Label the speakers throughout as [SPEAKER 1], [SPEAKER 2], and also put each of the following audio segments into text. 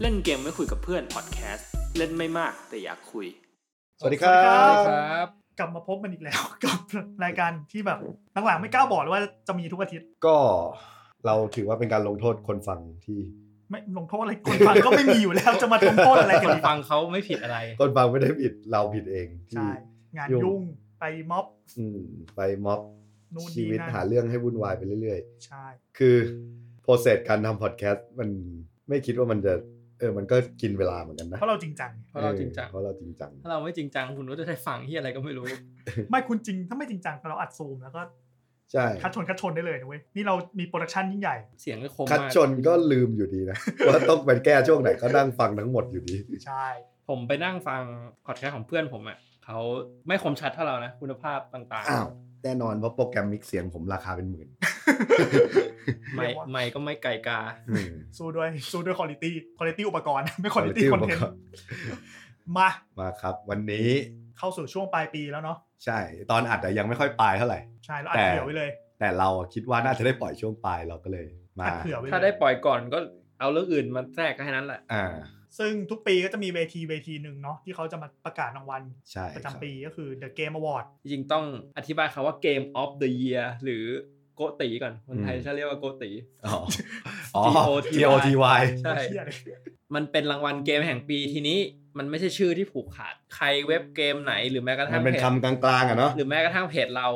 [SPEAKER 1] เล่นเกมไม่คุยกับเพื่อนพอดแคสต์เล่นไม่มากแต่อยากคุย
[SPEAKER 2] สวัสดีครั
[SPEAKER 3] สวัสดี
[SPEAKER 2] บ
[SPEAKER 4] ครับ
[SPEAKER 3] กลับมาพบกันอีกแล้ว กับรายการที่แบบหลังๆไม่กล้าบอกเลยว่าจะมีทุกอาทิตย์
[SPEAKER 2] ก็เราถือว่าเป็นการลงโทษคนฟังที่
[SPEAKER 3] ไม่ลงโทษอะไรคนฟังก็ไม่มีอยู่แล้วจะมาลงโทษอะไรกัน
[SPEAKER 4] คน
[SPEAKER 3] อีก
[SPEAKER 4] ฟังเขาไม่ผิดอะไร
[SPEAKER 2] คนฟังไม่ได้ผิดเราผิดเองที่
[SPEAKER 3] ใช่ งาน
[SPEAKER 2] ยุ่
[SPEAKER 3] ยุ่
[SPEAKER 2] ง
[SPEAKER 3] งไปม็อบ
[SPEAKER 2] อืมไปม็อบ
[SPEAKER 3] นู่น
[SPEAKER 2] ชี
[SPEAKER 3] นี่
[SPEAKER 2] วิต
[SPEAKER 3] นั่
[SPEAKER 2] หาน เรื่องให้วุ่นวายไปเรื่อย
[SPEAKER 3] ใช่
[SPEAKER 2] ๆ คือโปรเซสการทำพอดแคสต์มันไม่คิดว่ามันจะ เออมันก็กินเวลาเหมือนกันนะ
[SPEAKER 3] เพราะเราจริงจัง
[SPEAKER 4] เพราะเราจริงจัง
[SPEAKER 2] เพราะเราจริงจัง
[SPEAKER 4] ถ้าเราไม่จริงจังคุณก็จะได้ฟังที่อะไรก็ไม่รู้
[SPEAKER 3] ไม่คุณจริงถ้าไม่จริงจังเราอัดซูมแล้วก็
[SPEAKER 2] ใช่
[SPEAKER 3] คัดชนคัดชนได้เลยนะเว้ยนี่เรามีโปรดักชันยิ่งใหญ่
[SPEAKER 4] เสียงก็คม
[SPEAKER 2] คัด
[SPEAKER 4] มาก
[SPEAKER 2] ชนก็ลืมอยู่ดีนะ ว่าต้องไปแก้ช่วงไหนก็นั่งฟังทั้งหมดอยู่ดี
[SPEAKER 3] ใช่
[SPEAKER 4] ผมไปนั่งฟังพอดแคสต์ของเพื่อนผมอ่ะเขาไม่คมชัดเท่าเรานะ คุณภาพต่าง
[SPEAKER 2] อ้าวแน่นอนเพราะโปรแกรมมิกเสียงผมราคาเป็นหมื่น
[SPEAKER 4] ๆ ไม่ไม่ก็ไม่ไกลกา
[SPEAKER 2] อืม
[SPEAKER 3] สู้ด้วยสู้ด้วยคุณภาพคุณภาพอุปกรณ์ ไม่คุณภา
[SPEAKER 2] quality
[SPEAKER 3] พคอนเท
[SPEAKER 2] อุ
[SPEAKER 3] น
[SPEAKER 2] ปกร
[SPEAKER 3] ต์
[SPEAKER 2] ณ์
[SPEAKER 3] มา
[SPEAKER 2] มาครับ วันนี้
[SPEAKER 3] เข้าสู่ช่วงปลายปีแล้วเนาะ
[SPEAKER 2] ใช่ ตอนอัดอะยังไม่ค่อยปลายเท่าไหร่
[SPEAKER 3] ใช่เราอัด
[SPEAKER 2] แต่
[SPEAKER 3] เผื่อไว้เลย
[SPEAKER 2] แต่เราอะคิดว่าน่าจะได้ปล่อยช่วงปลายเราก็เลย มา
[SPEAKER 3] อัดเผื่อไว้เลย
[SPEAKER 4] ถ้าได้ปล่อยก่อนก็เอาเรื่องอื่นมาแทรกก็แค่นั้นแหละ
[SPEAKER 2] อ่า
[SPEAKER 3] ซึ่งทุกปีก็จะมีเวทีเวทีหนึ่งเนาะที่เขาจะมาประกาศรางวัล
[SPEAKER 2] ใช่ค
[SPEAKER 3] ประ
[SPEAKER 2] รับ
[SPEAKER 3] จำปีก็คือ The Game Award
[SPEAKER 4] จริงๆต้องอธิบายคำว่า Game of the Year หรือโกตีก่อน คนไทยจะเรียกว่าโกตี
[SPEAKER 2] อ๋ออ๋อ
[SPEAKER 4] GOTY
[SPEAKER 2] GOTY
[SPEAKER 4] ใช่
[SPEAKER 3] เหี้ยเลย
[SPEAKER 4] มันเป็นรางวัลเกมแห่งปีทีนี้ มันไม่ใช่ชื่อที่ผูกขาด ใครเว็บเกมไหนหรือแม้กระทั่
[SPEAKER 2] มั
[SPEAKER 4] ง
[SPEAKER 2] นเป็น
[SPEAKER 4] พจ
[SPEAKER 2] คำกลางๆอะเนาะ
[SPEAKER 4] หรือแม้กระทั่งเพจเรา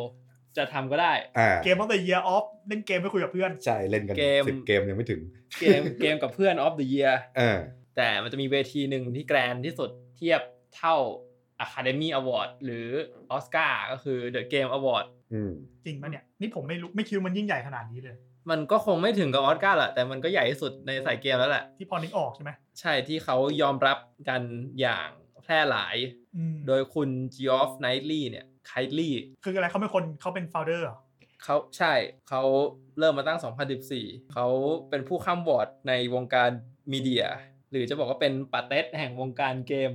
[SPEAKER 4] จะทำก็ได้
[SPEAKER 2] อ่า
[SPEAKER 3] เกมตั้งแต่ Year of เล่นเกมไม่คุยกับเพื่อน
[SPEAKER 2] ใช่เล่นกัน
[SPEAKER 4] เกม
[SPEAKER 2] สิบเกมยังไม่ถึง
[SPEAKER 4] เก ม เกมกับเพื่อน of the year
[SPEAKER 2] อ่า
[SPEAKER 4] แต่มันจะมีเวทีหนึ่งที่แกรนด์ที่สุดเทียบเท่า Academy Award หรือออสการ์ก็คือ The Game Award
[SPEAKER 2] อืม
[SPEAKER 3] จริงปะเนี่ย นี่ผมไม่รู้ไม่คิดว่ามันยิ่งใหญ่ขนาดนี้เลย
[SPEAKER 4] มันก็คงไม่ถึงกับออสการ์แหละแต่มันก็ใหญ่ที่สุดในสายเกมแล้วแหละ
[SPEAKER 3] ที่พอนึกออกใช่ไหม
[SPEAKER 4] ใช่ที่เขายอมรับกันอย่างแพร่หลาย
[SPEAKER 3] อืม
[SPEAKER 4] โดยคุณ g e o f k n i g h t l y เนี่ย k n i g h t l y
[SPEAKER 3] คืออะไรเขาเป็นคนเขาเป็น founder เหรอ
[SPEAKER 4] เขาใช่เขาเริ่มมาตั้ง 2014 เขาเป็นผู้ข้ามบอร์ดในวงการมีเดีย หรือจะบอกว่าเป็นปาเต็ดแห่งวงการเกม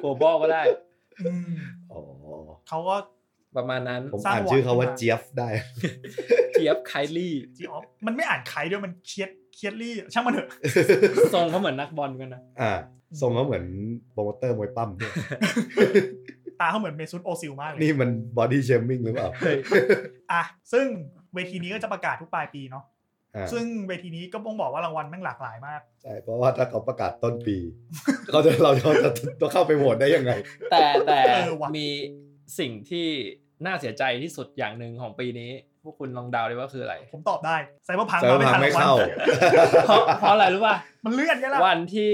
[SPEAKER 4] โกลบอลก็ได้
[SPEAKER 3] อืม
[SPEAKER 2] อ๋อ
[SPEAKER 3] เขาก็
[SPEAKER 4] ประมาณนั้น
[SPEAKER 2] ผม
[SPEAKER 3] สร้าง
[SPEAKER 2] อ่านชื่อเขาว่า
[SPEAKER 3] หวังขึ้นมา
[SPEAKER 2] เจี๊ยบได้
[SPEAKER 4] เทียบไคลี่
[SPEAKER 3] G of มันไม่อ่านใครด้วยมันเคียดเคียดลี่ช่างมันเถ อะ
[SPEAKER 4] ทรงเขาเหมือนนักบอลกันนะ
[SPEAKER 2] อ่าทรงเขาเหมือนโปรโมเตอร์มวยปั้ม ด้วย
[SPEAKER 3] ตาเขาเหมือนเมซุนโอซิลมากเลย
[SPEAKER 2] นี่มันบอดี้เชมิงหรือเปล่า
[SPEAKER 4] เฮ้ย
[SPEAKER 3] อ่ะซึ่งเวทีนี้ก็จะประกาศทุกปลายปีเนาะ
[SPEAKER 2] อ่า
[SPEAKER 3] ซึ่งเวทีนี้ก็ต้องบอกว่ารางวัลแม่งหลากหลายมาก
[SPEAKER 2] ใช่เพราะว่าถ้าเขาประกาศต้นปี เราจะเราจะต้องเข้าไปโหวตได้ยังไง
[SPEAKER 4] แต่แต่
[SPEAKER 3] เออว่ะ
[SPEAKER 4] มีสิ่งที่น่าเสียใจที่สุดอย่างหนึ่งของปีนี้ พวกคุณลองเดาเลยว่าคืออะไร
[SPEAKER 3] ผมตอบได้ไซเบอร์พัง
[SPEAKER 2] เซิร์ฟพังไม่
[SPEAKER 3] รางวัล
[SPEAKER 2] เข้า
[SPEAKER 4] เพราะเพราะอะไรรู้ป่ะ
[SPEAKER 3] มันเลื่อนไงล่ะ
[SPEAKER 4] วันที่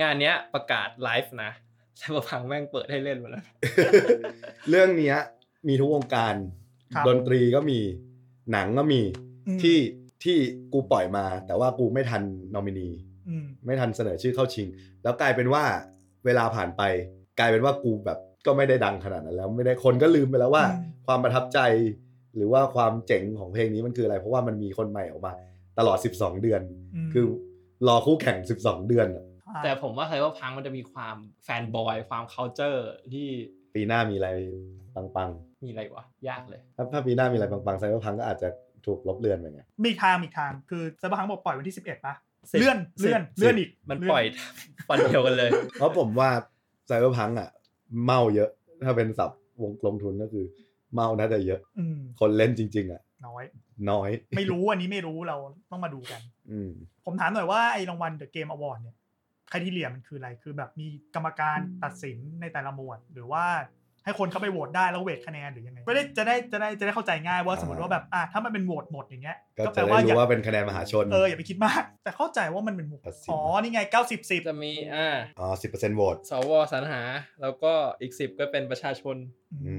[SPEAKER 4] งานเนี้ยประกาศไลฟ์นะไซเบอร์พังแม่งเปิดให้เล่นหมดแล้ว
[SPEAKER 2] เรื่องเนี้ยมีทุกวงการ
[SPEAKER 3] ครับ
[SPEAKER 2] ดนตรีก็มีหนังก็มี
[SPEAKER 3] อืม
[SPEAKER 2] ที่ที่กูปล่อยมา แต่ว่ากูไม่ทันนอมินี
[SPEAKER 3] อืม
[SPEAKER 2] ไม่ทันเสนอชื่อเข้าชิง แล้วกลายเป็นว่าเวลาผ่านไป กลายเป็นว่ากูแบบก็ไม่ได้ดังขนาดนั้นแล้วไม่ได้คนก็ลืมไปแล้วว่า
[SPEAKER 3] อืม
[SPEAKER 2] ความประทับใจ หรือว่าความเจ๋งของเพลงนี้มันคืออะไร เพราะว่ามันมีคนใหม่ออกมา ตลอด 12 เดือน
[SPEAKER 3] ม
[SPEAKER 2] คือรอคู่แข่ง 12 เดือนอะ
[SPEAKER 3] อ่า
[SPEAKER 4] แต่ผมว่าไซเบอร์พังมันจะมีความแฟนบอยความ c u เจอร์ที่
[SPEAKER 2] ปีหน้ามีอะไรปัง
[SPEAKER 4] มีอะไรวะ ยากเลย
[SPEAKER 2] ๆถ้าถ้าปีหน้ามีอะไรปังๆไซเบอร์พังก็อาจจะถูกลบเลือนไปไง
[SPEAKER 3] มีทางมีทางคือไซเบอร์พังบอกปล่อยวันที่ 11ปะ
[SPEAKER 4] สิบ
[SPEAKER 3] เลื่อน
[SPEAKER 4] สิบ
[SPEAKER 3] เลื่อนเลื่อนอีก
[SPEAKER 4] มัน
[SPEAKER 3] เ
[SPEAKER 4] ปล่อย วันเดียวกันเลย
[SPEAKER 2] เพราะผมว่าไซเบอร์พังอ่ะ เมาเยอะ ถ้าเป็นศัพท์วงลงทุนก็คือ เมาน่าจะเยอะ
[SPEAKER 3] อืม
[SPEAKER 2] คนเล่นจริง ๆ อ่ะ
[SPEAKER 3] น้อย
[SPEAKER 2] น้อย
[SPEAKER 3] ไม่รู้อันนี้ไม่รู้เราต้องมาดูกัน
[SPEAKER 2] อืม
[SPEAKER 3] ผมถามหน่อยว่าไอ้รางวัล The Game Award เนี่ยใครที่เหลี่ยมันคืออะไรคือแบบมีกรรมการตัดสินในแต่ละหมวด หรือว่าให้คนเข้าไปโหวตได้แล้วเวทคะแนนหรือยังไงก็ได้จะได้จะได้จะได้เข้าใจง่ายว่าสมมติว่าแบบอ่ะถ้ามันเป็นโหวตหมดอย่างเงี้ย
[SPEAKER 2] ก็จะได้
[SPEAKER 3] อย่า
[SPEAKER 2] รู้ว่าเป็นคะแนนมหาชน
[SPEAKER 3] เอออย่าไปคิดมาก แต่เข้าใจว่ามันเป็นหมวด
[SPEAKER 2] ตัดสิน
[SPEAKER 3] อ๋อนี่ไง 90 10
[SPEAKER 4] จะมีอ่า
[SPEAKER 2] อ๋อสิบเปอร์เซ็นต์โหวต
[SPEAKER 4] สวสรรหา แล้วก็อีกสิบก็เป็นประชาชน
[SPEAKER 3] อื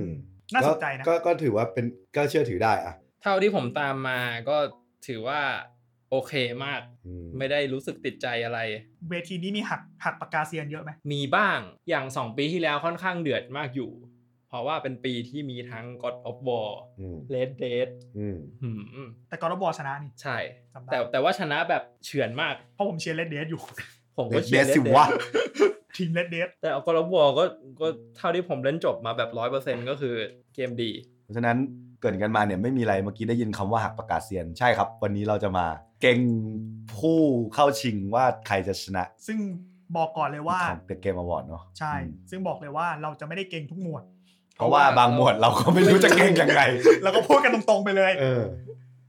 [SPEAKER 2] ม
[SPEAKER 3] มน่าสนใจนะ
[SPEAKER 2] ก็ก็ก็ถือว่าเป็นก็เชื่อถือได้อ่ะ
[SPEAKER 4] เท่าที่ผมตามมาก็ถือว่าโอเคมาก
[SPEAKER 2] อืม
[SPEAKER 4] ไม่ได้รู้สึกติดใจอะไร
[SPEAKER 3] เวทีนี้มีหักหักปากกาเซียนเยอะไหม
[SPEAKER 4] มีบ้างอย่าง 2 ปีที่แล้วค่อนข้างเดือดมากอยู่ เพราะว่าเป็นปีที่มีทั้ง God of War
[SPEAKER 2] อืม
[SPEAKER 4] Red Dead
[SPEAKER 2] อืม
[SPEAKER 4] หืม
[SPEAKER 3] แต่กอร์บอชนะนี่
[SPEAKER 4] ใช่
[SPEAKER 3] จำได้
[SPEAKER 4] แต่แต่ว่าชนะแบบเฉือนมาก
[SPEAKER 3] เพราะผมเชียร์เลดเดสอยู่
[SPEAKER 4] ผมก็เชียร์ Red
[SPEAKER 2] Red Dead สิ
[SPEAKER 4] Dead
[SPEAKER 2] วะ
[SPEAKER 3] ทีมเลดเดส
[SPEAKER 4] แต่เอากรบวก็ก็เท่าที่ผมเล่นจบมาแบบร้อยเปอร์เซ็นก็คือเกมดี
[SPEAKER 2] เพราะฉะนั้น เกริดกันมาเนี่ยไม่มีอะไรเมื่อกี้ได้ยินคำว่าหักประกาศเซียนใช่ครับ วันนี้เราจะมาเก่งผู้เข้าชิงว่าใครจะชนะ
[SPEAKER 3] ซึ่งบอกก่อนเลยว่า
[SPEAKER 2] ของเกมอวอร์ดเนาะ
[SPEAKER 3] ใช่ ซึ่งบอกเลยว่าเราจะไม่ได้เก่งทุกหมวด
[SPEAKER 2] เพราะว่าบางหมวดเราก็ไม่รู้จะเก่งยังไง
[SPEAKER 3] แล้วก็พูดกันตรงๆไปเลย
[SPEAKER 2] เออ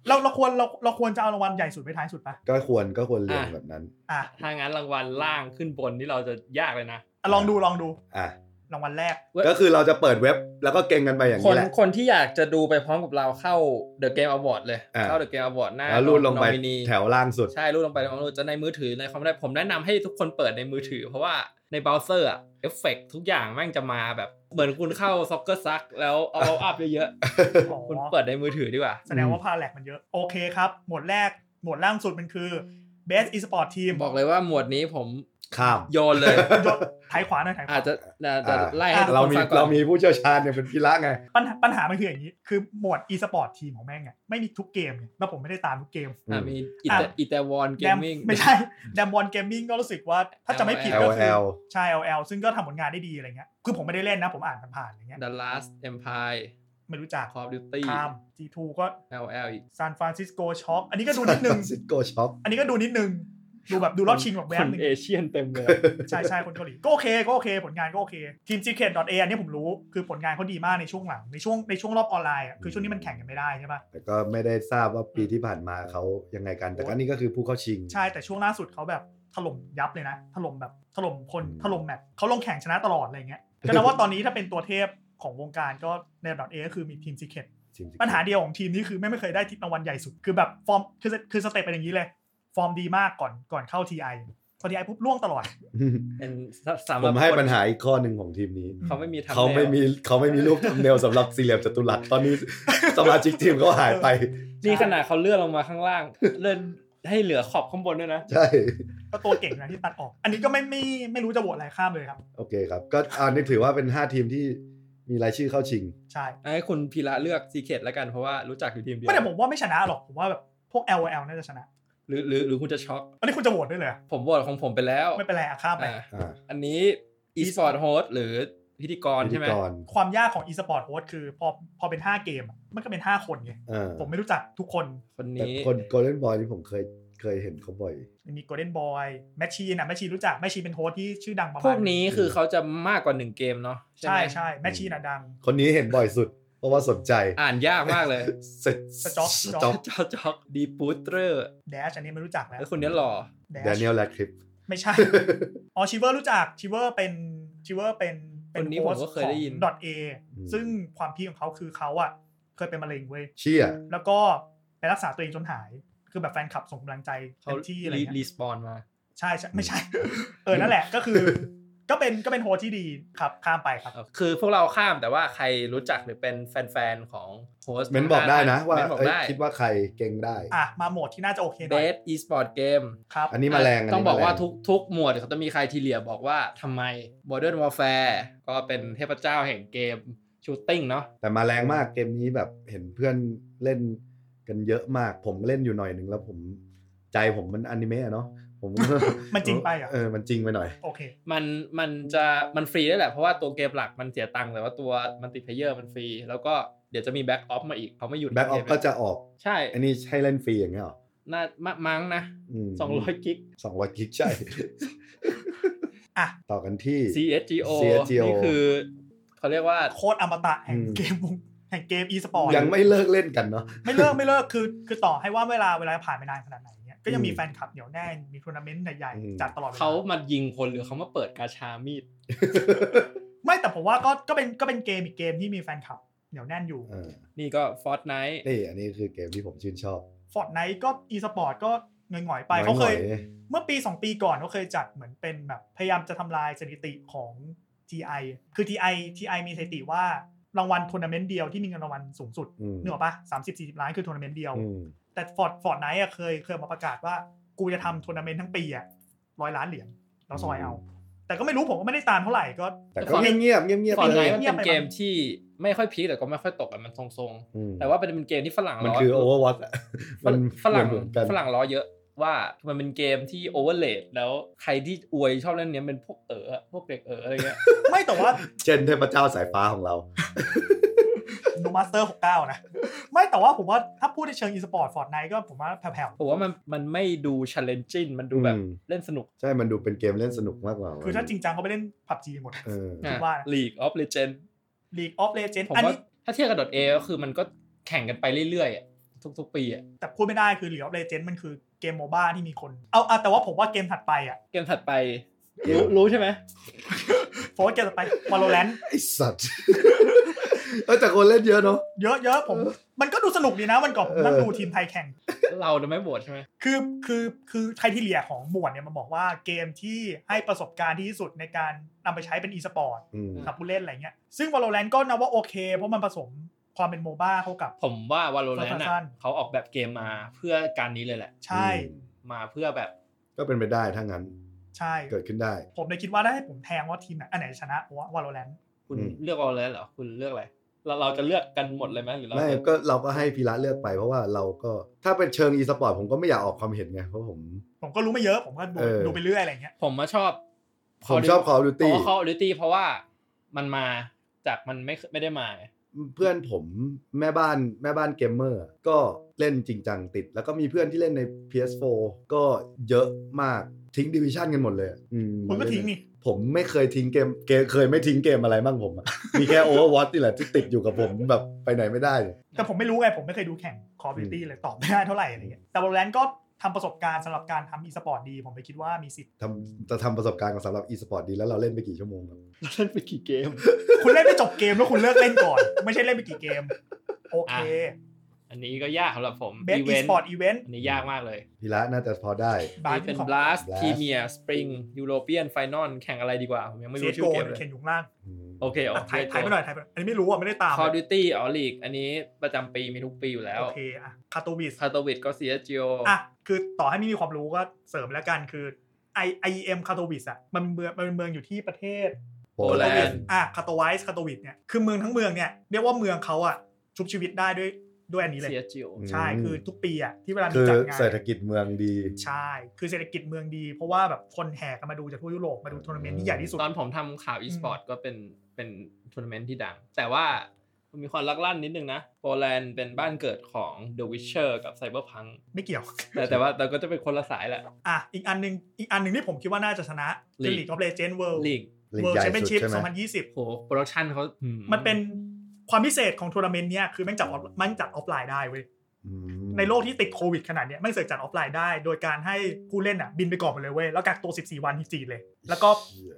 [SPEAKER 3] เราเราควรเราเราควรจะเอารางวัลใหญ่สุดไปท้ายสุดปะ
[SPEAKER 2] ก็ควรก็ควรเรียงแบบนั้น
[SPEAKER 3] อ่ะ
[SPEAKER 4] ถ้างั้นรางวัลล่างขึ้นบนนี่เราจะยากเลยนะ
[SPEAKER 3] อ่ะ ลองดูลองดู
[SPEAKER 2] อ่ะ
[SPEAKER 3] รางวัลแรก
[SPEAKER 2] ก็คือเราจะเปิดเว็บแล้วก็เก่งกันไปอย่าง
[SPEAKER 4] ค
[SPEAKER 2] นี้
[SPEAKER 4] น
[SPEAKER 2] แหละ
[SPEAKER 4] คนที่อยากจะดูไปพร้อมกับเราเข้า The Game Award เลย
[SPEAKER 2] อ่า
[SPEAKER 4] เข้า The Game Award หน้า
[SPEAKER 2] แล้วรูดลงไป
[SPEAKER 4] น้อมินี
[SPEAKER 2] แถวล่าง สุด
[SPEAKER 4] ใช่รูดลงไปในความรู้จะในมือถือในความได้ผมแนะนำให้ทุกคนเปิดในมือถือ เพราะว่าในเบราว์เซอร์อะเอฟเฟกทุกอย่างแม่งจะมาแบบ เหมือนคุณเข้าซ็อกเกอร์ซักแล้วเอาอัพเยอะ
[SPEAKER 3] อ๋อ
[SPEAKER 4] ๆ คุณเปิดในมือถือดีกว่า
[SPEAKER 3] แสดงว่าพาแลกมันเยอะ โอเคครับ หมวดแรก หมวดล่างสุดมันคือ best e-sport team
[SPEAKER 4] บอกเลยว่าหมวดนี้ผม
[SPEAKER 2] ข้าม
[SPEAKER 4] โยนเลย
[SPEAKER 3] ยศท้ายขวาหน่อยท้ายขวา
[SPEAKER 4] อาจจะน่าจะ
[SPEAKER 2] อ่า
[SPEAKER 4] ไล่ให้ทุก
[SPEAKER 2] เรา
[SPEAKER 4] คน
[SPEAKER 2] มี
[SPEAKER 4] ฟังก่อน
[SPEAKER 2] เรามีผู้เชี่ยวชาญเนี่ยเป็นพิระไง
[SPEAKER 3] ปัญหาปัญหามันคืออย่างนี้ คือหมวด e-sport ทีมของแม่งอะไม่มีทุกเกมไงแล้วผมไม่ได้ตามทุกเกม
[SPEAKER 4] อ่ามีอิตา
[SPEAKER 3] อ่ะ
[SPEAKER 4] อิตาวอนเก
[SPEAKER 3] แด
[SPEAKER 4] มมิ่ง
[SPEAKER 3] ไม่ใช่ แดมบอลเกมมิ่งก็รู้สึกว่า ถ้าจะไม่ผิดก็คือ
[SPEAKER 2] LOL
[SPEAKER 3] ใช่ LL ซึ่งก็ทำผลงานได้ดีอะไรเงี้ย คือผมไม่ได้เล่นนะ ผมอ่านผ่านๆอะไรเงี้ย
[SPEAKER 4] The Last Empire
[SPEAKER 3] ไม่รู้จัก
[SPEAKER 4] Call of Duty
[SPEAKER 3] ข้าม G2 ก็
[SPEAKER 4] LL อีก
[SPEAKER 3] ซานฟรานซิสโกช็อค อันนี้ก็ดูนิดนึง
[SPEAKER 2] ซิโกช็อป
[SPEAKER 3] อันนี้ก็ดูนิดนึง ดูแบบดูรอบชิงแบบแว
[SPEAKER 4] ค
[SPEAKER 3] บ
[SPEAKER 4] น
[SPEAKER 3] นึง
[SPEAKER 4] เอเชียนเต็มเลย
[SPEAKER 3] ใช่ใช่คนเกาหลี ก็โอเค ก็โอเค ผลงานก็โอเค ทีม secret.a อันนี้ผมรู้ คือผลงานเขาดีมากในช่วงหลัง ในช่วงในช่วงรอบออนไลน์อะคือช่วงนี้มันแข่งกันไม่ได้ใช่ปะ
[SPEAKER 2] แต่ก็ไม่ได้ทราบว่าปีที่ผ่านมาเขายังไงกัน แต่ก็นี่ก็คือผู้เข้าชิง
[SPEAKER 3] ใช่ แต่ช่วงล่าสุดเขาแบบถล่มยับเลยนะ ถล่มแบบถล่มคนถล่มแมตช์เขาลงแข่งชนะตลอดอะไรเงี้ย ก็นับว่าตอนนี้ถ้าเป็นตัวเทพของวงการก็ในระดับเอก็คือมีทีมซีเค t
[SPEAKER 2] จริงๆ
[SPEAKER 3] ปัญหาเดียวของทีมนี้คือไม่ไม่เคยได้ทิศรางวัลใหญ่สุด คือแบบฟอร์มคือคือสเต็ปเป็นอย่างนี้เลย ฟอร์มดีมากก่อนก่อนเข้าทีไอพอทีไอปุ๊บล่วงตลอด
[SPEAKER 4] เป็นสำห
[SPEAKER 2] ผ
[SPEAKER 4] รับ
[SPEAKER 2] มให้
[SPEAKER 4] คน
[SPEAKER 2] ปัญหาอีกข้อหนึ่งของทีมนี้
[SPEAKER 4] เขาไม่มีทำ
[SPEAKER 2] เขาไม่มีเขาไม่มีรูปทำเนลสำหรับสี่เหลี่ยมจัตุรัสตอนนี้ สมาชิกทีมเขาหายไป
[SPEAKER 4] นี่ขนาดเขาเลื่อนลงมาข้างล่าง เลื่อนให้เหลือขอบข้างบนด้วยนะ
[SPEAKER 2] ใช่
[SPEAKER 3] ก็ตัวเก่งนะที่ตัดออก อันนี้ก็ไม่ไม่ไม่รู้จะโหวตอะไรข้ามเลยครับ
[SPEAKER 2] โอเคครับ ก็อันนี้ถือว่าเป็น 5 ทีมที่มีรายชื่อเข้าชิง
[SPEAKER 3] ใช่
[SPEAKER 4] ให้คุณพีระเลือกซีเค t แล้วกันเพราะว่ารู้จักอยู่ทีมเดียว
[SPEAKER 3] ไม่แต่ผมว่าไม่ชนะหรอกผมว่าแบบพวก L O L น่าจะชนะ
[SPEAKER 4] หรือหรือหรือคุณจะช็อก
[SPEAKER 3] อันนี้คุณจะโหวตด้วยเลยเหรอ
[SPEAKER 4] ผมโหวตของผมไปแล้ว
[SPEAKER 3] ไม่เป็นไรอะข้ามไป
[SPEAKER 4] อ่า
[SPEAKER 2] อ่า
[SPEAKER 4] อันนี้ e-sport host หรือพิธีกร
[SPEAKER 2] พิธี
[SPEAKER 4] ใช่ไหม
[SPEAKER 2] กร
[SPEAKER 3] ความยากของ e-sport host คือพอพอเป็น 5 เกมอะมันก็เป็น 5 คนไง
[SPEAKER 2] เออ
[SPEAKER 3] ผมไม่รู้จักทุกคน
[SPEAKER 4] คน
[SPEAKER 2] แต่
[SPEAKER 4] นี้
[SPEAKER 2] คนโกลเด้นบอลนี่ผมเคยเคยเห็นเขาบ่อย
[SPEAKER 3] มี Golden Boy แมชชีนอะแมชชีนรู้จัก แมชชีนเป็นโฮสต์ที่ชื่อดังประมาณ
[SPEAKER 4] พวกนี้คือเขาจะมากกว่าหนึ่งเกมเนาะ
[SPEAKER 3] ใช่
[SPEAKER 4] ไหม
[SPEAKER 3] ใช่ แมชชีนอะดัง
[SPEAKER 2] คนนี้เห็นบ่อยสุด เพราะว่าสนใจ
[SPEAKER 4] อ่านยากมาก เลย
[SPEAKER 2] ส
[SPEAKER 3] สจ๊อก
[SPEAKER 2] สจ๊อก
[SPEAKER 4] เจ้าจ็อกดีปูเตอร์
[SPEAKER 3] แดชอันนี้ไม่รู้จักแล้ว
[SPEAKER 4] แล้วคนนี้หล่อ
[SPEAKER 3] แด
[SPEAKER 2] แด
[SPEAKER 3] ช
[SPEAKER 2] เนียลแรดค ลิป
[SPEAKER 3] ไม่ใช่ อ๋อชิเวอร์รู้จักชิเวอร์เป็นชิเวอร์เป็นเป็
[SPEAKER 4] คนนี้ผมก็เคยได้ยิน
[SPEAKER 3] ดอทเอ
[SPEAKER 2] อืม
[SPEAKER 3] ซึ่งความพีคของเขาคือเขาอะเคยเป็นมะเร็งเว้ย
[SPEAKER 2] เชี่ย
[SPEAKER 3] แล้วก็ไปรักษาตัวเองจนหาย คือแบบแฟนคลับส่งกำลังใจ
[SPEAKER 4] เขา
[SPEAKER 3] เต็มที่อะไร
[SPEAKER 4] รี
[SPEAKER 3] เงี้ย
[SPEAKER 4] รีสปอนมา
[SPEAKER 3] ใช่ใช่ไม่ใช่ เออนั่นแหละก็คือก็เป็นก็เป็นโฮสต์ที่ดีครับข้ามไปครับ
[SPEAKER 4] เอ่อคือพวกเราข้ามแต่ว่าใครรู้จักหรือเป็นแฟนๆ ของโฮสต์
[SPEAKER 2] เม้นบอกได้นะว่า
[SPEAKER 4] เม้นบอก
[SPEAKER 2] เอ้ย
[SPEAKER 4] ได้
[SPEAKER 2] คิดว่าใครเก่งได้
[SPEAKER 3] อ่ะ มาโหมดที่น่าจะโอเคห
[SPEAKER 4] เบ
[SPEAKER 3] น่อย
[SPEAKER 4] สอีสปอร์ตเกม
[SPEAKER 3] ครับ
[SPEAKER 2] อันนี้มาแรงนนี้
[SPEAKER 4] ต้องบอกว่า
[SPEAKER 2] แรง
[SPEAKER 4] ทุกทุกหมวดเขาจะมีใครทีเลียบอกว่าทำไม Modern Warfare ก็เป็นเทพเจ้าแห่งเกมชูตติ้งเนาะ
[SPEAKER 2] แต่มาแรงมากเกมนี้แบบเห็นเพื่อนเล่นกันเยอะมาก ผมเล่นอยู่หน่อยหนึ่งแล้วผมใจผมมันอนิเมะอะเนาะผม ก็
[SPEAKER 3] มันจริงไปเหรอ
[SPEAKER 2] เออมันจริงไปหน่อย
[SPEAKER 3] โอเค
[SPEAKER 4] มันมันจะมันฟรีได้แหละ เพราะว่าตัวเกมหลักมันเสียตังค์แต่ว่าตัวมันติเพเยอร์มันฟรี แล้วก็เดี๋ยวจะมีแบ็กออฟมาอีกเขาไม่หยุด
[SPEAKER 2] แบ็กออฟก็จะออก
[SPEAKER 4] ใช่
[SPEAKER 2] อันนี้ใช้เล่นฟรีอย่างเงี้ยเหรอ
[SPEAKER 4] น่ามั้งนะ
[SPEAKER 2] อืม
[SPEAKER 4] 200กิก
[SPEAKER 2] สองร้อยกิกใช่
[SPEAKER 3] อ่ะ
[SPEAKER 2] ต่อกันที่
[SPEAKER 4] CSGO
[SPEAKER 2] CSGO
[SPEAKER 4] นี่คือเขาเรียกว่า
[SPEAKER 3] โคตรอมตะแห่ง
[SPEAKER 2] อืม
[SPEAKER 3] เกมวงแห่งเกมอีสปอร์ต
[SPEAKER 2] ยังไม่เลิกเล่นกันเนาะ
[SPEAKER 3] ไม่เลิกไม่เลิกคือคือต่อให้ว่าเวลาเวลาผ่านไปนานขนาดไหนเนี่ยก็ยังมี
[SPEAKER 2] อืม
[SPEAKER 3] แฟนคลับเหนียวแน่นมีทัวร์นาเมนต์ใหญ่
[SPEAKER 2] อืม
[SPEAKER 3] ๆจัดตลอดเวลา
[SPEAKER 4] เขามายิงคนหรือเขามาเปิดกาชามีด
[SPEAKER 3] ไม่แต่ผมว่าก็ก็เป็นก็เป็นเกมอีกเกมที่มีแฟนคลับเหนียวแน่นอยู่
[SPEAKER 2] เออ
[SPEAKER 4] นี่ก็ Fortnite
[SPEAKER 2] นี่อันนี้คือเกมที่ผมชื่นชอบ
[SPEAKER 3] ฟอร์ดไนท์ก็อีสปอร์ตก็เงยหงอยๆไปเขาเคย เมื่อปี 2 ปีก่อนเขาเคยจัดเหมือนเป็นแบบพยายามจะทำลายสถิติของ TI คือ TI TI มีสถิติว่ารางวัลทัวร์นาเมนต์เดียวที่มีเงินรางวัลสูงสุด
[SPEAKER 2] ม
[SPEAKER 3] เหนืออกปะสามสิบสี่สิบล้านคือทัวร์นาเมนต์เดียว
[SPEAKER 2] อืม
[SPEAKER 3] แต่ฟอร์ดฟอร์ดไนท์อะเคยเคยมาประกาศว่ากูจะทำทัวร์นาเมนต์ทั้งปีอะร้อยล้านเหรียญแล้วซอยเอา แต่ก็ไม่รู้ผมก็ไม่ได้ตามเท่าไหร่ก็
[SPEAKER 2] แต่ก็เงียบๆเงียบเงียบๆไปเลย
[SPEAKER 4] Fortnite มัน
[SPEAKER 3] เงีย
[SPEAKER 4] เป็
[SPEAKER 3] บ
[SPEAKER 4] น
[SPEAKER 3] ไป
[SPEAKER 4] เกมที่ไม่ค่อยพีคแต่ก็ไม่ค่อยตกอะมันทรง
[SPEAKER 2] อืม
[SPEAKER 4] ๆ แต่ว่าเป็นเกมที่ฝรั่ง
[SPEAKER 2] มัน
[SPEAKER 4] ล้อ
[SPEAKER 2] คือโอเวอร์วอตมัน
[SPEAKER 4] ฝรั่ง
[SPEAKER 2] เหมือนกัน
[SPEAKER 4] ฝรั่งล้อเยอะว่ามันเป็นเกมที่โอเวอร์เลดแล้วใครที่อวยชอบเล่นเนี้ยเป็นพวกเอ๋อพวกเด็กเอ๋ออะไรเงี้ย
[SPEAKER 3] ไม่แต่ว่า
[SPEAKER 2] เช่นเทพเจ้าสายฟ้าของเรา
[SPEAKER 3] ดูมาสเตอร์หกเก้านะ ไม่แต่ว่าผมว่าถ้าพูดในเชิงอีสปอร์ตฟอร์ดไนก็ผมว่าแผ่ว
[SPEAKER 4] ผมว่ามันมันไม่ดู challenging มันดูแบบ
[SPEAKER 2] อืม
[SPEAKER 4] เล่นสนุก
[SPEAKER 2] ใช่มันดูเป็นเกมเล่นสนุกมากกว่า
[SPEAKER 3] ๆ คือถ้าจริงจังเขาไปเล่นผับจีหมด
[SPEAKER 2] เออ
[SPEAKER 3] ผมว่านะ
[SPEAKER 4] ลีกออฟเลเจน
[SPEAKER 3] League of Legends
[SPEAKER 4] ผม
[SPEAKER 3] อัน
[SPEAKER 4] ว่า
[SPEAKER 3] นี้
[SPEAKER 4] ถ้าเทียบกับ .a ก็คือมันก็แข่งกันไปเรื่อยๆอะทุกๆ ปีอะ
[SPEAKER 3] แต่พูดไม่ได้คือ League of Legends มันคือเกมโมบ้าที่มีคน เอาเอาแต่ว่าผมว่าเกมถัดไปอ่ะ
[SPEAKER 4] เกมถัดไปรู้รู้ใช่ไหม
[SPEAKER 3] โฟร์เกมถัดไป Valorant
[SPEAKER 2] ไอสัตว์ เออแต่คนเล่นเยอะเนาะ
[SPEAKER 3] เยอะเยอะผมมันก็ดูสนุกดีนะมันก่อนผมนั่ง
[SPEAKER 2] เออ
[SPEAKER 3] ดูทีมไทยแข่ง
[SPEAKER 4] เราจะไม่โหวตใช่ไหม
[SPEAKER 3] คือคือคือไครทีเลียของหมวดเนี่ยมันบอกว่าเกมที่ให้ประสบการณ์ที่ดีที่สุดในการนำไปใช้เป็นอีสปอร์ต
[SPEAKER 2] อืม
[SPEAKER 3] กับผู้เล่นอะไรเงี้ยซึ่ง Valorant ก็นับว่าโอเค เพราะมันผสมความเป็นโมบ้าเข้ากับ
[SPEAKER 4] ผมว่า Valorant อะ
[SPEAKER 3] สั้นๆ
[SPEAKER 4] เขาออกแบบเกมมาเพื่อการนี้เลยแหละ
[SPEAKER 3] ใช่
[SPEAKER 2] อืม
[SPEAKER 4] มาเพื่อแบบ
[SPEAKER 2] ก็เป็นไปได้ถ้างั้น
[SPEAKER 3] ใช่
[SPEAKER 2] เกิดขึ้นได้
[SPEAKER 3] ผมเลยคิดว่าถ้าให้ผมแทงว่าทีมไหนอันไหนชนะผมว่า Valorant
[SPEAKER 4] คุณ
[SPEAKER 2] อืม
[SPEAKER 4] เลือก Valorant เหรอ คุณเลือกอะไร เราเราจะเลือกกันหมดเลยไหมหรือเรา
[SPEAKER 2] ไม่
[SPEAKER 4] จะ
[SPEAKER 2] ก็เราก็ให้พีระเลือกไปเพราะว่าเราก็ถ้าเป็นเชิงอีสปอร์ตผมก็ไม่อยากออกความเห็นไง เพราะผม
[SPEAKER 3] ผมก็รู้ไม่เยอะผมก็ดู
[SPEAKER 2] เออ
[SPEAKER 3] ดูไปเรื่อยอะไรเงี้ย
[SPEAKER 4] ผมมาชอบ
[SPEAKER 2] ผมชอบ Call of Duty
[SPEAKER 4] เพราะ Call of Duty เพราะว่ามันมาจากมันไม่ไม่ได้มาไง
[SPEAKER 2] เพื่อนผมแม่บ้านแม่บ้านเกมเมอร์ก็เล่นจริงจังติด แล้วก็มีเพื่อนที่เล่นใน PS4 ก็เยอะมากทิ้งดิวิชันกันหมดเลยอะอืม
[SPEAKER 3] คุณก็ทิ้งนี่
[SPEAKER 2] ผมไม่เคยทิ้งเกมเกมเคยไม่ทิ้งเกมอะไรบ้างผมอะมีแค่ Overwatch นี่แหละที่ติดอยู่กับผมแบบไปไหนไม่ได้เลย
[SPEAKER 3] แต่ผมไม่รู้ไงผมไม่เคยดูแข่ง Call of Duty เลยตอบไม่ได้เท่าไหร่อะไรเงี้ยแต่ Valorant ก็ทำประสบการณ์สำหรับการทำอีสปอร์ตดี ผมเลยคิดว่ามีสิทธิ์
[SPEAKER 2] ทำจะทำประสบการณ์ของสำหรับ e-sport ดีแล้วเราเล่นไปกี่ชั่วโมงครับ
[SPEAKER 4] เล่นไปกี่เกม
[SPEAKER 3] คุณเล่นไม่จบเกมแล้วคุณเลิกเล่นก่อน ไม่ใช่เล่นไปกี่เกมโอเค
[SPEAKER 4] อันนี้ก็ยากสำหรับผม
[SPEAKER 3] Best
[SPEAKER 4] Event
[SPEAKER 3] Esport Event
[SPEAKER 4] อันนี้ยากมากเลย
[SPEAKER 2] พีระน่าจะพอได้
[SPEAKER 3] บาร์
[SPEAKER 4] นี่เป็น
[SPEAKER 3] ของ
[SPEAKER 4] Blast
[SPEAKER 2] Blast
[SPEAKER 4] Premier Spring European Final แข่งอะไรดีกว่า ผมยังไม่รู้ชื่อ
[SPEAKER 3] CSGO
[SPEAKER 4] เกม
[SPEAKER 3] เนี่
[SPEAKER 4] เลย ย
[SPEAKER 3] เขียนอยู่ข้างล่าง
[SPEAKER 2] อืม
[SPEAKER 4] โอเคโอเค
[SPEAKER 3] ถ่ายถ่ายไปหน่อยถ่ายไปหน่อยอันนี้ไม่รู้อ่ะไม่ได้ตาม
[SPEAKER 4] Call of Duty อ๋อ League อันนี้ประจำปีมีทุกปีอยู่แล้ว
[SPEAKER 3] โอเคอ่ะคาตูวิส
[SPEAKER 4] คาโตวิดก็ CSGO
[SPEAKER 3] อ่ะคือต่อให้ไม่มีความรู้ก็เสริมแล้วกันคือ I I E M คาโตวิสอ่ะมันเมืองมันเป็นเมืองอยู่ที่ประเทศ
[SPEAKER 2] โปแลน
[SPEAKER 4] Poland
[SPEAKER 2] ด์
[SPEAKER 3] อ่ะคาโตไวส์คาโตวิสเนี่ยคือเมืองทั้งเมืองเนี่ยเรียกว่าเมืองเขาอ่ะชุบชีวิตได้ด้วยด้วยอันนี้เลย
[SPEAKER 4] CSGO
[SPEAKER 3] ใช่คือทุกปีอ่ะที่เวลามี
[SPEAKER 2] คือ
[SPEAKER 3] จัดงาน
[SPEAKER 2] เศรษฐกิจเมืองดี
[SPEAKER 3] ใช่ คือเศรษฐกิจเมืองดี เพราะว่าแบบคนแห่กันมาดูจากทั่วยุโรปมาดูทัวร์นาเมนต์ที่ใหญ่ที่สุด
[SPEAKER 4] ตอนผมทำข่าว e-sport ก็เป็นเป็นทัวร์นาเมนต์ที่ดัง แต่ว่ามันมีความลักลั่นนิดนึงนะโปแลนด์เป็นบ้านเกิดของ The Witcher กับ Cyberpunk
[SPEAKER 3] ไม่เกี่ยว
[SPEAKER 4] แต่แต่ว่าเราก็จะเป็นคนละสายแหละ
[SPEAKER 3] อ่ะอีกอันหนึงอีกอันหนึงที่ผมคิดว่าน่าจะชนะคือ
[SPEAKER 4] League
[SPEAKER 3] League of Legends World
[SPEAKER 4] ลีก
[SPEAKER 3] World
[SPEAKER 2] ใหญ่สุด
[SPEAKER 3] Championship
[SPEAKER 2] ใช่ไหม
[SPEAKER 3] 2020
[SPEAKER 4] โหโปรดักชันเขาหื
[SPEAKER 3] มันเป็นความพิเศษของทัวร์นาเมนต์เนี่ยคือแม่งจัดออฟแม่งจัดออฟไลน์ได้เว้ย
[SPEAKER 2] อืม
[SPEAKER 3] ในโลกที่ติดโควิดขนาดเนี้ยแม่งเสอกจัดออฟไลน์ได้ โดยการให้ผู้เล่นอ่ะบินไปก่อนไปเลยเว้ยแล้วกักตัว 14 วันที่จีนเลย แล้วก็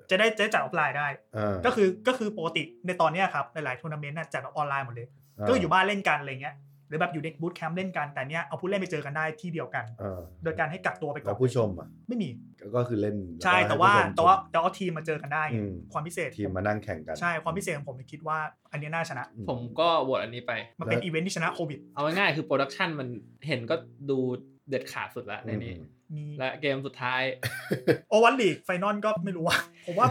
[SPEAKER 3] จะได้จะได้จัดออฟไลน์ได้
[SPEAKER 2] อ่า
[SPEAKER 3] ก็คือก็คือปกติในตอนเนี้ยครับหลายๆทัวร์นาเมนต์น่ะจัดแบบออนไลน์หมดเลย
[SPEAKER 2] า
[SPEAKER 3] ก็อยู่บ้านเล่นกันอะไรเงี้ยหรือแบบอยู่ในบูธแคมป์เล่นกันแต่เนี้ยเอาผู้เล่นไปเจอกันได้ที่เดียวกัน
[SPEAKER 2] อ่า
[SPEAKER 3] โดยการให้กักตัวไปก่
[SPEAKER 2] แล้
[SPEAKER 3] อ
[SPEAKER 2] วน ผู้ชมอ่ะ
[SPEAKER 3] ไม่มี
[SPEAKER 2] ก็คือเล่น
[SPEAKER 3] ใช่
[SPEAKER 2] ล้
[SPEAKER 3] แต่
[SPEAKER 2] ให้
[SPEAKER 3] ว่า
[SPEAKER 2] ผู้ชม
[SPEAKER 3] แต่ว่าแต่ว่าทีมมาเจอกันได้ไง
[SPEAKER 2] อืม
[SPEAKER 3] ความพิเศษ
[SPEAKER 2] ทีมมานั่งแข่งกัน
[SPEAKER 3] ใช่ความพิเศษของผมคิดว่าอันเนี้ยน่าชนะ
[SPEAKER 2] อื
[SPEAKER 4] ผมก็โหวตอันนี้ไป
[SPEAKER 3] มันเป็นอีเวนท์ที่ชนะโควิด
[SPEAKER 4] เอาง่ายๆคือโปรดักชันมันเห็นก็ดูเด็ดขาดสุดละในนี้
[SPEAKER 2] อืม
[SPEAKER 3] มี
[SPEAKER 4] และเกมสุดท้าย
[SPEAKER 3] โอวันลีกไฟนอลก็ไม่รู้ว่า ผม ว่า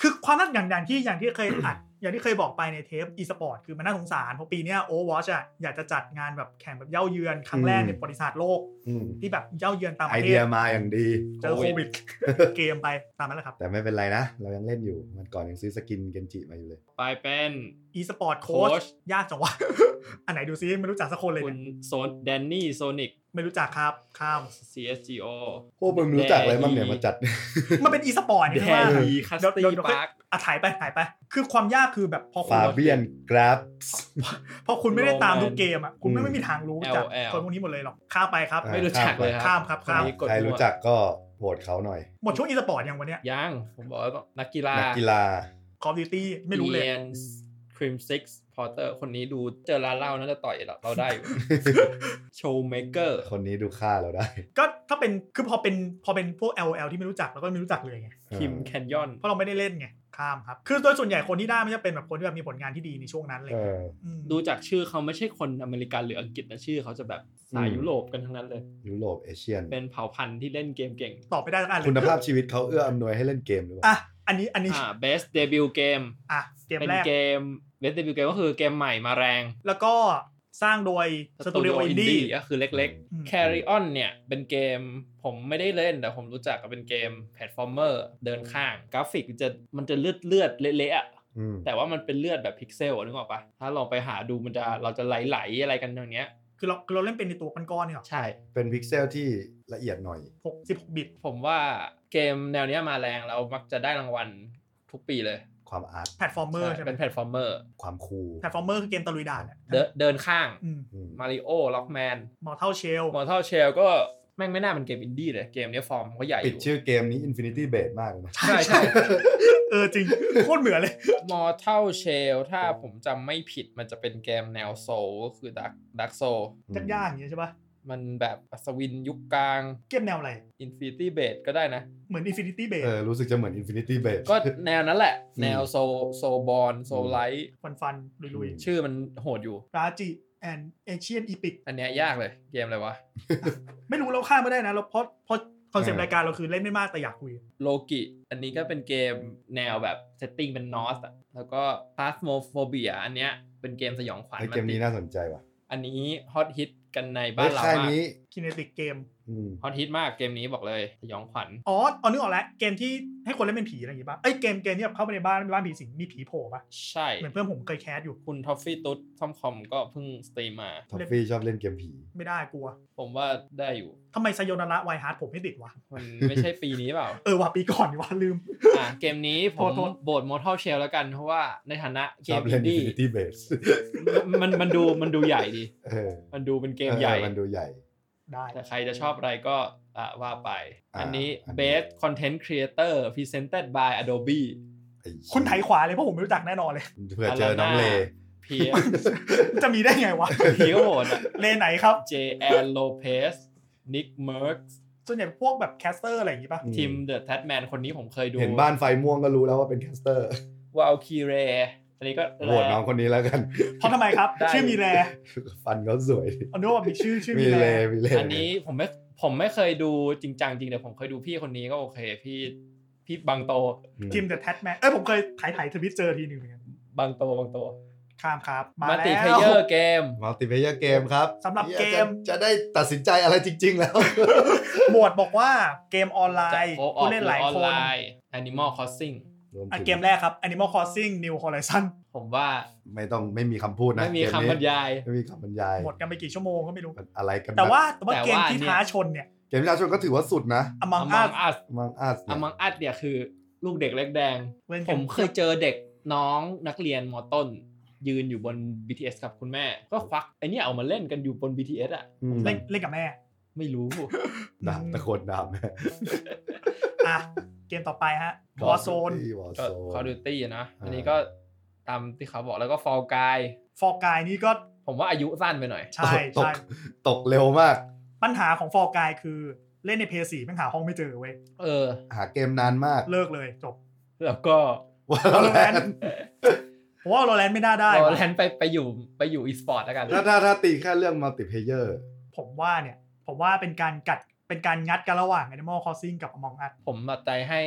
[SPEAKER 3] คือความน่าอย่างอย่างที่อย่างที่เคยอัด อย่างที่เคยบอกไปในเทปอีสปอร์ตคือมันน่าสงสาร เพราะปีเนี้โอวอชอ่ะอยากจะจัดงานแบบแข่งแบบเย่าเยือนครั้งแรก
[SPEAKER 2] อืม
[SPEAKER 3] ในประวัติศาสตร์โลก
[SPEAKER 2] อืม
[SPEAKER 3] ที่แบบเย่าเยือนตาม
[SPEAKER 2] ไอ
[SPEAKER 3] ประเท
[SPEAKER 2] เดีย
[SPEAKER 3] ศ
[SPEAKER 2] มาอย่างดี
[SPEAKER 3] เจอโควิด เกมไปตามนั้นแหละครับ
[SPEAKER 2] แต่ไม่เป็นไรนะ เรายังเล่นอยู่มันก่อนยังซื้อสกินเกนจิมาอยู่เลย
[SPEAKER 4] ไปเป็น
[SPEAKER 3] อีสปอร์ตโค้ชยากจังวะ อันไหนดูซิไม่รู้จักสักคนเลย
[SPEAKER 4] คุ
[SPEAKER 3] เนี่
[SPEAKER 4] ณ
[SPEAKER 3] ย
[SPEAKER 4] โซนแดนนี่โซนิก
[SPEAKER 3] ไม่รู้จักครับข้าม
[SPEAKER 4] CSGO
[SPEAKER 2] พวกมึงรู้จักอะไรบ้างเนี่ยมาจัด
[SPEAKER 3] มันเป็นอีสปอร์ต
[SPEAKER 4] แด
[SPEAKER 3] นี่ใช่ไหม
[SPEAKER 4] นีคัส
[SPEAKER 3] เดี๋ยว
[SPEAKER 4] ตี้
[SPEAKER 3] เดี๋ยวค่อย
[SPEAKER 4] พาร์ค
[SPEAKER 3] อ่ะถ่ายไปถ่ายไป คือความยากคือแบบพอคุ
[SPEAKER 2] ฟา
[SPEAKER 3] ณ
[SPEAKER 2] เบียนกราฟ
[SPEAKER 3] พอคุณไม่ได้ตาม
[SPEAKER 4] โรมัน
[SPEAKER 3] ทุกเกมอ่ะ คุณ
[SPEAKER 2] อื
[SPEAKER 3] ไม่
[SPEAKER 2] ม
[SPEAKER 3] ไม่มีทางรู้จาก
[SPEAKER 4] LL
[SPEAKER 3] คนพวกนี้หมดเลยหรอก ข้ามไปครับ
[SPEAKER 2] อ่า
[SPEAKER 4] ไม่รู้จักเลยค
[SPEAKER 3] ข้า
[SPEAKER 4] รั
[SPEAKER 3] มครับ
[SPEAKER 4] ค
[SPEAKER 3] ข้าม
[SPEAKER 4] นนี้กด
[SPEAKER 2] ใครรู้จักก็โหวตเขาหน่อย
[SPEAKER 3] หมดช่วงอีสปอร์ตยังวันเนี้ย
[SPEAKER 4] ยังผมบอกแล้วต้องนักกีฬา
[SPEAKER 2] นักกีฬา
[SPEAKER 3] คอฟดิวตี้ไม่รู้เลย
[SPEAKER 4] ครีมซิกส์พอเตอร์คนนี้ดูเจอร้านเหล้าน่าจะต่อยเราเราได้อ ยู่ โชว์เมเกอร์
[SPEAKER 2] คนนี้ดูค่าเราได้
[SPEAKER 3] ก็ถ้าเป็นคือพอเป็นพอเป็นพวก LL ที่ไม่รู้จักเราก็ไม่รู้จักเลยไง
[SPEAKER 4] คิมแคนยอน
[SPEAKER 3] เพราะเราไม่ได้เล่นไง ข้ามครับ คือโดยส่วนใหญ่คนที่ได้ไม่จะเป็นแบบคนที่แบบมีผลงานที่ดีในช่วงนั้นเลย
[SPEAKER 2] เออ
[SPEAKER 3] ม
[SPEAKER 4] ดูจากชื่อเขาไม่ใช่คนอเมริกันหรืออังกฤษนะชื่อเขาจะแบบสาย
[SPEAKER 2] อืม
[SPEAKER 4] ยุโรปกันทั้งนั้นเลย
[SPEAKER 2] ยุโรปเอเชียน
[SPEAKER 4] เป็นเผ่าพันธุ์ที่เล่นเกมเก่ง
[SPEAKER 3] ตอบไม่ได้สักอันเลย
[SPEAKER 2] คุณภาพชีวิตเขาเอื้ออำนวยให้เล่นเกมหรือเปล่า
[SPEAKER 3] อ่ะ อันนี้อันนี้
[SPEAKER 4] อ่า best debut game
[SPEAKER 3] อ่ะ เกม
[SPEAKER 4] เป็น
[SPEAKER 3] แรก
[SPEAKER 4] เกม best debut game ก็คือเกมใหม่มาแรง
[SPEAKER 3] แล้วก็สร้างโดยสตูดิโออินดี้
[SPEAKER 4] ก็คือเล็ก
[SPEAKER 3] อืม
[SPEAKER 4] ๆ carry on เนี่ย เป็นเกมผมไม่ได้เล่น แต่ผมรู้จักก็เป็นเกมแพลตฟอร์มเมอร์เดินข้าง กราฟิกจะมันจะเลือดเลือดๆเละๆอะ
[SPEAKER 2] อืม
[SPEAKER 4] แต่ว่ามันเป็นเลือดแบบพิกเซลนึกออกปะถ้าลองไปหาดูมันจะเราจะไหลๆอะไรกันอย่างเงี้ย
[SPEAKER 3] คือเราคือเราเล่นเป็นในตัวก้อนๆเนี่ย
[SPEAKER 4] ใช่
[SPEAKER 2] เป็นพิกเซลที่ละเอียดหน่อย
[SPEAKER 3] หกสิบหกบิต
[SPEAKER 4] ผมว่าเกมแนวเนี้ยมาแรงเรามักจะได้รางวัลทุกปีเลย
[SPEAKER 2] ความอาร์ต
[SPEAKER 3] แพลตฟอร์มเมอร์ใช่ไหม
[SPEAKER 4] เป็นแพลตฟอร์มเมอร์
[SPEAKER 2] ความคูล
[SPEAKER 3] แพลตฟอร์มเมอร์คือเกมตะลุยด่านอะ
[SPEAKER 4] เดินเดินข้าง
[SPEAKER 3] อืม
[SPEAKER 2] อืม
[SPEAKER 4] มาริโอล็อกแมน
[SPEAKER 3] มอเท่าเชล
[SPEAKER 4] มอร์ทัลเชลก็แม่งไม่น่าเป็นเกมอินดี้เลยเกมเนี้ยฟอร์มก็ใหญ่อ
[SPEAKER 2] ปิด
[SPEAKER 4] ยู่
[SPEAKER 2] ชื่อเกมนี้ Infinity Blade มากเลยนะ
[SPEAKER 4] ใช่ใช่
[SPEAKER 3] เออจริง โคตรเหมือนเลย
[SPEAKER 4] มอร์ทัลเชลถ้าผมจำไม่ผิดมันจะเป็นเกมแนวโซลก็คือดักดักโซ
[SPEAKER 3] ยากๆอย่างเงี้ยใช่ปะ
[SPEAKER 4] มันแบบอัศวินยุคกลาง
[SPEAKER 3] เกมแนวอะไร
[SPEAKER 4] Infinity b l a d e ก็ได้นะ
[SPEAKER 3] เหมือน Infinity Blade
[SPEAKER 2] เออรู้สึกจะเหมือน Infinity Blade
[SPEAKER 4] ก็แนวนั้นแหละ
[SPEAKER 2] อืม
[SPEAKER 4] แนวโซโซบอลโซไลท์
[SPEAKER 3] ฟันฟันๆลุย
[SPEAKER 4] ชื่อมันโหดอยู่
[SPEAKER 3] ๆราจิแอนเอเชียนอีพิก
[SPEAKER 4] อันเนี้ยยากเลยเกมอะไรวะ
[SPEAKER 3] ไม่รู้เราข้ามไม่ได้นะเราเพราะเพราะคอนเซปต์รายการเราคือเล่นไม่มากแต่อยากคุย
[SPEAKER 4] โลกิอันนี้ก็เป็นเกมแนวแบบเซตติ้งเป็นนอสอะแล้วก็ p a s m o p h o b i a อันเนี้ยเป็นเกมสยองขวัญ
[SPEAKER 2] ไอเกมนี้น่าสนใจว่ะ
[SPEAKER 4] อันนี้ฮอตฮิตกันในบ้านเรา
[SPEAKER 2] ค่าย
[SPEAKER 4] มาก
[SPEAKER 2] นี้
[SPEAKER 3] Kinetic Game
[SPEAKER 2] อืม
[SPEAKER 4] ฮอตฮิตมากเกมนี้บอกเลยสยองขวัญ
[SPEAKER 3] อ๋ออ๋อนึกออกแล้ว เกมที่ให้คนเล่นเป็นผีอะไรอย่างงี้ป่ะ เอ้ยเกมเกมที่แบบเข้าไปในบ้านเป็นบ้านผีสิงมีผีโผล่ป่ะ
[SPEAKER 4] ใช่
[SPEAKER 3] เหมือนเพื่อนผมเคยแคสอยู่
[SPEAKER 4] คุณท็อฟฟี่ตุ๊ดทอมคอมก็เพิ่งสตรีมมา
[SPEAKER 2] ท็อฟฟี่ชอบเล่นเกมผี
[SPEAKER 3] ไม่ได้กลัว
[SPEAKER 4] ผมว่าได้อยู่
[SPEAKER 3] ทำไมไซโยนาระไวฮาร์ดผมไม่ติดวะ
[SPEAKER 4] มันไม่ใช่ปีนี้เป ล่า
[SPEAKER 3] เออว่ะปี ก่อนนี่ว่าลืม
[SPEAKER 4] อ่ะเกมนี้ผ
[SPEAKER 3] โท
[SPEAKER 4] ม
[SPEAKER 3] ษโทษ
[SPEAKER 4] โบดมอทัลเชลแล้วกันเพราะว่าในฐานะเก
[SPEAKER 2] ชอ
[SPEAKER 4] ม
[SPEAKER 2] บ
[SPEAKER 4] อิ
[SPEAKER 2] เล่น
[SPEAKER 4] นดี้
[SPEAKER 2] Infinity Blade
[SPEAKER 4] มันมันดูมันดูใหญ่ดี
[SPEAKER 2] เออ
[SPEAKER 4] มันดูเป็นเกมใหญ่
[SPEAKER 2] ออมันดูใหญ่
[SPEAKER 3] ได้
[SPEAKER 4] แต่ใครจะชอบอะไรก็อ่ะว่าไป
[SPEAKER 2] อ่า
[SPEAKER 4] อันนี้
[SPEAKER 2] อันนี้
[SPEAKER 4] Best Content Creator Presented by Adobe
[SPEAKER 2] ไอ้
[SPEAKER 3] คุณไถขวาเลยเพราะผมไม่รู้จักแน่นอนเลย
[SPEAKER 2] เผื่อเจอน้องเล
[SPEAKER 4] เพีย ร์
[SPEAKER 3] จะมีได้ไงวะ
[SPEAKER 4] เพียร์โหดอ่ะ
[SPEAKER 3] เลนไหนครับ
[SPEAKER 4] JL Lopez Nick Merckx
[SPEAKER 3] ส่วนใหญ่พวกแบบแคสเตอร์อะไรอย่างงี้ป่ะ
[SPEAKER 2] อืม
[SPEAKER 4] ทีม The Tatman คนนี้ผมเคยดู
[SPEAKER 2] เห็นบ้านไฟม่วงก็รู้แล้วว่าเป็นแคสเตอร์
[SPEAKER 4] วาลคีเรอันนี้ก็
[SPEAKER 2] โหวตน้องคนนี้แล้วกัน
[SPEAKER 3] เพราะทำไมครับ
[SPEAKER 4] ได้
[SPEAKER 3] ชื่อมีแร
[SPEAKER 2] ฟันเขาสวย
[SPEAKER 3] อนุว่ามีชื่อชื่อ
[SPEAKER 2] มี
[SPEAKER 3] มีแร
[SPEAKER 2] เลมีเล
[SPEAKER 4] อันนี้ผมไม่ผมไม่เคยดูจริงจังจริงแต่ผมเคยดูพี่คนนี้ก็โอเค พี่พี่บางโต
[SPEAKER 2] อืม
[SPEAKER 3] ทีมเดอะแทสแมนเอ้ยผมเคยถ่ายถ่ายทวิตเจอทีหนึ่งเหมือนกัน
[SPEAKER 4] บางโตบางโต
[SPEAKER 3] ข้ามครับ มา
[SPEAKER 4] มา
[SPEAKER 3] แล้
[SPEAKER 4] ติเพเยว อร์เกม
[SPEAKER 2] มัลติเพเยอร์เกมครับ
[SPEAKER 3] สำหรับเกม
[SPEAKER 2] จะจะได้ตัดสินใจอะไรจริง ๆ แล้ว
[SPEAKER 3] หมวดบอกว่าเกมออนไลน์
[SPEAKER 4] โอออ
[SPEAKER 3] ผู้
[SPEAKER 4] ก
[SPEAKER 3] เล่น
[SPEAKER 4] ห
[SPEAKER 3] ห
[SPEAKER 4] รื
[SPEAKER 3] ลา
[SPEAKER 4] อย ออน
[SPEAKER 3] ค
[SPEAKER 4] ไล
[SPEAKER 3] น
[SPEAKER 4] น์ Animal Crossing
[SPEAKER 2] รวม
[SPEAKER 3] อัน
[SPEAKER 2] ถึง
[SPEAKER 3] เกมแรกครับ Animal Crossing New Horizon
[SPEAKER 4] ผมว่า
[SPEAKER 2] ไม่ต้องไม่มีคำพูดนะ
[SPEAKER 4] ไม่มี
[SPEAKER 2] เกนี้
[SPEAKER 4] คำบรรยาย
[SPEAKER 2] ไม่มีคำบรรยาย
[SPEAKER 3] หมดกันไปกี่ชั่วโมงก็ไม่รู้
[SPEAKER 2] มันอะไรกันนะ
[SPEAKER 3] แต่ว่าแต่ว่า
[SPEAKER 4] แต่ว่า
[SPEAKER 3] เกมที่
[SPEAKER 4] เนี่ย
[SPEAKER 3] ท้าชนเนี่ย
[SPEAKER 2] เกมประชาชนก็ถือว่าสุดนะ
[SPEAKER 3] Among Us
[SPEAKER 4] Among Us
[SPEAKER 2] มังอาส
[SPEAKER 4] Among Us เนี่ยคือลูกเด็กเล็กแดง
[SPEAKER 3] เล่น
[SPEAKER 4] ผ
[SPEAKER 3] กัน
[SPEAKER 4] มเคยเจอเด็กน้องนักเรียนมต้น ยืนอยู่บน BTS กับคุณแม่ ก็ควักไอเนี่ยเอามาเล่นกันอยู่บน BTS อ่ะ
[SPEAKER 3] เล่นเล่นกับแม่
[SPEAKER 4] ไม่รู้
[SPEAKER 2] ดาบตะโกนดาบ
[SPEAKER 3] อ่ะ เกมต่อไปฮะ Warzone
[SPEAKER 2] วอ
[SPEAKER 4] ก็
[SPEAKER 2] โซ
[SPEAKER 4] Call of Duty อะนะ
[SPEAKER 2] อ่า
[SPEAKER 4] อันนี้ก็ตามที่เขาบอกแล้วก็ Fall Guy
[SPEAKER 3] ฟอร์กายนี่ก็
[SPEAKER 4] ผมว่าอายุสั้นไปหน่อย
[SPEAKER 3] ใช่
[SPEAKER 2] ตก
[SPEAKER 3] ใช่
[SPEAKER 2] ตกเร็วมาก
[SPEAKER 3] ปัญหาของฟอร์กายคือเล่นในเพย์สี่ม่งหาห้องไม่เจอเว้ ย
[SPEAKER 4] เออ
[SPEAKER 2] หาเกมนานมาก
[SPEAKER 3] เลิกเลยจบ
[SPEAKER 4] แล้วก็
[SPEAKER 2] ว่า
[SPEAKER 3] Valorant ผมว่าโรแลนไม่น่าได้
[SPEAKER 4] โร
[SPEAKER 3] ว่ะ
[SPEAKER 4] แลนด์ไปไปอยู่ไปอยู่อีสปอร์ตแล้วกัน
[SPEAKER 2] ถ้าถ้าถ้าตีแค่เรื่องมัลติเพเยอร์
[SPEAKER 3] ผมว่าเนี่ย ผมว่าเป็นการกัดเป็นการงัดกันระหว่าง Animal Crossing กับ Among Us
[SPEAKER 4] ผมตัดใจให้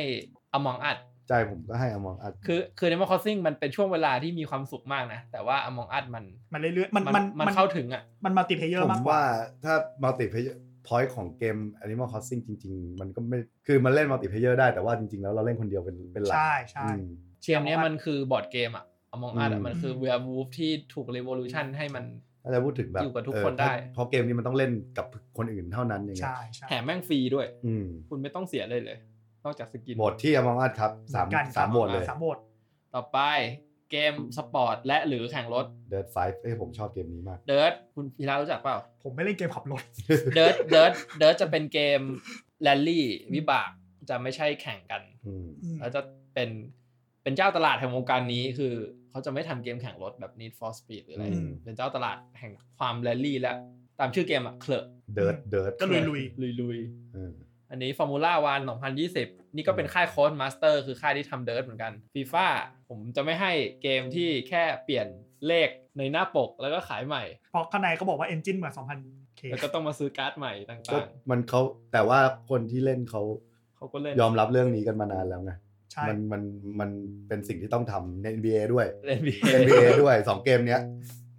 [SPEAKER 4] อมองอัด
[SPEAKER 2] ใจผมก็ให้อมองอัด
[SPEAKER 4] คือคือ Animal Crossing มันเป็นช่วงเวลาที่มีความสุขมากนะ แต่ว่า Among Us มัน
[SPEAKER 3] มันเรื่อยๆมัน
[SPEAKER 4] มั
[SPEAKER 3] มัน น
[SPEAKER 4] มันเข้าถึงอ่ะ
[SPEAKER 3] มันมัลติเพเยอ
[SPEAKER 2] ผ
[SPEAKER 3] ร์
[SPEAKER 2] ม
[SPEAKER 3] มากกว่า
[SPEAKER 2] ว่าถ้ามัลติเพเยอร์พอยต์ของเกม Animal Crossing จริง ๆ มันก็ไม่ คือมันเล่นมัลติเพเยอร์ได้แต่ว่าจริง ๆ แล้วเราเล่นคนเดียวเป็นเป็นหลัก
[SPEAKER 3] ใช่ใช่
[SPEAKER 2] อืม
[SPEAKER 4] เกมเนี้ยมันคือบอร์ดเกมอ่ะ Among Us
[SPEAKER 2] อื
[SPEAKER 4] อะ
[SPEAKER 2] ม
[SPEAKER 4] มันคือ Werewolf ที่ถูก Revolution ให้มัน
[SPEAKER 2] ถ้าจะพูดถึงแบบ
[SPEAKER 4] อยู่กับทุก
[SPEAKER 2] เ
[SPEAKER 4] คนได้
[SPEAKER 2] ถ้าเพราะเกมนี้มันต้องเล่นกับคนอื่นเท่านั้นอย่างเงี้
[SPEAKER 3] ใช่
[SPEAKER 2] ย
[SPEAKER 3] ใช่
[SPEAKER 4] แถมแม่งฟรีด้วย
[SPEAKER 2] อืม
[SPEAKER 4] คุณไม่ต้องเสียเลยเลย นอกจากสกิน
[SPEAKER 2] โหมดที่อมองอัดครับสาม
[SPEAKER 3] เหมือนกันครับ
[SPEAKER 2] สามโหมดเลย
[SPEAKER 3] สามโหมด
[SPEAKER 4] ต่อไปเกมสปอร์ตและหรือแข่งรถ
[SPEAKER 2] เดิร์ดไฟเอ้ยผมชอบเกมนี้มาก
[SPEAKER 4] เดิร์ดคุณพีระรู้จักเปล่า
[SPEAKER 3] ผมไม่เล่นเกมขับรถ
[SPEAKER 4] เดิร์ดเดิร์ดเดิร์ดจะเป็นเกมแรลลี่วิบากจะไม่ใช่แข่งกัน
[SPEAKER 2] อืม
[SPEAKER 4] แล้วจะเป็นเป็นเจ้าตลาดแห่งวงการนี้คือเขาจะไม่ทำเกมแข่งรถแบบ Need for Speed หรืออะไร
[SPEAKER 3] อืม
[SPEAKER 4] เป็นเจ้าตลาดแห่งความแรลลี่และตามชื่อเกมอะเคลอะ
[SPEAKER 2] เดิร์ดเดิร์ด
[SPEAKER 3] ก็ลุย
[SPEAKER 4] ลุยลุย
[SPEAKER 2] อืม
[SPEAKER 4] ๆอันนี้ Formula 1 2020 นี่ก็เป็นค่ายโค้ดมาสเตอร์คือค่ายที่ทำเดิร์ดเหมือนกันฟีฟ่าผมจะไม่ให้เกมที่แค่เปลี่ยนเลขในหน้าปกแล้วก็ขายใหม่
[SPEAKER 3] เพราะข้างในเขาบอกว่าเอนจินเหมือน2,000 k
[SPEAKER 4] แล้วก็ต้องมาซื้อการ์ดใหม่ต่า
[SPEAKER 2] ก็
[SPEAKER 4] ง
[SPEAKER 2] มันเขาแต่ว่าคนที่เล่นเขา
[SPEAKER 4] ๆ เขาก็เล่น
[SPEAKER 2] ยอมรับเรื่องนี้กันมานานแล้วไง
[SPEAKER 3] ใช่
[SPEAKER 2] มันมันมันเป็นสิ่งที่ต้องทำใน NBA ด้วย
[SPEAKER 4] เล่น NBA
[SPEAKER 2] NBA ด้วย 2 เกมเนี้ย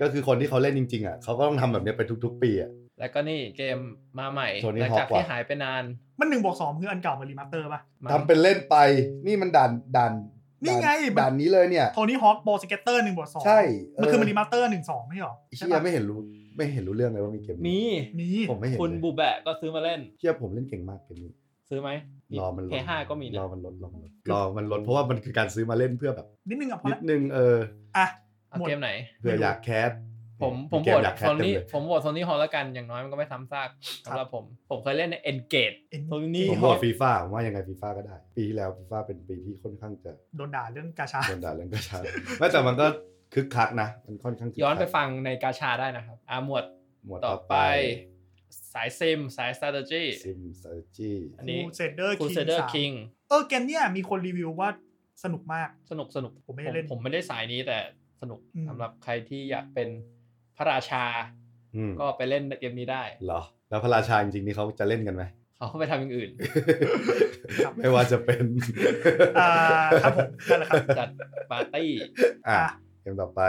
[SPEAKER 2] ก็คือคนที่เขาเล่นจริง ๆ อ่ะเขาก็ต้องทำแบบเนี้ยไปทุก ๆ ปีอ่ะ
[SPEAKER 4] แล้วก็นี่เกมมาใหม่ห
[SPEAKER 2] Tony
[SPEAKER 4] ลังจาก
[SPEAKER 2] Hawk
[SPEAKER 4] ที่
[SPEAKER 2] ว่ะ
[SPEAKER 4] หายไปนาน
[SPEAKER 3] มันหนึ่งบวกสองคืออันเก่ามารีมาสเตอร์ป่ะ
[SPEAKER 4] มัน
[SPEAKER 2] ทำเป็นเล่นไปนี่มันด่านด่าน
[SPEAKER 3] นี่ไง
[SPEAKER 2] ด่าด่านนี้เลยเนี่ย
[SPEAKER 3] โทนี่ฮอคโบสเก็ตเตอร์หนึ่งบทสอง
[SPEAKER 2] ใช่
[SPEAKER 3] มันคือมันรี
[SPEAKER 2] เ
[SPEAKER 3] มาสเตอร์หนึ่งสองไม่หรอ
[SPEAKER 2] เชี่ยไม่เห็นรู้ไม่เห็นรู้เรื่องเลยว่ามีเกม
[SPEAKER 4] มี
[SPEAKER 2] นี้
[SPEAKER 3] มี
[SPEAKER 2] ผมไม่เห็น
[SPEAKER 4] คุณ
[SPEAKER 2] เลย
[SPEAKER 4] บุแบะก็ซื้อมาเล่น
[SPEAKER 2] เชี่ยผมเล่นเก่งมากเกมนี้
[SPEAKER 4] ซื้อไหม
[SPEAKER 2] รอมันลด
[SPEAKER 4] เพย์ห้าก็มี
[SPEAKER 2] ร
[SPEAKER 4] นะ
[SPEAKER 2] อมันลดรอมันลดรอมันลดเพราะว่ามันคือการซื้อมาเล่นเพื่อแบบ
[SPEAKER 3] นิดนึงอ่ะพอ
[SPEAKER 2] นิ
[SPEAKER 3] ละ
[SPEAKER 2] ดนึงเออ
[SPEAKER 3] อ่ะ
[SPEAKER 4] เอา
[SPEAKER 3] หมด
[SPEAKER 4] เกมไหน
[SPEAKER 2] เพื่ออยากแคส
[SPEAKER 4] ผมผม
[SPEAKER 2] เก
[SPEAKER 4] โหวต
[SPEAKER 2] อยากแค
[SPEAKER 4] โซ
[SPEAKER 2] สเต็ม
[SPEAKER 4] นี่
[SPEAKER 2] เลย
[SPEAKER 4] ผมโหวตโซนี่ฮอลแล้วกันอย่างน้อยมันก็ไม่ซ้ำซากสำหรับผม ผมเคยเล่นในเอ็นเกต
[SPEAKER 3] Engage
[SPEAKER 4] โซนี่
[SPEAKER 2] ผม
[SPEAKER 4] ฮ
[SPEAKER 2] โหว
[SPEAKER 4] อ
[SPEAKER 2] ต
[SPEAKER 4] ล
[SPEAKER 2] ฟีฟ่าผมว่ายังไงฟีฟ่าก็ได้ ปีที่แล้วฟีฟ่าเป็นปีที่ค่อนข้างจะ
[SPEAKER 3] โดนด่าเรื่องกาชา
[SPEAKER 2] โดนด่าเรื่องกระชาไม่แต่มันก็คึกคักนะ มันค่อนข้างคึกคัก
[SPEAKER 4] ย้อนไปฟังในกาชาได้นะครับอาหมวด
[SPEAKER 2] หมวด
[SPEAKER 4] ต่
[SPEAKER 2] ต่
[SPEAKER 4] อ
[SPEAKER 2] อ
[SPEAKER 4] ไป
[SPEAKER 2] ไป
[SPEAKER 4] สายซิม สาย strategy
[SPEAKER 2] ซิมสตจี้
[SPEAKER 4] อันนี้
[SPEAKER 3] Crusader King
[SPEAKER 4] คูเซเดอร์
[SPEAKER 3] สาม
[SPEAKER 4] คิง
[SPEAKER 3] เออเกมเนี้ยมีคนรีวิวว่าสนุกมาก
[SPEAKER 4] สนุกสนุก
[SPEAKER 3] ผมไม่ได้เล่น
[SPEAKER 4] ผมไม่ได้สายนี้แต่สนุก
[SPEAKER 3] อืม
[SPEAKER 4] สำหรับใครที่อยากเป็นพระราชา
[SPEAKER 2] อืม
[SPEAKER 4] ก็ไปเล่นเกมนี้ได้
[SPEAKER 2] เหรอ แล้วพระราชาจริงๆนี่เขาจะเล่นกันไหม
[SPEAKER 4] เขาไปทำอย่างอื่น
[SPEAKER 3] ครับ
[SPEAKER 2] ไม่ว่าจะเป็น
[SPEAKER 3] อ่าครับผมนั่นแหละครับ
[SPEAKER 4] จัดปาร์ ตี้
[SPEAKER 2] อ่ะ
[SPEAKER 3] อ่ะ
[SPEAKER 2] เกมต่อไป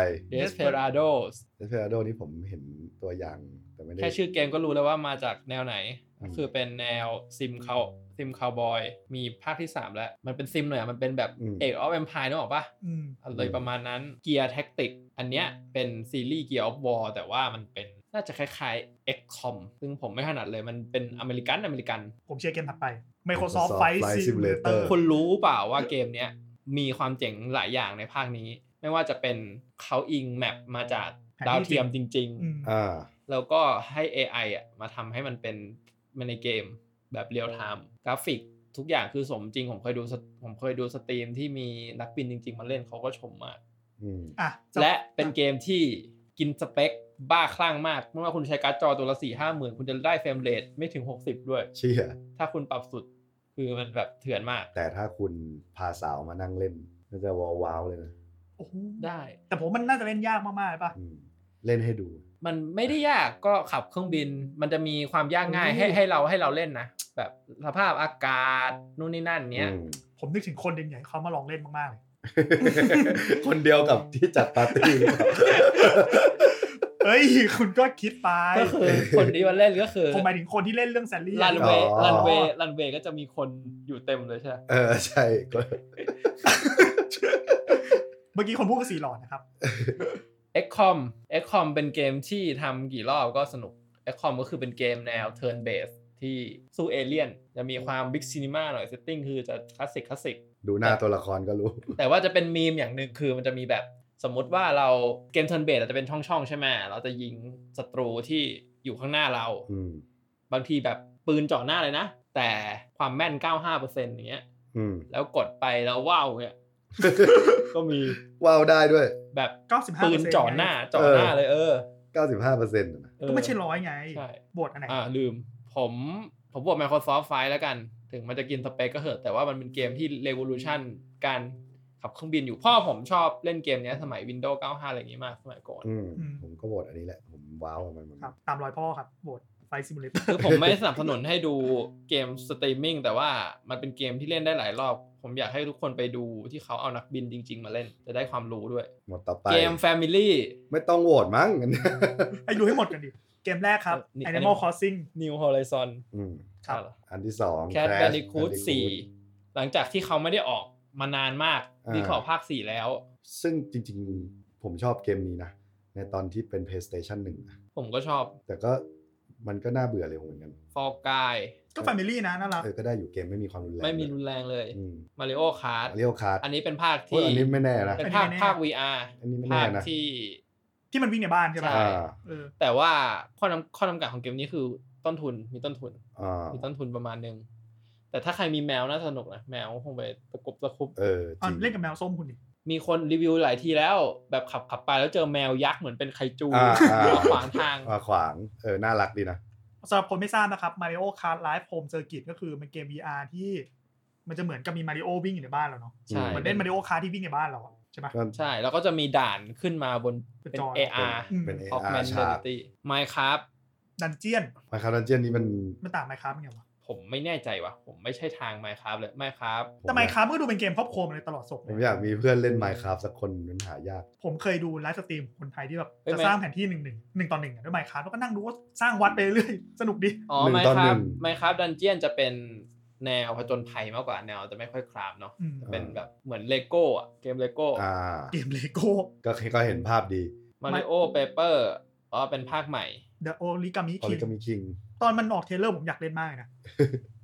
[SPEAKER 4] Desperados
[SPEAKER 2] Desperado นี่ผมเห็นตัวอย่างแต่ไม่ได้
[SPEAKER 4] แค่ชื่อเกมก็รู้แล้วว่ามาจากแนวไหน
[SPEAKER 2] อืม
[SPEAKER 4] คือเป็นแนวซิมเขาซิมคาวบอย มีภาคที่ 3 แล้ว มันเป็นซิมหน่อยอะมันเป็นแบบเอกออฟ m อมพายนึกออกปะ
[SPEAKER 3] อืม
[SPEAKER 4] อะไรประมาณนั้นเกียร์แท็กติก อันเนี้ยเป็นซีรีส์เกียร์ออฟวอแต่ว่ามันเป็นน่าจะคล้ายๆ XCOM ซึ่งผมไม่ถนัดเลยมันเป็นอเมริกันอเมริกัน
[SPEAKER 3] ผมเชียร์เกมถัดไป Microsoft
[SPEAKER 2] Microsoft
[SPEAKER 3] Flight
[SPEAKER 2] Flight
[SPEAKER 3] Simulator
[SPEAKER 2] Simulator
[SPEAKER 4] คุณรู้เปล่าว่าเกมเนี้ยมีความเจ๋งหลายอย่างในภาคนี้ ไม่ว่าจะเป็นเขาอิงแมปมาจากดาวเทียมจริง ๆ
[SPEAKER 3] อืม
[SPEAKER 2] อ่า
[SPEAKER 4] แล้วก็ให้ AI อ่ะมาทำให้มันเป็นมันในเกมแบบเรียลไทม์กราฟิกทุกอย่างคือสมจริง ผมเคยดูสผมเคยดูสตรีมที่มีนักบินจริง ๆ มาเล่นเขาก็ชมมาก
[SPEAKER 2] อืม
[SPEAKER 3] อ่ะจ
[SPEAKER 4] และเป็นเกมที่กินสเปคบ้าคลั่งมากไม่ว่าคุณใช้การ์ดจอตัวละสี่ห้าหมื่นคุณจะได้เฟรมเรทไม่ถึง 60 ด้วย
[SPEAKER 2] เชี่ย
[SPEAKER 4] ถ้าคุณปรับสุดคือมันแบบเถื่อนมาก
[SPEAKER 2] แต่ถ้าคุณพาสาวมานั่งเล่นน่าจะวอลว้าวเลยนะ
[SPEAKER 3] โอ้โห
[SPEAKER 4] ได้
[SPEAKER 3] แต่ผมมันน่าจะเล่นยากมากๆเลยป่ะ
[SPEAKER 2] อืมเล่นให้ดู
[SPEAKER 4] มันไม่ได้ยากก็ขับเครื่องบิน มันจะมีความยากง่ายให้
[SPEAKER 3] อืม
[SPEAKER 4] ให้เราให้เราเล่นนะแบบสภาพอากาศนู่นนี่นั่นเนี้ย
[SPEAKER 2] อืม
[SPEAKER 3] ผมนึกถึงคนเด่นใหญ่เขามาลองเล่นมากๆเลย
[SPEAKER 2] คนเดียวกับที่จัดปาร์ตี้ หรือเปล่า
[SPEAKER 3] เอ้ย คุณก็คิดไป
[SPEAKER 4] ก็คือคนที่มาเล่นก็คือ
[SPEAKER 3] ผมหมายถึงคนที่เล่นเรื่องแซลลี่
[SPEAKER 4] รันเวย์
[SPEAKER 2] อ๋อ
[SPEAKER 4] รันเวย์รันเวย์ก็จะมีคนอยู่เต็มเลยใช่ไหม
[SPEAKER 2] เออใช่ก็
[SPEAKER 3] เมื่อกี้คนพูดก็สีหลอดนะครับ
[SPEAKER 4] เอ็กคอมเอ็กคอมเป็นเกมที่ทำกี่รอบก็สนุกเอ็กคอมก็คือเป็นเกมแนวเทิร์นเบสที่สู้เอเลี่ยน จะมีความบิ๊กซีนิมาหน่อยเซตติ้งคือจะคลาสสิกคลาสสิก
[SPEAKER 2] ดูหน้าตัวละครก็รู้
[SPEAKER 4] แต่ว่าจะเป็นมีมอย่างหนึ่งคือมันจะมีแบบสมมติว่าเราเกมเทิร์นเบสอาจจะเป็นช่องช่องๆใช่ไหมเราจะยิงศัตรูที่อยู่ข้างหน้าเรา
[SPEAKER 2] อืม
[SPEAKER 4] บางทีแบบปืนเจ่อหน้าเลยนะ แต่ความแม่น 95%อย่างเงี้ย
[SPEAKER 2] อืม
[SPEAKER 4] แล้วกดไปแล้วว้าวเนี่ย ก็มี
[SPEAKER 2] ว้าวได้ด้วย
[SPEAKER 4] แบบ
[SPEAKER 3] 95%
[SPEAKER 4] ปืนจ่อหน้าจ่อหน้าเลยเออ
[SPEAKER 2] 95เปอร์เซ็นต์นะ
[SPEAKER 4] เออ
[SPEAKER 3] ก็ไม่ใช่ร้อยไง
[SPEAKER 4] ใช่
[SPEAKER 3] โบทอันไหน
[SPEAKER 4] อ่าลืม ผมผมบอก Microsoft Flight แล้วกัน ถึงมันจะกินสเปคก็เหอะ แต่ว่ามันเป็นเกมที่ revolution การขับเครื่องบินอยู่พ่อผมชอบเล่นเกมเนี้ยสมัย Windows 95 อะไรอย่างงี้มากสมัยก่อน
[SPEAKER 2] อืม
[SPEAKER 3] อืม
[SPEAKER 2] ผมก็โหวตอันนี้แหละ ผมว้าวกับมันหมด
[SPEAKER 3] ครับ ตามรอยพ่อครับโบทไฟซิมูเลเตอ
[SPEAKER 4] คือ
[SPEAKER 3] ร์
[SPEAKER 4] ผมไม่สนับสนุนให้ดูเกมสตรีมมิ่งแต่ว่ามันเป็นเกมที่เล่นได้หลายรอบ ผมอยากให้ทุกคนไปดูที่เขาเอานักบินจริง ๆ มาเล่น จะได้ความรู้ด้วย
[SPEAKER 2] หมดต่อไป
[SPEAKER 4] เกม Family
[SPEAKER 2] ไม่ต้องโหวตมั้ง อันเนี้ย
[SPEAKER 3] ไอ้ดูให้หมดกันดิ เกมแรกครับ
[SPEAKER 4] นี่
[SPEAKER 3] Animal Crossing
[SPEAKER 4] New Horizon
[SPEAKER 2] อืม
[SPEAKER 3] ครับ
[SPEAKER 4] อ่ะ
[SPEAKER 2] อันที่สอง
[SPEAKER 4] แคท
[SPEAKER 2] Crash
[SPEAKER 4] แบนดิคูด
[SPEAKER 2] Bandicoot
[SPEAKER 4] สี่หลังจากที่เขาไม่ได้ออกมานานมาก
[SPEAKER 2] อ่า
[SPEAKER 4] นี่ขอภาคสี่แล้ว
[SPEAKER 2] ซึ่งจริงๆ ผมชอบเกมนี้นะ ในตอนที่เป็น PlayStation 1นะ
[SPEAKER 4] ผมก็ชอบ
[SPEAKER 2] แต่ก็มันก็น่าเบื่อเลยเหมือนกัน
[SPEAKER 4] ฟอ l กาย
[SPEAKER 3] ก็แฟมิลี่นะน่ารัก
[SPEAKER 2] เออ ก็ได้อยู่เกมไม่มีความรุนแรง
[SPEAKER 4] ไม่มีรุนแรงเลย
[SPEAKER 2] อืม
[SPEAKER 4] มาริโอคาร์ด
[SPEAKER 2] เรียวคาร์ด
[SPEAKER 4] อันนี้เป็นภาค
[SPEAKER 2] โอ้
[SPEAKER 4] ที่
[SPEAKER 2] ยอันนี้ไม่แน่นะ
[SPEAKER 4] เป็นภาค
[SPEAKER 3] อันนี้ไม่แน่
[SPEAKER 4] ภาค VR
[SPEAKER 2] อันนี้ไม่
[SPEAKER 4] ภา
[SPEAKER 2] แน่
[SPEAKER 4] ค
[SPEAKER 2] นะ
[SPEAKER 4] ที่
[SPEAKER 3] ที่มันวิ่งในบ้านใช่ไหม
[SPEAKER 4] ใช่
[SPEAKER 2] อ่า
[SPEAKER 3] เออ
[SPEAKER 4] แต่ว่าข้อนำข้อจำกัดของเกมนี้คือต้นทุนมีต้นทุน
[SPEAKER 2] อ่า
[SPEAKER 4] มีต้นทุนประมาณหนึง แต่ถ้าใครมีแมวน่าสนุกนะแมวคงไปตะกบตะคุบ
[SPEAKER 2] เออจ
[SPEAKER 3] อ่ะ
[SPEAKER 2] ริง
[SPEAKER 3] เล่นกับแมวส้มคุณดิ
[SPEAKER 4] มีคนรีวิวหลายทีแล้ว แบบขับขับไปแล้วเจอแมวยักษ์เหมือนเป็นไคจู
[SPEAKER 2] อ่าอ่า
[SPEAKER 4] ขวางทาง
[SPEAKER 2] อ่ขวาง เออ น่ารักดีนะ
[SPEAKER 3] สำหรับคนไม่ทราบนะครับ Mario Kart Live Home Circuit ก็คือมันเกม VR ที่มันจะเหมือนกับมี Mario วิ่งอยู่ในบ้านเราเนาะ
[SPEAKER 4] ใช่
[SPEAKER 3] เหมือนเล่น Mario Kart ที่วิ่งในบ้านเราอะใช่ไหม
[SPEAKER 2] ก็
[SPEAKER 4] ใช่ แล้วก็จะมีด่านขึ้นมาบน
[SPEAKER 3] เป็น
[SPEAKER 4] เป็น
[SPEAKER 3] จอ
[SPEAKER 4] AR
[SPEAKER 3] อืม
[SPEAKER 2] เป็นเอ
[SPEAKER 4] Augmented
[SPEAKER 2] ชาร์
[SPEAKER 4] Reality Minecraft
[SPEAKER 3] ดันเจียน
[SPEAKER 2] มาคาร์ดันเจียนนี้มัน
[SPEAKER 3] มันต่างไมค้าเป็นไงวะ
[SPEAKER 4] ผมไม่แน่ใจว่ะ ผมไม่ใช่ทาง Minecraft เลย Minecraft
[SPEAKER 3] แต่ไมค้ามันก็ดูเป็นเกมครอบครัวมาเลยตลอดศพ
[SPEAKER 2] ผ
[SPEAKER 3] เล
[SPEAKER 2] ม
[SPEAKER 3] ย
[SPEAKER 2] อยากมีเพื่อนเล่น Minecraft สักคนมันหายาก
[SPEAKER 3] ผมเคยดูไลฟ์สตรีมคนไทยที่แบบ
[SPEAKER 4] เอ้ย
[SPEAKER 3] จะ
[SPEAKER 4] ไม่
[SPEAKER 3] สร้างแผนที่หนึ่งหนึ่งหนึ่งต่อหนึ่งอะด้วยไมค้าแล้วก็นั่งดูว่าสร้างวัดไปเรื่อย สนุกดี
[SPEAKER 4] อ๋อ
[SPEAKER 2] หนึ่งต่อหนึ่ง
[SPEAKER 4] Minecraft Minecraft Dungeon จะเป็น แนวผจญภัยมากกว่าแนวจะไม่ค่อยครามเนาะ
[SPEAKER 3] อืม
[SPEAKER 4] เป็นแบบเหมือนเลโก้อะเกมเลโก้
[SPEAKER 2] อ่า
[SPEAKER 3] เกมเลโก้
[SPEAKER 2] ก็ก็เห็นภาพดี
[SPEAKER 4] มาริโอเปเปอร์อ๋อเป็นภาคใหม่
[SPEAKER 3] The Origami
[SPEAKER 2] พอลิ
[SPEAKER 3] King
[SPEAKER 2] กามิคิง
[SPEAKER 3] ตอนมันออกเทรลเลอร์ผมอยากเล่นมาก เลยนะ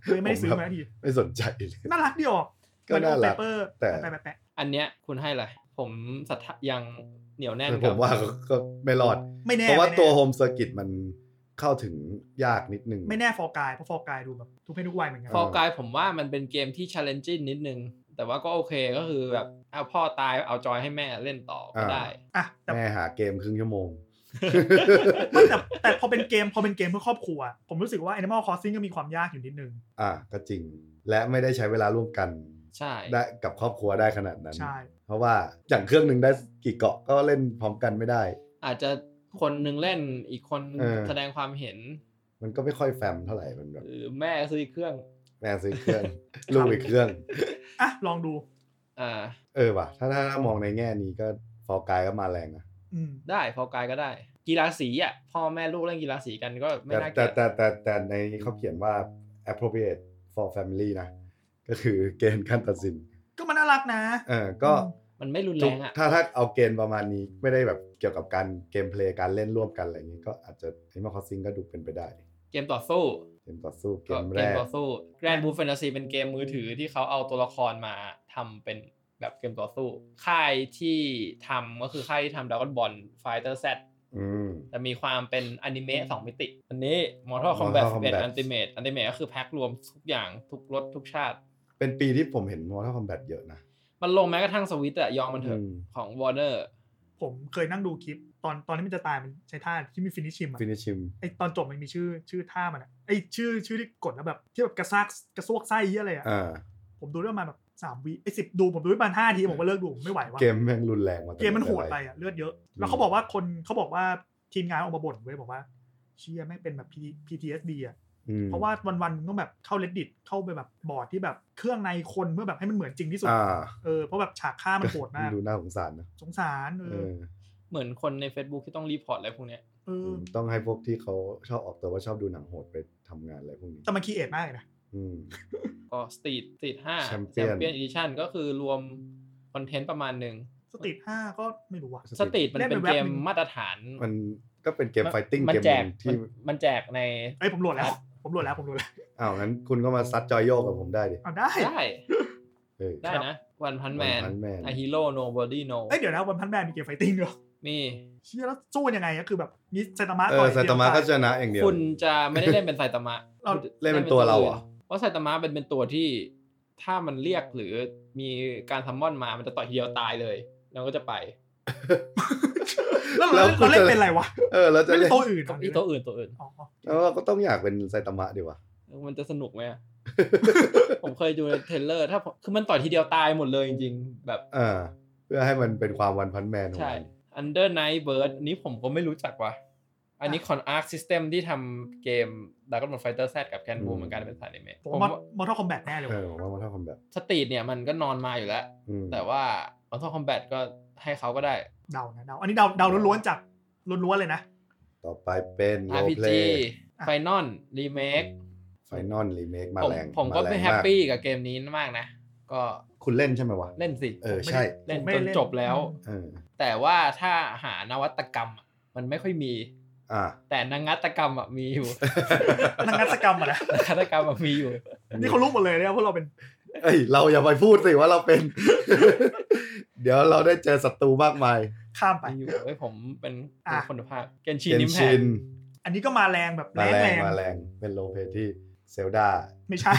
[SPEAKER 3] เลยไม่ได้ซื้อ
[SPEAKER 2] ผมแบบ
[SPEAKER 3] มาสักที
[SPEAKER 2] ไม่สนใจเลย
[SPEAKER 3] น่ารักดีออก
[SPEAKER 2] ก็น่ารัก
[SPEAKER 3] เปเปอร์
[SPEAKER 2] แต่
[SPEAKER 3] แปะแปะแปะ
[SPEAKER 4] อันเนี้ยคุณให้อะไรผมศรัทธายังเหนียวแน่น
[SPEAKER 2] แต่ผ
[SPEAKER 4] กับ
[SPEAKER 2] มว่าก็ก็ไม่รอด
[SPEAKER 3] ไม่แน่
[SPEAKER 2] เพราะว่า
[SPEAKER 3] ไม่แน่
[SPEAKER 2] ตัวโฮมเซอร์กิตมันเข้าถึงยากนิดนึง
[SPEAKER 3] ไม่แน่ฟอร์กายเพราะฟอร์กายดูแบบทุกเพศทุกวัยเหมือนกัน
[SPEAKER 4] ฟอร์กายผมว่ามันเป็นเกมที่ challenging นิดนึง แต่ว่าก็โอเคก็คือแบบเอาพ่อตายเอาจอยให้แม่เล่นต่อก็
[SPEAKER 2] อ่า
[SPEAKER 4] ได้
[SPEAKER 3] อ่ะแต่
[SPEAKER 2] แม่หาเกมครึ่งชั่วโมง
[SPEAKER 3] ไม่แต่แต่พอเป็นเกมพอเป็นเกมเพื่อครอบครัว ผมรู้สึกว่า Animal Crossing ก็มีความยากอยู่นิดนึง
[SPEAKER 2] อ่าก็จริง และไม่ได้ใช้เวลาร่วมกัน
[SPEAKER 4] ใช่
[SPEAKER 2] ได้กับครอบครัวได้ขนาดนั้น
[SPEAKER 3] ใช่
[SPEAKER 2] เพราะว่าอย่างเครื่องหนึ่งได้กี่เกาะก็เล่นพร้อมกันไม่ได้
[SPEAKER 4] อาจจะคนหนึ่งเล่นอีกคน
[SPEAKER 2] เออ
[SPEAKER 4] แสดงความเห็น
[SPEAKER 2] มันก็ไม่ค่อยแฟมเท่าไหร่มันแบบ
[SPEAKER 4] หรือแม่ซื้อเครื่อง
[SPEAKER 2] แม่ซื้อ เครื่อง ลูกอีกเครื่อง
[SPEAKER 3] อ่ะลองดู
[SPEAKER 4] อ่า
[SPEAKER 2] เออว่ะถ้าถ้าถ้ามองในแง่นี้ก็ฟอร์กายก็มาแรงนะ
[SPEAKER 3] อืม
[SPEAKER 4] ได้พอกายก็ได้ กีฬาสีอ่ะพ่อแม่ลูกเล่นกีฬาสีกันก็ไม่
[SPEAKER 2] แต่
[SPEAKER 4] น่าเกลี
[SPEAKER 2] แต่
[SPEAKER 4] ยด
[SPEAKER 2] แต่แต่แต่ในนี้เขาเขียนว่า appropriate for family นะ ก็คือเกณฑ์การตัดสิน
[SPEAKER 3] ก็มันน่ารักนะ
[SPEAKER 2] เออก็
[SPEAKER 3] อืม
[SPEAKER 4] มันไม่รุนแร
[SPEAKER 2] ทุก
[SPEAKER 4] งอ่ะ
[SPEAKER 2] ถ้าถ้าเอาเกณฑ์ประมาณนี้ไม่ได้แบบเกี่ยวกับการเกมเพลย์การเล่นร่วมกันอะไรอย่างนี้ก็อาจจะไอ้มาคอสซิงก็ดูเป็นไปได้
[SPEAKER 4] เกมต่อสู้
[SPEAKER 2] เกมต่อสู้เก
[SPEAKER 4] ก็
[SPEAKER 2] ม
[SPEAKER 4] เก
[SPEAKER 2] แร
[SPEAKER 4] ม
[SPEAKER 2] ก
[SPEAKER 4] ต่อสู้แกรนบูแฟนตาซีเป็นเกมมือถือที่เขาเอาตัวละครมาทำเป็นแบบเกมต่อสู้ ค่ายที่ทำก็คือค่ายที่ทำดราก้อนบอลไฟเตอร์เซต
[SPEAKER 2] อืม
[SPEAKER 4] จะมีความเป็นอนิเมะสองมิติ อันนี้ Mortal
[SPEAKER 2] Mortal
[SPEAKER 4] Kombat
[SPEAKER 2] 11
[SPEAKER 4] 11 Ultimate Ultimate ก็คือแพ็ครวมทุกอย่างทุกรถทุกชาติ
[SPEAKER 2] เป็นปีที่ผมเห็นมอเตอร์คอมแบทเยอะนะ
[SPEAKER 4] มันลงแม้กระทั่งสวิตอะยอมมันเถอะ
[SPEAKER 2] อืม
[SPEAKER 4] ของวอร์เนอร์
[SPEAKER 3] ผมเคยนั่งดูคลิป ตอนตอนที่มันจะตายมันใช้ท่าที่มีฟินิชิมอะ
[SPEAKER 2] ฟินิชิม
[SPEAKER 3] ไอตอนจบมันมีชื่อชื่อท่ามันอะไอชื่อชื่อที่กดแล้วแบบที่แบบกระซากกระซวกไส้เยี่ยอะไรอะ
[SPEAKER 2] อ่า
[SPEAKER 3] ผมดูเรื่องมาแบบสามวิไอสิบดูผมดูประมาณห้าทีผมก็เลิกดูผมไม่ไหวว่ะ
[SPEAKER 2] เกมแม่งรุนแรงมาตลอ
[SPEAKER 3] เกมมันโหด
[SPEAKER 2] ลย
[SPEAKER 3] ไปอะเลือดเยอะ
[SPEAKER 2] ม
[SPEAKER 3] แล้วเขาบอกว่าคนเขาบอกว่าทีมงานออกมาบ่นเว้ยบอกว่าเชียแม่งเป็นแบบ P- PTSD อะ
[SPEAKER 2] อืม
[SPEAKER 3] เพราะว่าวันๆมึงต้องแบบเข้า reddit เข้าไปแบบบอร์ดที่แบบเครื่องในคนเพื่อแบบให้มันเหมือนจริงที่สุด
[SPEAKER 2] อ่า
[SPEAKER 3] เออเพราะแบบฉากฆ่ามันโหดมาก
[SPEAKER 2] ดูน่าสงสารนะ
[SPEAKER 3] สงสารเอ
[SPEAKER 2] เอ
[SPEAKER 3] อ
[SPEAKER 2] อ
[SPEAKER 4] เหมือนคนใน Facebook ที่ต้องรีพอร์ตอะไรพวกเนี้ย
[SPEAKER 3] เออ
[SPEAKER 2] มต้องให้พวกที่เขาชอบออกตัวว่าชอบดูหนังโหดไปทำงานอะไรพวกนี้
[SPEAKER 3] แต่มันคีเอทมากเลยนะ
[SPEAKER 2] อืม
[SPEAKER 4] ก็สตรีทสตรีทห้า
[SPEAKER 2] Champion
[SPEAKER 4] เปียนอีดิชันก็คือรวมคอนเทนต์ประมาณหนึ่ง
[SPEAKER 3] สตรีทห้าก็ไม่รู้ว่ะ
[SPEAKER 4] สตรีทมัน
[SPEAKER 3] เล่น
[SPEAKER 4] เป็
[SPEAKER 3] เป็น น
[SPEAKER 4] เกม
[SPEAKER 3] แว็บหนึ่ง
[SPEAKER 4] มาตรฐาน
[SPEAKER 2] มันก็เป็นเกมไฟติ้ง
[SPEAKER 4] มัน
[SPEAKER 2] เกม
[SPEAKER 4] แจ
[SPEAKER 2] ห
[SPEAKER 4] ก
[SPEAKER 2] นึ่งที่
[SPEAKER 4] มันมันแจกใน
[SPEAKER 3] เอ้ยผมโหลดแล้
[SPEAKER 4] คว รับ
[SPEAKER 3] ผมโหลดแล้ว ผมโหลดแล้ว
[SPEAKER 2] อ้าวงั้นคุณก็มาซัดจอยโยกกับผมได้ดิ
[SPEAKER 3] เอาได้
[SPEAKER 4] ได้
[SPEAKER 2] เออ
[SPEAKER 4] ได้นะวันพันแมน
[SPEAKER 2] One Punch Man
[SPEAKER 4] ไอฮีโร่โนบอดี้โน
[SPEAKER 3] เอ้ยเดี๋ยวนะวันพันแบนมีเกมไฟติ้งด้วยเหรอ
[SPEAKER 4] มี
[SPEAKER 3] เชี่ยแล้วสู้ยังไงอะคือแบบมีไซตามะ
[SPEAKER 2] เอ
[SPEAKER 3] ต่
[SPEAKER 2] อ
[SPEAKER 3] อย
[SPEAKER 2] ไซตามะก็ช
[SPEAKER 3] เดียว
[SPEAKER 2] นะอย่างเดียว
[SPEAKER 4] คุณจะไม่ได้เล่นเป็นไซตามะ
[SPEAKER 3] เรา
[SPEAKER 4] คุณจะ
[SPEAKER 2] เล่นเป็นตัวเราเหรอ
[SPEAKER 4] เพราะไซตามะเป็นเป็นตัวที่ถ้ามันเรียกหรือมีการซัมมอนมามันจะต่อยทีเดียวตายเลย แล้วก็จะไป
[SPEAKER 3] แล้วเรา
[SPEAKER 2] แล้วคุณ
[SPEAKER 3] เราเล่น
[SPEAKER 2] จะ
[SPEAKER 3] เป็นอะไรวะ
[SPEAKER 2] เออแล้วจะ
[SPEAKER 3] ไม่
[SPEAKER 2] เล่น
[SPEAKER 3] เป็นตัวอื่นเหร
[SPEAKER 4] ก็อีกตัวอื่นตัวอื่น
[SPEAKER 3] อ๋ออ๋อ
[SPEAKER 2] แล้วก็ต้องอยากเป็นไซตามะดี วะ
[SPEAKER 4] มันจะสนุกไหมอะ ผมเคยดูในเทรลเลอร์ ถ้าผมคือมันต่อยทีเดียวตายหมดเลยจริงๆ แบบ
[SPEAKER 2] เออเพื่อให้มันเป็นความวันพันแมนของ
[SPEAKER 4] ใช่
[SPEAKER 2] มัน
[SPEAKER 4] Under Night Bird อันนี้ผมก็ไม่รู้จักว่ะ อันนี้คอนอาร์คซิสเต็มที่ทำเกม Dragon Ball Fighter Z กับ Can
[SPEAKER 2] อื
[SPEAKER 4] Boo
[SPEAKER 2] ม
[SPEAKER 4] เหมือนกันเป็นสายอนิเมะ
[SPEAKER 3] ผม
[SPEAKER 4] ผม
[SPEAKER 3] ว่า
[SPEAKER 4] ว่าม
[SPEAKER 3] อร์ทัลคอมแบทแน่เลย
[SPEAKER 2] เออผ
[SPEAKER 3] ว่ะ
[SPEAKER 2] มว่ามันเท่ากันแบบ
[SPEAKER 4] สตรีทเนี่ยมันก็นอนมาอยู่แล้ว
[SPEAKER 2] อืม
[SPEAKER 4] แต่ว่า Mortal Kombat ก็ให้เขาก็ได้
[SPEAKER 3] เดานะเดาอันนี้เดาเดาล้วนๆจากล้วนๆเลยนะ
[SPEAKER 2] ต่อไปเป็น role
[SPEAKER 4] RPG
[SPEAKER 2] play
[SPEAKER 4] Final Remake
[SPEAKER 2] ไฟนอลรีเมคมา
[SPEAKER 4] ผม
[SPEAKER 2] แรง
[SPEAKER 4] ผมก็
[SPEAKER 2] าแรง
[SPEAKER 4] ไม่แฮปปี้กับเกมนี้มากนะ ก็
[SPEAKER 2] คุณเล่นใช่ไหมวะ
[SPEAKER 4] เล่นสิ
[SPEAKER 2] เออ ใช่
[SPEAKER 4] เล่น
[SPEAKER 3] ผมไม่
[SPEAKER 4] จน
[SPEAKER 3] เล่น
[SPEAKER 4] จบแล้ว
[SPEAKER 2] เออ
[SPEAKER 4] แต่ว่าถ้าหานวัตกรรมอะมันไม่ค่อยมี
[SPEAKER 2] อ่ะ
[SPEAKER 4] แต่นงัตกรรมอะมีอยู่
[SPEAKER 3] นักงัตกรรมอะนะ
[SPEAKER 4] นงัตกรรมอะมีอยู่
[SPEAKER 3] นี่เขารู้หมดเลยเนี่ยเพราะเราเป็น
[SPEAKER 2] เอ้ย เราอย่าไปพูดสิว่าเราเป็น เดี๋ยวเราได้เจอศัตรูมากมาย
[SPEAKER 3] ข้ามไป
[SPEAKER 4] มีอยู่เอ้ยผมเป็น
[SPEAKER 3] อ่ะ
[SPEAKER 4] คนภาพเกนชิน
[SPEAKER 2] เกน
[SPEAKER 4] นิมแพ
[SPEAKER 2] ชิ
[SPEAKER 4] น
[SPEAKER 2] น
[SPEAKER 3] อันนี้ก็มาแรงแบบแร
[SPEAKER 2] มาแรง
[SPEAKER 3] ง
[SPEAKER 2] มาแรงเป็นโลเพที่เซลดา
[SPEAKER 3] ๆไม่ใช่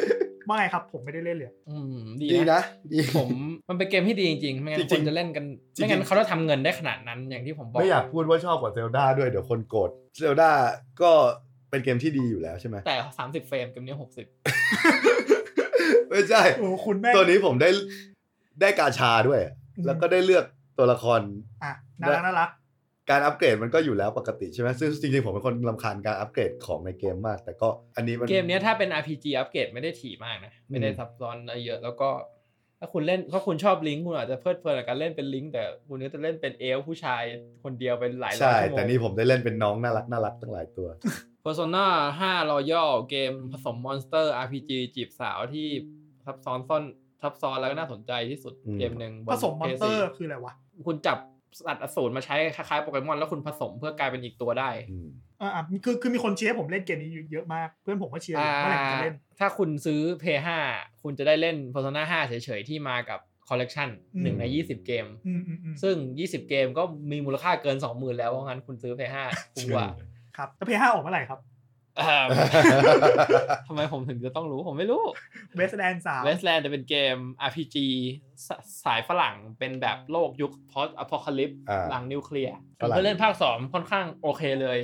[SPEAKER 3] ว่าไงครับ ผมไม่ได้เล่นเลย
[SPEAKER 4] อืมดี
[SPEAKER 2] ดี
[SPEAKER 4] นะ
[SPEAKER 2] นะดี
[SPEAKER 4] ผมมันเป็นเกมที่ดีจริงๆ ไม่งั้น
[SPEAKER 2] จ
[SPEAKER 4] ค
[SPEAKER 2] ริ
[SPEAKER 4] น
[SPEAKER 2] งๆ
[SPEAKER 4] จะเล่นกัน
[SPEAKER 2] จริงๆ
[SPEAKER 4] ไม่งั้นเขาจะทำเงินได้ขนาดนั้นอย่างที่ผมบอก
[SPEAKER 2] ไม่อยากพูดว่าชอบกว่าเซลดาด้วยเดี๋ยวคนโกรธเซลดาก็เป็นเกมที่ดีอยู่แล้วใช่ไหม
[SPEAKER 4] แต่ 30 เฟรมเกมนี้ 60
[SPEAKER 2] ไม่ใช่
[SPEAKER 3] โอ้คุณแม่ง
[SPEAKER 2] ตัวนี้ผมได้ได้กาชาด้วย
[SPEAKER 3] อืม
[SPEAKER 2] แล้วก็ได้เลือกตัวละคร
[SPEAKER 3] อ่ะน่ารักน่ารัก
[SPEAKER 2] การอัปเกรดมันก็อยู่แล้วปกติใช่ไหมซึ่งจริงๆ ผมเป็นคนลำคาญการอัปเกรดของในเกมมาก แต่ก็อันนี้มัน
[SPEAKER 4] เกมเนี้ยถ้าเป็น RPG อัปเกรดไม่ได้ถี่มากนะ ไม่ได้
[SPEAKER 2] อืม
[SPEAKER 4] ซับซ้อนอะไรเยอะแล้วก็ถ้าคุณเล่นถ้าคุณชอบลิงคุณอาจจะเพลิดเพลินกับการเล่นเป็นลิงแต่คุณก็จะเล่นเป็นเอลฟ์ผู้ชายคนเดียวเป็นหลายร้อย
[SPEAKER 2] ใช่
[SPEAKER 4] ชั่วโมง
[SPEAKER 2] แต่นี่ผมได้เล่นเป็นน้องน่ารักน่ารักตั้งหลายตัว
[SPEAKER 4] Persona 5 Royal เกมผสม Monster RPG จีบสาวที่ซับซ้อนซ่อนซับซ้อนแล้วก็น่าสนใจที่สุด
[SPEAKER 2] อืม
[SPEAKER 4] เกมหนึ่งบน
[SPEAKER 3] ผสมมอนเตอ
[SPEAKER 4] PS4
[SPEAKER 3] ร์คืออะไรวะ
[SPEAKER 4] คุณจับสัตว์อสูรมาใช้คล้ายๆโปเกมอนแล้วคุณผสมเพื่อกลายเป็นอีกตัวได้
[SPEAKER 2] อืม
[SPEAKER 3] อ่าอ่ะคือคือมีคนเชียร์ให้ผมเล่นเกมนี้เยอะมาก เพื่อนผมก็เชียร์อ
[SPEAKER 4] อ่า
[SPEAKER 3] ยู่เมื่อไหร่ผมจะเล่น
[SPEAKER 4] ถ้าคุณซื้อ p 5คุณจะได้เล่น Persona 5 เฉยๆ ที่มากับคอลเลกชัน
[SPEAKER 3] อืม
[SPEAKER 4] หนึ่งใน 20 เกม
[SPEAKER 3] อืมอืมอืม
[SPEAKER 4] ซึ่ง 20 เกมก็มีมูลค่าเกิน 20,000 แล้วเพราะงั้นคุณซื้อ p 5คุ้มก ว่า
[SPEAKER 3] ครับแล้วเพย์ห้าออกเมื่อไหร่ครับ
[SPEAKER 4] เอิ่มทำไมผมถึงจะต้องรู้ผมไม่รู้
[SPEAKER 3] เวสแลนด์สาม
[SPEAKER 4] Westland จะเป็นเกม RPG สสายฝรั่งเป็นแบบโลกยุค post apocalypse
[SPEAKER 2] อ่า
[SPEAKER 4] หลังนิวเคลียร์
[SPEAKER 2] ฝรั่ง
[SPEAKER 4] เพื่อเล่นภาค 2 ค่อนข้างโอเคเลย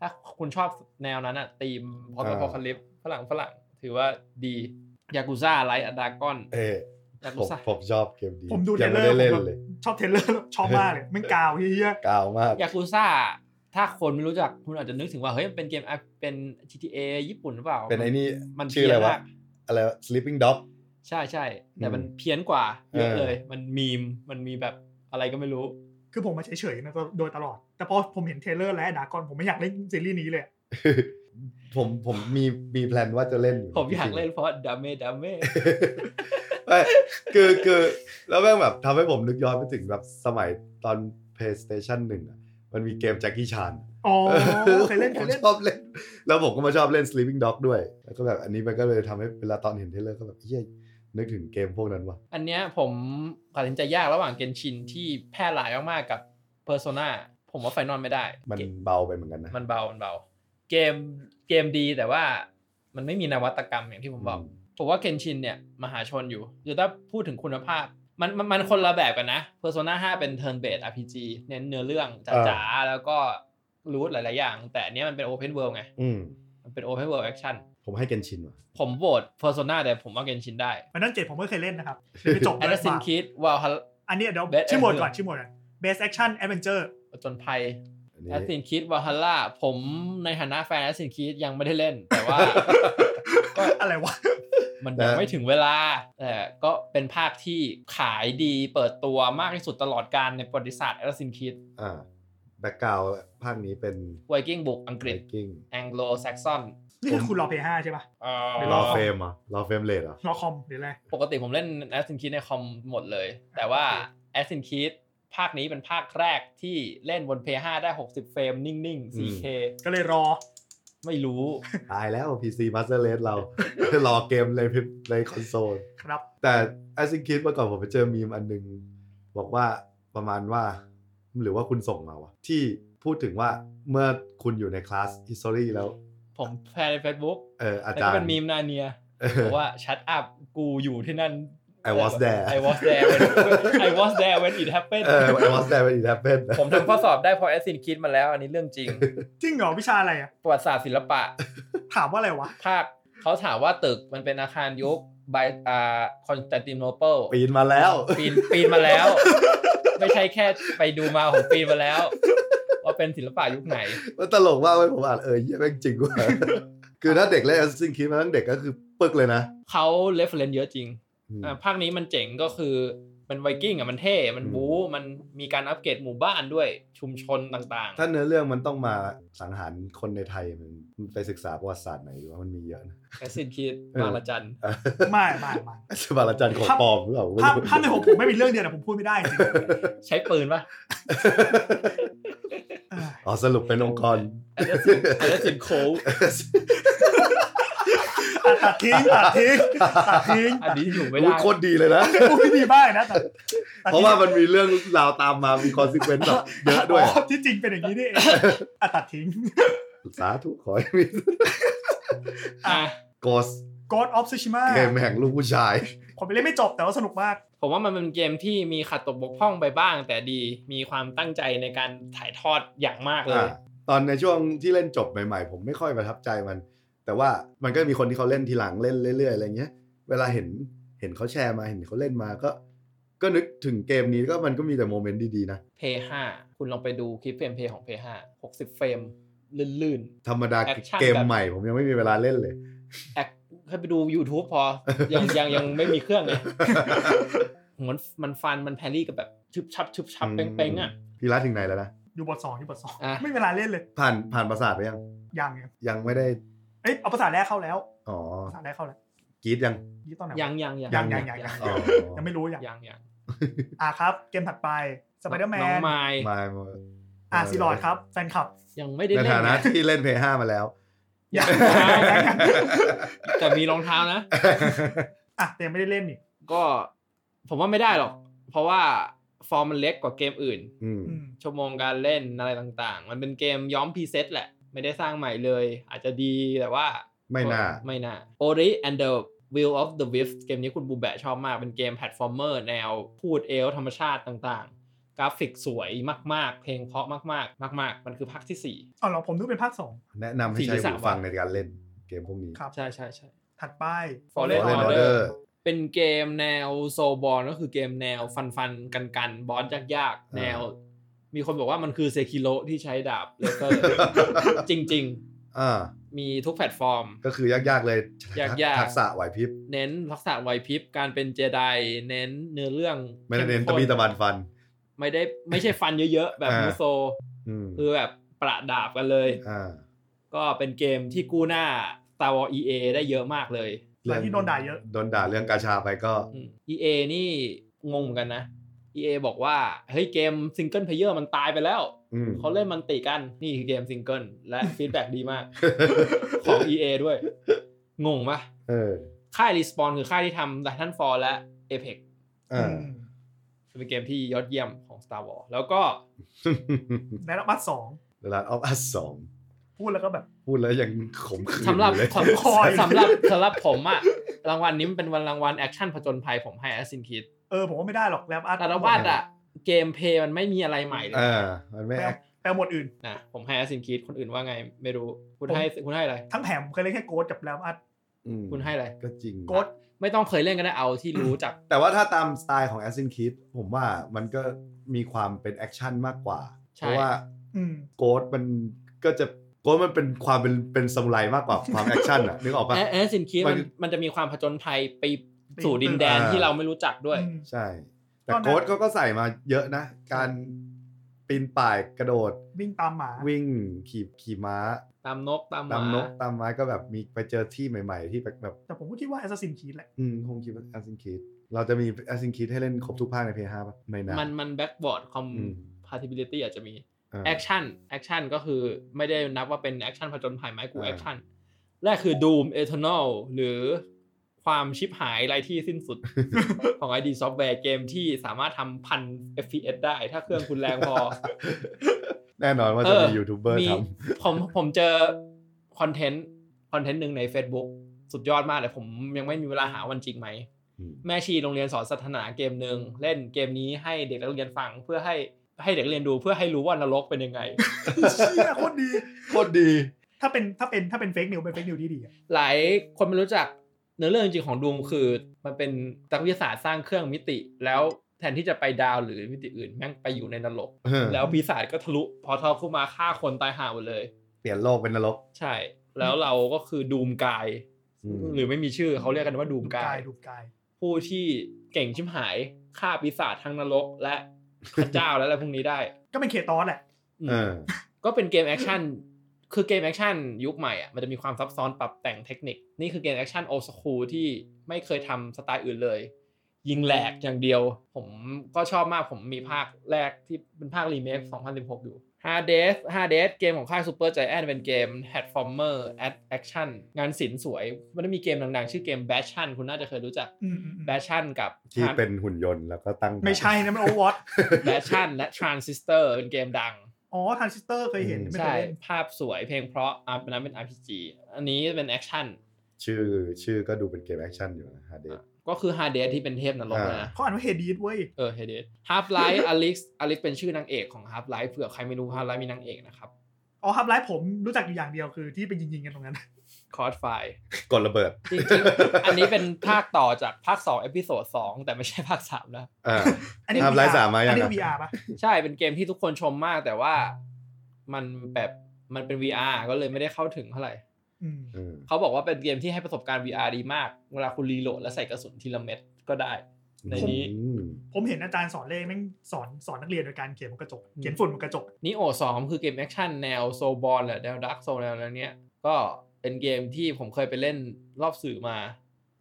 [SPEAKER 4] ถ้าคุณชอบแนวนั้นอะตีม post
[SPEAKER 2] อ่า
[SPEAKER 4] apocalypse ฝรั่งฝรั่งถือว่าดียากุซ่าไลท์ดากอน
[SPEAKER 2] เอย
[SPEAKER 4] ยา
[SPEAKER 2] ผ
[SPEAKER 4] กุ
[SPEAKER 2] ม
[SPEAKER 4] ซ่า
[SPEAKER 2] ผมชอบเกมดี
[SPEAKER 3] ผมดูเทร
[SPEAKER 2] ยัง
[SPEAKER 3] ลเล
[SPEAKER 2] ไม่
[SPEAKER 3] อ
[SPEAKER 2] ได้
[SPEAKER 3] ร์
[SPEAKER 2] เล่น
[SPEAKER 3] ผม
[SPEAKER 2] เลย
[SPEAKER 3] ชอบเทรลเลอร์ชอบมากเลยแมันกาวเฮีย
[SPEAKER 2] กาวมาก
[SPEAKER 4] ยากุซ่าถ้าคนไม่รู้จักคุณอาจจะนึกถึงว่า เฮ้ยมันเป็นเกม R- เป็น GTA ญี่ปุ่นหรือเปล่า
[SPEAKER 2] เป็นไอ้นี่
[SPEAKER 4] มัน
[SPEAKER 2] ชื่ออะไร
[SPEAKER 4] เพี้ยน
[SPEAKER 2] วะ
[SPEAKER 4] มาก
[SPEAKER 2] อะไรวะ sleeping dog
[SPEAKER 4] ใช่ใช่แต่มัน
[SPEAKER 2] อืม
[SPEAKER 4] เพี้ยนกว่าเยอะ
[SPEAKER 2] เออ
[SPEAKER 4] เลย มันมีมมันมีแบบอะไรก็ไม่รู้
[SPEAKER 3] คือผมมาเฉยๆนะโดยตลอด แต่พอผมเห็นเทรลเลอร์และดากอนผมไม่อยากเล่นซีรีส์นี้เลย
[SPEAKER 2] ผมผมมีมีแพลนว่าจะเล่นอยู่
[SPEAKER 4] ผมอยาก
[SPEAKER 2] จริงๆ
[SPEAKER 4] เล่นเพราะว่าดาเมจดาเมจ
[SPEAKER 2] ไม่คือคือแล้วแม่งแบบทำให้ผมนึกย้อนไปถึงแบบสมัยตอน PlayStation หนึ่งอะมันมีเกมแจ็คกี้ชาน
[SPEAKER 3] อ๋อ เคยเล่นเค
[SPEAKER 2] ผม
[SPEAKER 3] ยเล่น
[SPEAKER 2] ชอบเล่น แล้วผมก็มาชอบเล่น Sleeping Dog ด้วย แล้วก็แบบอันนี้มันก็เลยทำให้เวลาตอนเห็นเทรลเลอร์ก็แบบเฮียนึกถึงเกมพวกนั้นว่ะ
[SPEAKER 4] อันเนี้ยผมตัดสินใจยากระหว่างเกนชินที่แพร่หลายมากๆกับเพอร์โซนาผมว่าไฟนอลไม่ได้
[SPEAKER 2] มัน
[SPEAKER 4] เกม
[SPEAKER 2] เบาไปเหมือนกันนะ
[SPEAKER 4] มันเบา มันเบา เกมเกมดีแต่ว่ามันไม่มีนวัตกรรมอย่างที่ผมบอก ผมว่าเกนชินเนี่ย มหาชนอยู่คือถ้าพูดถึงคุณภาพ มันมันมันคนละแบบกันนะเพอร์โซนา5เป็น Turn Based RPG เน้นเนื้อเรื่องจ๋าๆแล้วก็รูทหลาย ๆ อย่าง แต่อันเนี้ยมันเป็น Open World ไง
[SPEAKER 2] อืม
[SPEAKER 4] มันเป็น Open World Action
[SPEAKER 2] ผมให้เกนชินว่ะ
[SPEAKER 4] ผมโหวตเพอร์โซนาแต่ผมว่าเกนชินได้
[SPEAKER 3] มันนั่นเจ็ดผมก็เคยเล่นนะครับเดี๋ยวไป จบ
[SPEAKER 4] แอดซินคิดวาล
[SPEAKER 3] อันนี้เดี๋ยว
[SPEAKER 4] Best
[SPEAKER 3] ชื่อหมวดก่อน
[SPEAKER 4] Adventure
[SPEAKER 3] ชื่อหมวดก่อน Best Action Adventure
[SPEAKER 4] จนภัย
[SPEAKER 2] อันนี้
[SPEAKER 4] แอดซินคิดวาฮัลล่าผมในฐานะแฟนแอดซินคิดยังไม่ได้เล่น แต่ว่า ก็
[SPEAKER 3] อะไรวะ
[SPEAKER 4] มันยัง
[SPEAKER 2] นะ
[SPEAKER 4] ไม่ถึงเวลาแต่ก็เป็นภาคที่ขายดีเปิดตัวมากที่สุดตลอดการในประวัติศาสตร์แอดซินคิด
[SPEAKER 2] อ่าแบ็กกราวภาคนี้เป็น
[SPEAKER 4] ไวกิ้งบุกอังกฤษ
[SPEAKER 2] กิ้ง
[SPEAKER 4] แองโกลแซกซอน
[SPEAKER 3] นี่คือคุณรอเพย์ห้าใช่ป่ะ
[SPEAKER 4] เอ่อ
[SPEAKER 3] เดี๋ยว
[SPEAKER 2] รอเฟรมอ่ะรอเฟรมเลทอ่ะ
[SPEAKER 3] รอคอมหรืออะไร
[SPEAKER 4] ปกติผมเล่นแอดซินคิดในคอมหมดเลย แต่ว่าแอดซินคิดภาคนี้เป็นภาคแรกที่เล่นบน PS5 ได้ 60 เฟรมนิ่งๆ 4K
[SPEAKER 3] ก็เลยรอ
[SPEAKER 4] ไม่รู้
[SPEAKER 2] ตายแล้ว PC Master Race เรา รอเกมในในคอนโซล
[SPEAKER 3] ครับ
[SPEAKER 2] แต่ไอซิงคิดเมื่อก่อนผมไปเจอมีมอันหนึง บอกว่าประมาณว่า หรือว่าคุณส่งมาวะที่พูดถึงว่าเมื่อคุณอยู่ในคลาส history แล้ว
[SPEAKER 4] ผมแชร์ใน Facebook
[SPEAKER 2] เอออา
[SPEAKER 4] แล้ว
[SPEAKER 2] จา
[SPEAKER 4] ก็
[SPEAKER 2] รย์
[SPEAKER 4] เป็นมีมนาเนีย
[SPEAKER 2] เออ
[SPEAKER 4] บอกว่าชัดอัพกูอยู่ที่นั่น
[SPEAKER 2] I was there
[SPEAKER 4] I was there when I was there when it happened
[SPEAKER 2] เออ I was there when it happened
[SPEAKER 4] ผมทำข้อสอบได้เพราะแอสซินคิดมาแล้ว อันนี้เรื่องจริง
[SPEAKER 3] จริงเหรอวิชาอะไรอ่ะ
[SPEAKER 4] ประวัติศาสตร์ศิลปะ
[SPEAKER 3] ถามว่าอะไรวะ
[SPEAKER 4] ภาคเขาถามว่าตึกมันเป็นอาคารยุคไบอ่าคอนสแตนติโนเปิล
[SPEAKER 2] ปีนมาแล้ว
[SPEAKER 4] ปีนปีนมาแล้ว ไม่ใช่แค่ไปดูมาผมปีนมาแล้ว ว่าเป็นศิลปะยุคไหน
[SPEAKER 2] มันตลกมากเว้ยผมอ่านเออเยี่ยแม่งจริงว่ะ คือถ้าเด็กเล่นไอซิงคิดมาตั้งเด็กก็คือปึกเลยนะ
[SPEAKER 4] เขาเลฟเฟนเยอะจริง
[SPEAKER 2] อืม
[SPEAKER 4] อ่าภาคนี้มันเจ๋งก็คือมันไวกิ้งอ่ะมันเท่ มัน
[SPEAKER 2] อืม
[SPEAKER 4] บู๊มันมีการอัปเกรดหมู่บ้านด้วยชุมชนต่าง
[SPEAKER 2] ถ้าเนื้อเรื่องมันต้องมาสังหารคนในไทยมันมันไปศึกษาประวัติศาสตร์ไหนดีว่ามันมีเยอะนะ
[SPEAKER 4] ๆแอสซินคิด
[SPEAKER 2] เออ
[SPEAKER 4] บางละจันทร์
[SPEAKER 3] ไม่ไม่ไม่
[SPEAKER 2] สบาลจันทร์ของปลอมหรือเปล่าไม่
[SPEAKER 3] ภาพ
[SPEAKER 2] รู้
[SPEAKER 3] ภาพในหัวผมไม่มีเรื่องเดียวแต่ผมพูดไม่ได้จริง
[SPEAKER 4] ใช้ปืนปะ
[SPEAKER 3] เออ
[SPEAKER 2] อ๋อสรุปเป็นองค์กร
[SPEAKER 4] แอส ซินแอสซินโคล
[SPEAKER 3] อ่ะตัดทิ้งตัดทิ้งตัดทิ้ง
[SPEAKER 4] อันนี้อยู่ไม่
[SPEAKER 2] อุ๊ย
[SPEAKER 4] ได้
[SPEAKER 2] โคตรดีเลยนะ
[SPEAKER 3] พูดไม่ดีมากนะแต่ตัด
[SPEAKER 2] เพ
[SPEAKER 3] ทิ้ง
[SPEAKER 2] ราะว่ามันมีเรื่องราวตามมามีคอนซิเควนต์แบบเยอะด้วย
[SPEAKER 3] ที่จริงเป็นอย่างนี้นี่เองอ่ะตัดทิ้ง
[SPEAKER 2] สาธุขอให้มี
[SPEAKER 4] อ่ะ
[SPEAKER 2] โกส
[SPEAKER 3] God of Tsushima
[SPEAKER 2] เกมแห่งลูกผู้ชาย
[SPEAKER 3] ผมไปเล่นไม่จบแต่ว่าสนุกมาก
[SPEAKER 4] ผมว่ามันเป็นเกมที่มีขัดตกบกพร่องไปบ้าง แต่ดีมีความตั้งใจในการถ่ายทอดอย่างมากเลย
[SPEAKER 2] อ่า ตอนในช่วงที่เล่นจบใหม่ๆ ผมไม่ค่อยประทับใจมัน แต่ว่ามันก็มีคนที่เขาเล่นทีหลังเล่นเรื่อยๆอะไรเงี้ย เวลาเห็นเห็นเขาแชร์มาเห็นเขาเล่นมาก็ ก็นึกถึงเกมนี้ก็มันก็มีแต่โมเมนต์ดีๆนะ
[SPEAKER 4] p พ5คุณลองไปดูคลิปเฟรมเพของ p 5 60 เฟรมลื่น
[SPEAKER 2] ธรรมดา
[SPEAKER 4] Action
[SPEAKER 2] เกมใหม่ ผมยังไม่มีเวลาเล่นเลย
[SPEAKER 4] ๆแอคให้ไปดู YouTube พอยังยังยังไม่มีเครื่องเลย เหมือนมันฟันมันแพรรี่กับแบบชึบชับชึบชับ
[SPEAKER 2] อืม
[SPEAKER 4] เป้งๆอ่ะ
[SPEAKER 2] พี่รัตถึงไหนแล้วนะ
[SPEAKER 3] อยู่บทสองอยู่บทสอง
[SPEAKER 4] อ่ะ
[SPEAKER 3] ไม่มีเวลาเล่นเลย
[SPEAKER 2] ผ่านผ่านประสาทไปยัง
[SPEAKER 3] ยังเนี่ย
[SPEAKER 2] ยังไม่ได้
[SPEAKER 3] เอ้ยเอาภาษาแรกเข้าแล้ว
[SPEAKER 2] อ๋อ
[SPEAKER 3] ภาษาแรกเข้าแล้ว
[SPEAKER 2] กรีดยัง
[SPEAKER 3] ยี่ตอนไหน
[SPEAKER 4] ยั
[SPEAKER 3] วะ
[SPEAKER 4] งยังยัง
[SPEAKER 3] ยังยังยัง
[SPEAKER 2] อ๋อ
[SPEAKER 3] ยังไม่รู้ยัง
[SPEAKER 4] ยังยัง
[SPEAKER 3] อ่ะครับ เกมถัดไปสไปเดอร์แม
[SPEAKER 4] น้อง
[SPEAKER 3] น
[SPEAKER 4] ไมล์
[SPEAKER 2] มา
[SPEAKER 3] อ่ะซีรอดครับแฟนคลับ
[SPEAKER 4] ยังไม่ได้
[SPEAKER 2] ใน
[SPEAKER 4] เล่น
[SPEAKER 2] ฐานะ
[SPEAKER 4] นะ
[SPEAKER 2] ที่เล่นเพย์ห้ามาแล้ว
[SPEAKER 4] ยัง
[SPEAKER 3] ยังยัง
[SPEAKER 4] แต่มีรองเท้านะ
[SPEAKER 3] อ่ะแต่ยังไม่ได้เล่นนี่
[SPEAKER 4] ก็ผมว่าไม่ได้หรอก เพราะว่าฟอร์มมันเล็กกว่าเกมอื่น
[SPEAKER 2] อืม
[SPEAKER 3] อืม
[SPEAKER 4] ชั่วโมงการเล่นอะไรต่างๆ มันเป็นเกมย้อมพรีเซตแหละ ไม่ได้สร้างใหม่เลย อาจจะดีแต่ว่า
[SPEAKER 2] ไม่น่า
[SPEAKER 4] ไม่น่า Ori and the Will of the Wisps เกมนี้คุณบูแบะชอบมาก เป็นเกมแพลตฟอร์มเมอร์แนวพูดเอลฟ์ธรรมชาติต่างๆ กราฟิกสวยมากๆ เพลงเพราะมากๆ มากๆ มันคือภาคทีสี่
[SPEAKER 3] อ๋อเหรอผมนึกเป็นภาคสอง
[SPEAKER 2] แนะนำให้ใช้
[SPEAKER 4] สี่สาม
[SPEAKER 2] หูฟังในการเล่นเกมพวกนี้
[SPEAKER 3] ครับ
[SPEAKER 4] 4 ใช่ใช่ใช่
[SPEAKER 3] ถัดไป
[SPEAKER 4] Fallen
[SPEAKER 2] Fallen
[SPEAKER 4] Order
[SPEAKER 2] Order
[SPEAKER 4] เป็นเกมแนวโซบอลก็คือเกมแนวฟันฟันกันกันๆบอสยากๆ แนว มีคนบอกว่ามันคือเซคิโลที่ใช้ดาบเล เซอร์ จริง
[SPEAKER 2] อ่า
[SPEAKER 4] ๆ มีทุกแพลตฟอร์ม
[SPEAKER 2] ก็คือยากๆเลย
[SPEAKER 4] ยากๆ
[SPEAKER 2] ทักษะไหวพริบ
[SPEAKER 4] เน้นทักษะไหวพริบการเป็นเจไดเน้นเนื้อเรื่อง
[SPEAKER 2] ไม่ได้เน้นตะ
[SPEAKER 4] ข้
[SPEAKER 2] บี
[SPEAKER 4] ข้
[SPEAKER 2] ตะบันฟัน
[SPEAKER 4] ไม่ได้ไม่ใช่ฟันเยอะๆ แบบ
[SPEAKER 2] อ่า
[SPEAKER 4] มูโซ
[SPEAKER 2] อืม
[SPEAKER 4] คือแบบประดาบกันเลย
[SPEAKER 2] อ่า
[SPEAKER 4] ก็เป็นเกมที่กู้หน้า Star Wars EA ได้เยอะมากเลย
[SPEAKER 3] หลังที่โดนด่าเยอะ
[SPEAKER 2] โดนด่าเรื่องกาชาไปก็
[SPEAKER 4] อืม EA นี่งงเหมือนกันนะ EA บอกว่า เฮ้ยเกมซิงเกิลเพลเยอร์มันตายไปแล้ว
[SPEAKER 2] อืม
[SPEAKER 4] เขาเล่นมันติกัน นี่คือเกมซิงเกิลและฟีดแบ็ดีมาก ของ EA ด้วย งงปะ
[SPEAKER 2] เออ
[SPEAKER 4] ค่ายรีสปอนคือค่ายที่ทำ Titanfall และ Apex
[SPEAKER 2] อ่า
[SPEAKER 3] อืม
[SPEAKER 4] เป็นเกมที่ยอดเยี่ยมของ Star Wars แล้วก็
[SPEAKER 3] ในรับบัตสอง
[SPEAKER 2] ลาดออฟอัสสอง
[SPEAKER 3] พูดแล้วก็แบบ
[SPEAKER 2] พูดแล้วยังขมขื่น
[SPEAKER 4] สำหรับ
[SPEAKER 2] อยู่เลย
[SPEAKER 4] ของ
[SPEAKER 3] คอย
[SPEAKER 4] สำหรับสำหรับผมอะรางวัลนี้มันเป็นวันรางวัลแอคชั่นผจญภัยผมให้ Assassin's Creed
[SPEAKER 3] เออผมว่าไม่ได้หรอกแรปอาร์ต
[SPEAKER 4] แต่ละวาดอะเกมเพลย์มันไม่มีอะไรใหม่เลย
[SPEAKER 2] อ่ามันไม่
[SPEAKER 3] แปล
[SPEAKER 2] แอค
[SPEAKER 3] แปลหมวดอื่น
[SPEAKER 4] นะผมให้ Assassin's Creed คนอื่นว่าไงไม่รู้ คุณ
[SPEAKER 3] ผม
[SPEAKER 4] ให้คุณให้อะไร
[SPEAKER 3] ทั้งแผงผมเคยเล่นแค่โกดกับแรปอาร์ต
[SPEAKER 2] อืม
[SPEAKER 4] คุณให้อะไร
[SPEAKER 2] ก็จริง
[SPEAKER 3] โกด
[SPEAKER 4] ไม่ต้องเคยเล่นก็ได้เอาที่รู้จัก
[SPEAKER 2] แต่ว่าถ้าตามสไตล์ของ a s s i n Creed ผมว่ามันก็มีความเป็นแอคชั่นมากกว่า
[SPEAKER 4] ใช่
[SPEAKER 2] เพราะว่า
[SPEAKER 3] อืม
[SPEAKER 2] โกดมันก็จะโกดมันเป็นความเป็นเป็นสมุไรมากกว่าความแอคชั่นอ่ะ นึกออกปะ
[SPEAKER 4] แอสซินคี
[SPEAKER 2] มั
[SPEAKER 4] มัน
[SPEAKER 2] น
[SPEAKER 4] มันจะมีความผจญภัยไปสู่ดินแดน
[SPEAKER 2] อ่า
[SPEAKER 4] ที่เราไม่รู้จักด้วย
[SPEAKER 3] อืม
[SPEAKER 2] ใช่ แต่
[SPEAKER 3] ตอนนั้น
[SPEAKER 2] โกดเขาก็ใส่มาเยอะนะ การปีนป่ายกระโดด
[SPEAKER 3] วิ่งตามหมา
[SPEAKER 2] วิ่งขี่ขี่ม้า
[SPEAKER 4] ตามนกตามห
[SPEAKER 2] ตามน
[SPEAKER 4] มาก
[SPEAKER 2] ตามไม้ก็แบบมีไปเจอที่ใหม่ ๆ ที่แบบแบบ
[SPEAKER 3] แต่ผมก็คิดว่า Assassin's Creed แหละ
[SPEAKER 2] อืมคงคิดว่า a s s i n Creed เราจะมี a s s i n Creed ให้เล่นครบทุกภาคใน PS5 ป่ะไม่นะ
[SPEAKER 4] มันมันแบ็กบอร์ดคอม
[SPEAKER 2] อืม
[SPEAKER 4] พาติบิลิตี้อาจจะมี
[SPEAKER 2] อ่า
[SPEAKER 4] แอคชั่นแอคชั่นก็คือไม่ได้นับว่าเป็นแอคชั่นผจญภัยไหมกู
[SPEAKER 2] อ่า
[SPEAKER 4] แอคชั่นแรกคือ Doom Eternal หรือความชิบหายไรที่สิ้น สุด ของ ID Software เกมที่สามารถทำพัน FPS ได้ถ้าเครื่องคุณแรงพอ
[SPEAKER 2] แน่นอนว่าจะมียูทูบเบอร์
[SPEAKER 4] มี
[SPEAKER 2] ท
[SPEAKER 4] ผมผมเจอคอนเทนต์คอนเทนต์หนึ่งใน Facebook สุดยอดมากเลยผมยังไม่มีเวลาหาวันจริงไหม
[SPEAKER 2] ำอืม
[SPEAKER 4] แม่ชีโรงเรียนสอนศาสนาเกมหนึ่งเล่นเกมนี้ให้เด็กนักเรียนฟังเพื่อให้ให้เด็กนักเรียนดูเพื่อให้รู้ว่านรกเป็นยังไง
[SPEAKER 3] เชี่ยโคตรดี
[SPEAKER 2] โคตรดี
[SPEAKER 3] ถ้าเป็นถ้าเป็นถ้าเป็นเฟกนิวเป็นเฟกนิวที่ดีอะ
[SPEAKER 4] หลายคนไม่รู้จักเนื้อเรื่องจริงๆของดูมคือ มันเป็นนักวิทยาศาสตร์สร้างเครื่องมิติ แล้วแทนที่จะไปดาวหรือมิติอื่นแม่งไปอยู่ในนรก
[SPEAKER 2] เออ
[SPEAKER 4] แล้วปีศาจก็ทะลุพอทอเข้ามาฆ่าคนตายห่าหมดเลย
[SPEAKER 2] เปลี่ยนโลกเป็นนรก
[SPEAKER 4] ใช่ แล้วเราก็คือดูมกาย
[SPEAKER 2] อืม
[SPEAKER 4] หรือไม่มีชื่อเขาเรียกกันว่าดูมกาย
[SPEAKER 3] ดูกาย
[SPEAKER 4] ผู้ที่เก่งชิมหายฆ่าปีศาจทั้งนรกและพระเจ้าและอะไรพวกนี้ได้
[SPEAKER 3] ก็เป็นเคตอสแหละ
[SPEAKER 4] อืม
[SPEAKER 2] เออ
[SPEAKER 4] ก็เป็นเกมแอคชั่น คือเกมแอคชั่นยุคใหม่อ่ะ มันจะมีความซับซ้อนปรับแต่งเทคนิค นี่คือเกมแอคชั่นโอ o คูลที่ไม่เคยทำสไตล์อื่นเลย ยิงแหลกอย่างเดียว ผมก็ชอบมากผมมีภาคแรกที่เป็นภาครีเมค 2016 อยู่5 days 5 days เกมของค่าย Super Giant เป็นเกม platformer at action งานศิลป์สวย มันจะมีเกมดังๆ ชื่อเกม Bashan คุณน่าจะเคยรู้จัก
[SPEAKER 3] อืมอืมอืม
[SPEAKER 4] Bashan กับ
[SPEAKER 2] ที่เป็นหุ่นยนต์แล้วก็ตั้ง
[SPEAKER 3] ไม่ใช่นะมันโอวอต
[SPEAKER 4] Bashan และ Transistor เป็นเกมดัง
[SPEAKER 3] อ๋อทรานซิสเตอร์เคยเห็นไม่เค
[SPEAKER 4] ใช่
[SPEAKER 3] ยเล่น
[SPEAKER 4] ภาพสวยเพลงเพราะอ่ะเป็นนั้นเป็น RPG อันนี้เป็นแอคชั่น
[SPEAKER 2] ชื่อชื่อก็ดูเป็นเกมแอคชั่นอยู่นะฮาเดส
[SPEAKER 4] ก็คือฮาเดสที่เป็นเทพนรกเลยนะ
[SPEAKER 3] เขาอ่านว่าเฮดีสเว้ย
[SPEAKER 4] เออฮาเดสฮาร์ฟไลท์อลิซ์อลิซ์เป็นชื่อนางเอกของฮาร์ฟไลท์เผื่อใครไม่รู้ฮาร์ฟไลท์มีนางเอกนะครับ
[SPEAKER 3] อ๋อฮับไลฟ์ผมรู้จักอยู่อย่างเดียวคือที่ไปยิงยิงๆกันตรงนั้น
[SPEAKER 4] คอร์ดไฟ
[SPEAKER 2] กดระเบิด
[SPEAKER 4] จริงๆ อันนี้เป็นภาคต่อจากภาค2เอพิโซด2แต่ไม่ใช่ภาค3นะ
[SPEAKER 2] อ่า
[SPEAKER 3] อันนี้
[SPEAKER 2] Half Life
[SPEAKER 3] VR
[SPEAKER 2] สามมายัง
[SPEAKER 3] อันนี้
[SPEAKER 2] อ่ะ
[SPEAKER 3] VR ปะ
[SPEAKER 4] ใช่เป็นเกมที่ทุกคนชมมากแต่ว่ามันแบบมันเป็น VR ก็เลยไม่ได้เข้าถึงเท่าไหร่
[SPEAKER 3] อืม
[SPEAKER 2] เออ
[SPEAKER 4] เขาบอกว่าเป็นเกมที่ให้ประสบการณ์ VR ดีมาก เวลาคุณรีโหลดแล้วใส่กระสุนทีละเม็ดก็ได้ ในนี้
[SPEAKER 2] อืม
[SPEAKER 3] ผมเห็นอาจารย์สอนเลขแม่งสอนสอนนักเรียนโดยการเขียนบนกระจก เขียนฝุ่นบนกระจก
[SPEAKER 4] นิโอสองคือเกมแอคชั่นแนวโซบอลแหละแนวดักโซแนวอะไรเนี้ย ก็เป็นเกมที่ผมเคยไปเล่นรอบสื่อมา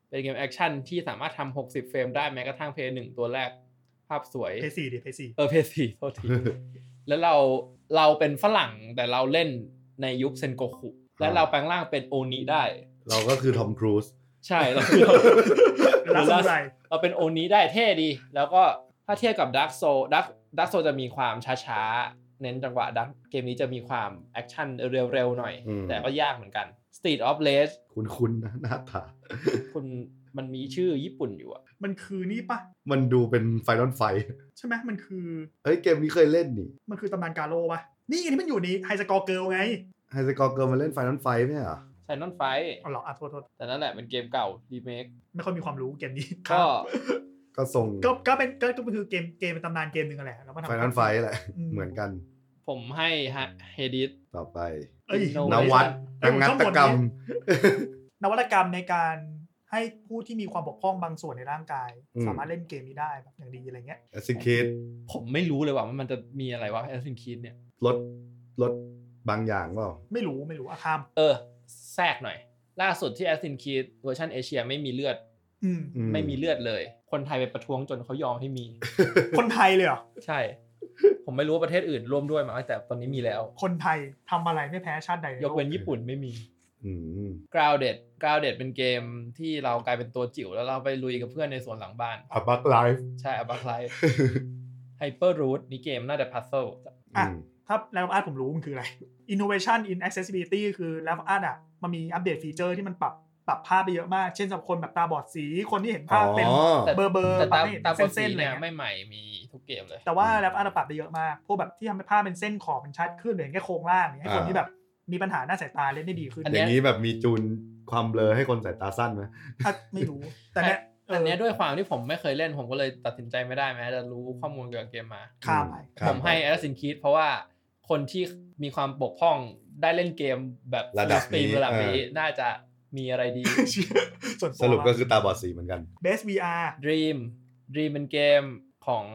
[SPEAKER 4] เป็นเกมแอคชั่นที่สามารถทำ60 เฟรมได้แม้กระทั่งเพย์หนึ่งตัวแรก ภาพสวย
[SPEAKER 3] เพซีดิเพซี
[SPEAKER 4] เออเพย์สี่โทษที แล้วเราเราเป็นฝรั่งแต่เราเล่นในยุคเซนโกคุ และเราแปลงร่างเป็นโอนิได้
[SPEAKER 2] เราก็คือทอมครูซ
[SPEAKER 4] ใช่ เราคือ
[SPEAKER 3] แล้วสมุไร
[SPEAKER 4] เราเป็นโอนี้ได้เท่ดี แล้วก็ถ้าเทียบกับดักโซดักดักโซจะมีความช้าๆ เน้นจังหวะดักเกมนี้จะมีความแอคชั่นเร็วๆ หน่อย
[SPEAKER 2] อืม
[SPEAKER 4] แต่ก็ยากเหมือนกัน Street of Rage
[SPEAKER 2] คุ้นๆนะหน้าตา
[SPEAKER 4] คุณมันมีชื่อญี่ปุ่นอยู่อะ
[SPEAKER 3] มันคือนี่ปะ
[SPEAKER 2] มันดูเป็นไฟนอนไฟ
[SPEAKER 3] ใช่ไหมมันคือ
[SPEAKER 2] เฮ้ยเกมนี้เคยเล่นนี่
[SPEAKER 3] มันคือตำนานกาโร่ปะนี่อันนี้มันอยู่ในไฮสกอร์เกิลไง
[SPEAKER 2] ไฮสกอร์เกิร์ลมาเล่นไฟนอนไฟไหมอ่ะ
[SPEAKER 4] ไซนอนไฟ
[SPEAKER 3] เอาเหรออ่ะโทษโทษ
[SPEAKER 4] แต่นั่นแหละเป็นเกมเก่า รีเมค
[SPEAKER 3] ไม่ค่อยมีความรู้เกมนี้
[SPEAKER 4] ก็
[SPEAKER 2] ก็ทรง
[SPEAKER 3] ก็ก็เป็นก็ก็คือเกมเกมเป็นตำนานเกมหนึ่งอะแหละแล้วก็ทำ
[SPEAKER 2] ไฟนอนไฟแหละ
[SPEAKER 3] ม
[SPEAKER 2] เหมือนกัน
[SPEAKER 4] ผมให้เฮดิส
[SPEAKER 2] ต่อไป
[SPEAKER 3] เอ้ย
[SPEAKER 4] โอ้
[SPEAKER 2] นวัด
[SPEAKER 3] เอ้
[SPEAKER 2] นัก
[SPEAKER 3] ยผม
[SPEAKER 2] งั
[SPEAKER 3] ชอบ
[SPEAKER 2] ตกรรม
[SPEAKER 3] บทนี้ นวัตกรรมในการให้ผู้ที่มีความบกพร่องบางส่วนในร่างกาย
[SPEAKER 2] อืม
[SPEAKER 3] สามารถเล่นเกมนี้ได้แบบอย่างดีอะไรเงี้ย
[SPEAKER 2] แอซิคิด
[SPEAKER 4] ผมไม่รู้เลยว่ามันจะมีอะไรวะแอสซินคีนเนี่ย
[SPEAKER 2] ลดลดบางอย่างเปล่า
[SPEAKER 3] ไม่รู้ไม่รู้อาคาม
[SPEAKER 4] เออ แทรกหน่อย ล่าสุดที่แอสซินคีนเวอร์ชันเอเชียไม่มีเลือด
[SPEAKER 3] อืม
[SPEAKER 2] อื
[SPEAKER 4] ไม่มีเลือดเลย คนไทยไปประท้วงจนเขายอมให้มี
[SPEAKER 3] คนไทยเลยเหรอ
[SPEAKER 4] ใช่ ผมไม่รู้ว่าประเทศอื่นร่วมด้วยไหมั้งแต่ตอนนี้มีแล้ว
[SPEAKER 3] คนไทยทำอะไรไม่แพ้ชาติใดใน
[SPEAKER 4] ย
[SPEAKER 3] โล
[SPEAKER 4] ก
[SPEAKER 3] ก
[SPEAKER 4] เว้นญี่ปุ่นไม่มี
[SPEAKER 2] อืม
[SPEAKER 4] Grounded Grounded เป็นเกมที่เรากลายเป็นตัวจิ๋วแล้วเราไปลุยกับเพื่อนในสวนหลังบ้าน
[SPEAKER 2] อับักไลฟ์
[SPEAKER 4] ใช่อับาคลายไฮเปอร์รูทนี่เกมน่าจะพัซเซิล
[SPEAKER 3] อ่ะ ถ้าแล้วอาร์ตผมรู้มันคืออะไร innovation in accessibility คือแล้วอาร์ตอ่ะ มันมีอัปเดตฟีเจอร์ที่มันปรับปรับภาพไปเยอะมาก เช่นสำหรับคนแบบตาบอดสีคนที่เห็นภาพเป็น
[SPEAKER 2] อ๋อ
[SPEAKER 3] เบอร์เบอร์
[SPEAKER 4] แต่
[SPEAKER 3] ปรั
[SPEAKER 4] ตาม
[SPEAKER 3] บให้เห็น
[SPEAKER 4] ตาม
[SPEAKER 3] เส้
[SPEAKER 4] เส้
[SPEAKER 3] น
[SPEAKER 4] น
[SPEAKER 3] ๆอะไร
[SPEAKER 4] เนี่ย
[SPEAKER 3] เงี้ย
[SPEAKER 4] ไม่ใหม่มีทุกเกมเลย
[SPEAKER 3] แต่ว่าแล้วอาร์ตปรับไปเยอะมาก พวกแบบที่ทำให้ภาพเป็นเส้นขอบมันชัดขึ้นหรือเห็นแค่โครงล่างเนี่ยให้คน
[SPEAKER 2] อ่า
[SPEAKER 3] ที่แบบมีปัญหาหน้าสายตาเล่นได้ดีขึ้น
[SPEAKER 4] อัน
[SPEAKER 2] อ
[SPEAKER 4] เนี้
[SPEAKER 2] ย่าย งนี้แบบมีจูนความเบลอให้คนสายตาสั้นไหม
[SPEAKER 3] อ่ะไม่รู้ แต่เนี้ยเอ
[SPEAKER 4] แต่
[SPEAKER 3] อ
[SPEAKER 4] เนี้ยด้วยความที่ผมไม่เคยเล่นผมก็เลยตัดสินใจไม่ได้แม้จะรู้ข้อมูลเกี่ยวกับเกมมา
[SPEAKER 3] ข้ามไป
[SPEAKER 2] ข้า
[SPEAKER 4] ผมให้ a อ a s s i n Creed เพราะว่าคนที่มีความบกพร่องได้เล่นเกมแบบ
[SPEAKER 2] ระดับ
[SPEAKER 4] สตรีม
[SPEAKER 2] นี้
[SPEAKER 4] ระดับนี้
[SPEAKER 2] เออ
[SPEAKER 4] น่าจะมีอะไรดี
[SPEAKER 3] ส่วนตัว
[SPEAKER 2] สรุปก็คือตาบอดสีเหมือนกัน
[SPEAKER 3] เบส VR
[SPEAKER 4] Dream Dream เป็นเกมของ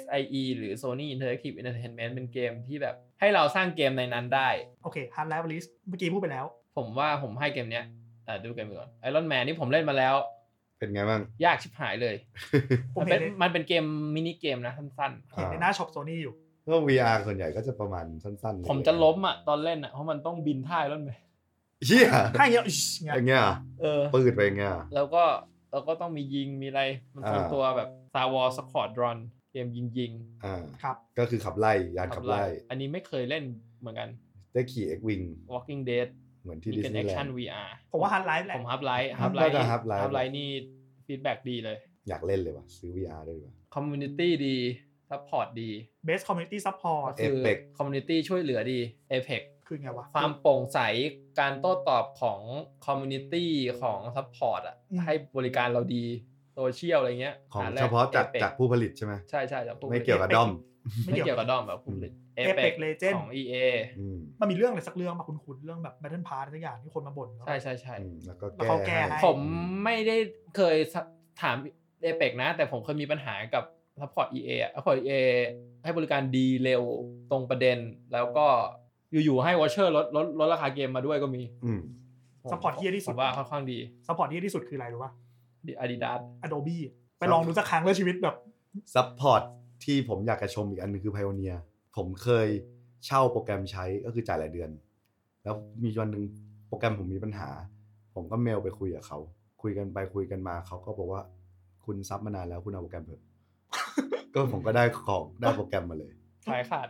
[SPEAKER 4] SIE หรือ Sony Interactive Entertainment เป็นเกมที่แบบให้เราสร้างเกมในนั้นได้
[SPEAKER 3] โอเค Hard Life List เมื่อกี้พูดไปแล้ว
[SPEAKER 4] ผมว่าผมให้เกมเนี้ยอ่ะดูเกมก่อน Iron Man นี่ผมเล่นมาแล้ว
[SPEAKER 2] เป็นไงบ้าง
[SPEAKER 4] ยากชิบหายเลย
[SPEAKER 3] ผม
[SPEAKER 4] มัน
[SPEAKER 3] เห็
[SPEAKER 4] เป็น
[SPEAKER 3] นใน
[SPEAKER 4] มันเป็นเกมมินิเกมนะสั้น
[SPEAKER 3] เห็นในหน้าช็อปโซนี่อยู่
[SPEAKER 2] ก็ VR ส่วนใหญ่ก็จะประมาณสั้นๆ
[SPEAKER 4] ๆ ผมจะล้มอ่ะตอนเล่นอ่ะเพราะมันต้องบินท่ายร่อนไป
[SPEAKER 2] เชี่ย
[SPEAKER 3] ถ้าอย่างเงี้ยอิ๊ชเงี้ย
[SPEAKER 2] อย่างเงี้ยเหรอ
[SPEAKER 4] เออ
[SPEAKER 2] ปืดไปอย่างเงี้ยเหรอ
[SPEAKER 4] แล้วก็แล้วก็ต้องมียิงมีอะไร มัน
[SPEAKER 2] อ่า
[SPEAKER 4] ทำตัวแบบซาวอสคอร์ดรอนเกมยิงยิง
[SPEAKER 2] อ่า
[SPEAKER 3] ครับ
[SPEAKER 2] ก็คือขับไล่ยานขับไล่
[SPEAKER 4] อันนี้ไม่เคยเล่นเหมือนกัน
[SPEAKER 2] ได้ขี่เอ็กวิง
[SPEAKER 4] Walking Dead
[SPEAKER 2] เหมือนที่
[SPEAKER 4] นี่
[SPEAKER 2] ดิส
[SPEAKER 4] เป็น
[SPEAKER 2] นี
[SPEAKER 4] แอ
[SPEAKER 2] ย์
[SPEAKER 4] ค
[SPEAKER 2] แล
[SPEAKER 4] ชั่
[SPEAKER 2] น
[SPEAKER 4] น
[SPEAKER 2] ด์
[SPEAKER 4] VR
[SPEAKER 3] ผมว่า Hard Life แหละ
[SPEAKER 4] ผมฮับไลท์ฮับไล
[SPEAKER 2] Half-Life
[SPEAKER 4] ท์
[SPEAKER 2] ก็ Half-Life
[SPEAKER 4] ฮับไลท์นี่ฟีดแบ็กดีเลย
[SPEAKER 2] อยากเล่นเลยว่ะซื้อ VR ได้ว่ะ
[SPEAKER 4] คอมมูนิตี้ดีซัพพอร์ตดี
[SPEAKER 3] เบสคอมมิ m u n i t y Support
[SPEAKER 4] ก็คือ
[SPEAKER 2] Apex
[SPEAKER 4] คอมมูนิตี้ช่วยเหลือดี Apex
[SPEAKER 3] คือไงวะ
[SPEAKER 4] ความโปร่งใสการโต้ตอบของคอมมูนิตี้ของซัพพอร์ตอ่ะ
[SPEAKER 3] อืม
[SPEAKER 4] ให้บริการเราดีโซเชียลอะไรเงี้ย
[SPEAKER 2] ของ
[SPEAKER 4] หแร
[SPEAKER 2] เฉพาะจาก
[SPEAKER 4] Apex
[SPEAKER 2] จากผู้ผลิตใช่ไหม
[SPEAKER 4] ใช่ใช่จากพว
[SPEAKER 2] ไม่เกี่ยวกับด้อม
[SPEAKER 3] ไม่
[SPEAKER 4] ไม่
[SPEAKER 3] เกี่
[SPEAKER 4] เกี่
[SPEAKER 3] ย
[SPEAKER 4] ยว วกับดอมแบบคุณเลย
[SPEAKER 3] Apex
[SPEAKER 4] Apex
[SPEAKER 3] Legend
[SPEAKER 4] ของ EA
[SPEAKER 2] อืม
[SPEAKER 3] มันมีเรื่องอะไรสักเรื่องมาคุณคุณเรื่องแบบ Battle Pass สักอย่างที่คนมาบ่นแล้ว
[SPEAKER 4] ใช่ใช่ใช่
[SPEAKER 2] อืมแล้วก็
[SPEAKER 3] แล้วเขาแก้
[SPEAKER 2] แก้
[SPEAKER 3] ให้
[SPEAKER 2] ให้
[SPEAKER 4] ผมไม่ได้เคยถาม Apex นะ แต่ผมเคยมีปัญหากับ Support EA อะ Support EA ให้บริการดีเร็วตรงประเด็น แล้วก็อยู่ ๆ ให้วอชเชอร์ลดลดลดราคาเกมมาด้วยก็มี
[SPEAKER 2] อืม
[SPEAKER 4] ผม
[SPEAKER 3] Support เหี้ยที่สุด
[SPEAKER 4] ผมว่าค่อนข้างดี
[SPEAKER 3] ซัพพอร์ตที่ดีที่สุดคืออะไรรู้ป่ะ
[SPEAKER 4] ดี Adidas
[SPEAKER 3] Adobe ไปลองดูสักครั้งเลยชีวิตแบบ
[SPEAKER 2] ซัพพอร์ตที่ผมอยากจะชมอีกอันหนึงคือ Pioneer ผมเคยเช่าโปรแกรมใช้ก็คือจ่ายรายเดือน แล้วมีวันหนึ่งโปรแกรมผมมีปัญหา ผมก็เมลไปคุยกับเขา คุยกันไปคุยกันมาเขาก็บอกว่า คุณซับมานานแล้วคุณเอาโปรแกรมเถอะ ก็ผมก็ได้ของได้โปรแกรมมาเลย
[SPEAKER 4] ขายขาด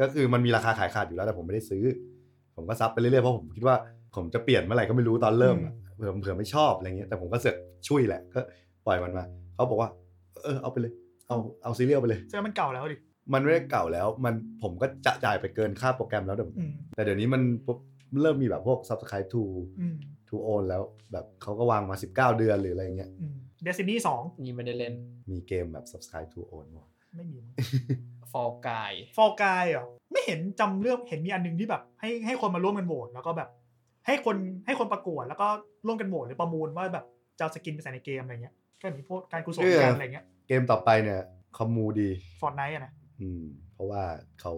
[SPEAKER 2] ก็คือมันมีราคาขายขาดอยู่แล้วแต่ผมไม่ได้ซื้อ ผมก็ซับไปเรื่อยๆเพราะผมคิดว่าผมจะเปลี่ยนเมื่อไหร่ก็ไม่รู้ตอนเริ่มอะเผื่อเผื่อไม่ชอบอะไรเงี้ยแต่ผมก็เสือกช่วยแหละก็ปล่อยมันมาเขาบอกว่า เออเอาไปเลย เอาเอาซีเรียลไปเลย
[SPEAKER 3] เสื้อมันเก่าแล้วดิ
[SPEAKER 2] มันไม่ได้เก่าแล้วมันผมก็จะจ่ายไปเกินค่าโปรแกรมแล้วเดี๋ยว
[SPEAKER 3] อืม
[SPEAKER 2] แต่เดี๋ยวนี้มันปุ๊บเริ่มมีแบบพวก subscribe to
[SPEAKER 3] อืม
[SPEAKER 2] to own แล้วแบบเขาก็วางมา 19 เดือนหรืออะไรเงี้ย
[SPEAKER 3] อืม Destiny สอง
[SPEAKER 4] นี่ไม่ได้เล่น
[SPEAKER 2] มีเกมแบบ subscribe to own ว่ะ
[SPEAKER 3] ไม่มี
[SPEAKER 4] For Guy
[SPEAKER 3] ฟอลกายเหรอไม่เห็นจำเรื่องเห็นมีอันหนึงที่แบบ ให้ให้คนมาร่วมกันโหวตแล้วก็แบบ ให้คนให้คนประกวดแล้วก็ร่วมกันโหวตหรือประมูลว่าแบบจะเอาสกินไปใส่ในเกมอะไรเงี้ย ก็มีพวกการกุศลกันอะไรเงี้ย
[SPEAKER 2] เกมต่อไปเนี่ยคอมมูดี
[SPEAKER 3] ฟอร์ดไนท์อะนะ
[SPEAKER 2] อืม เพราะว่าเขา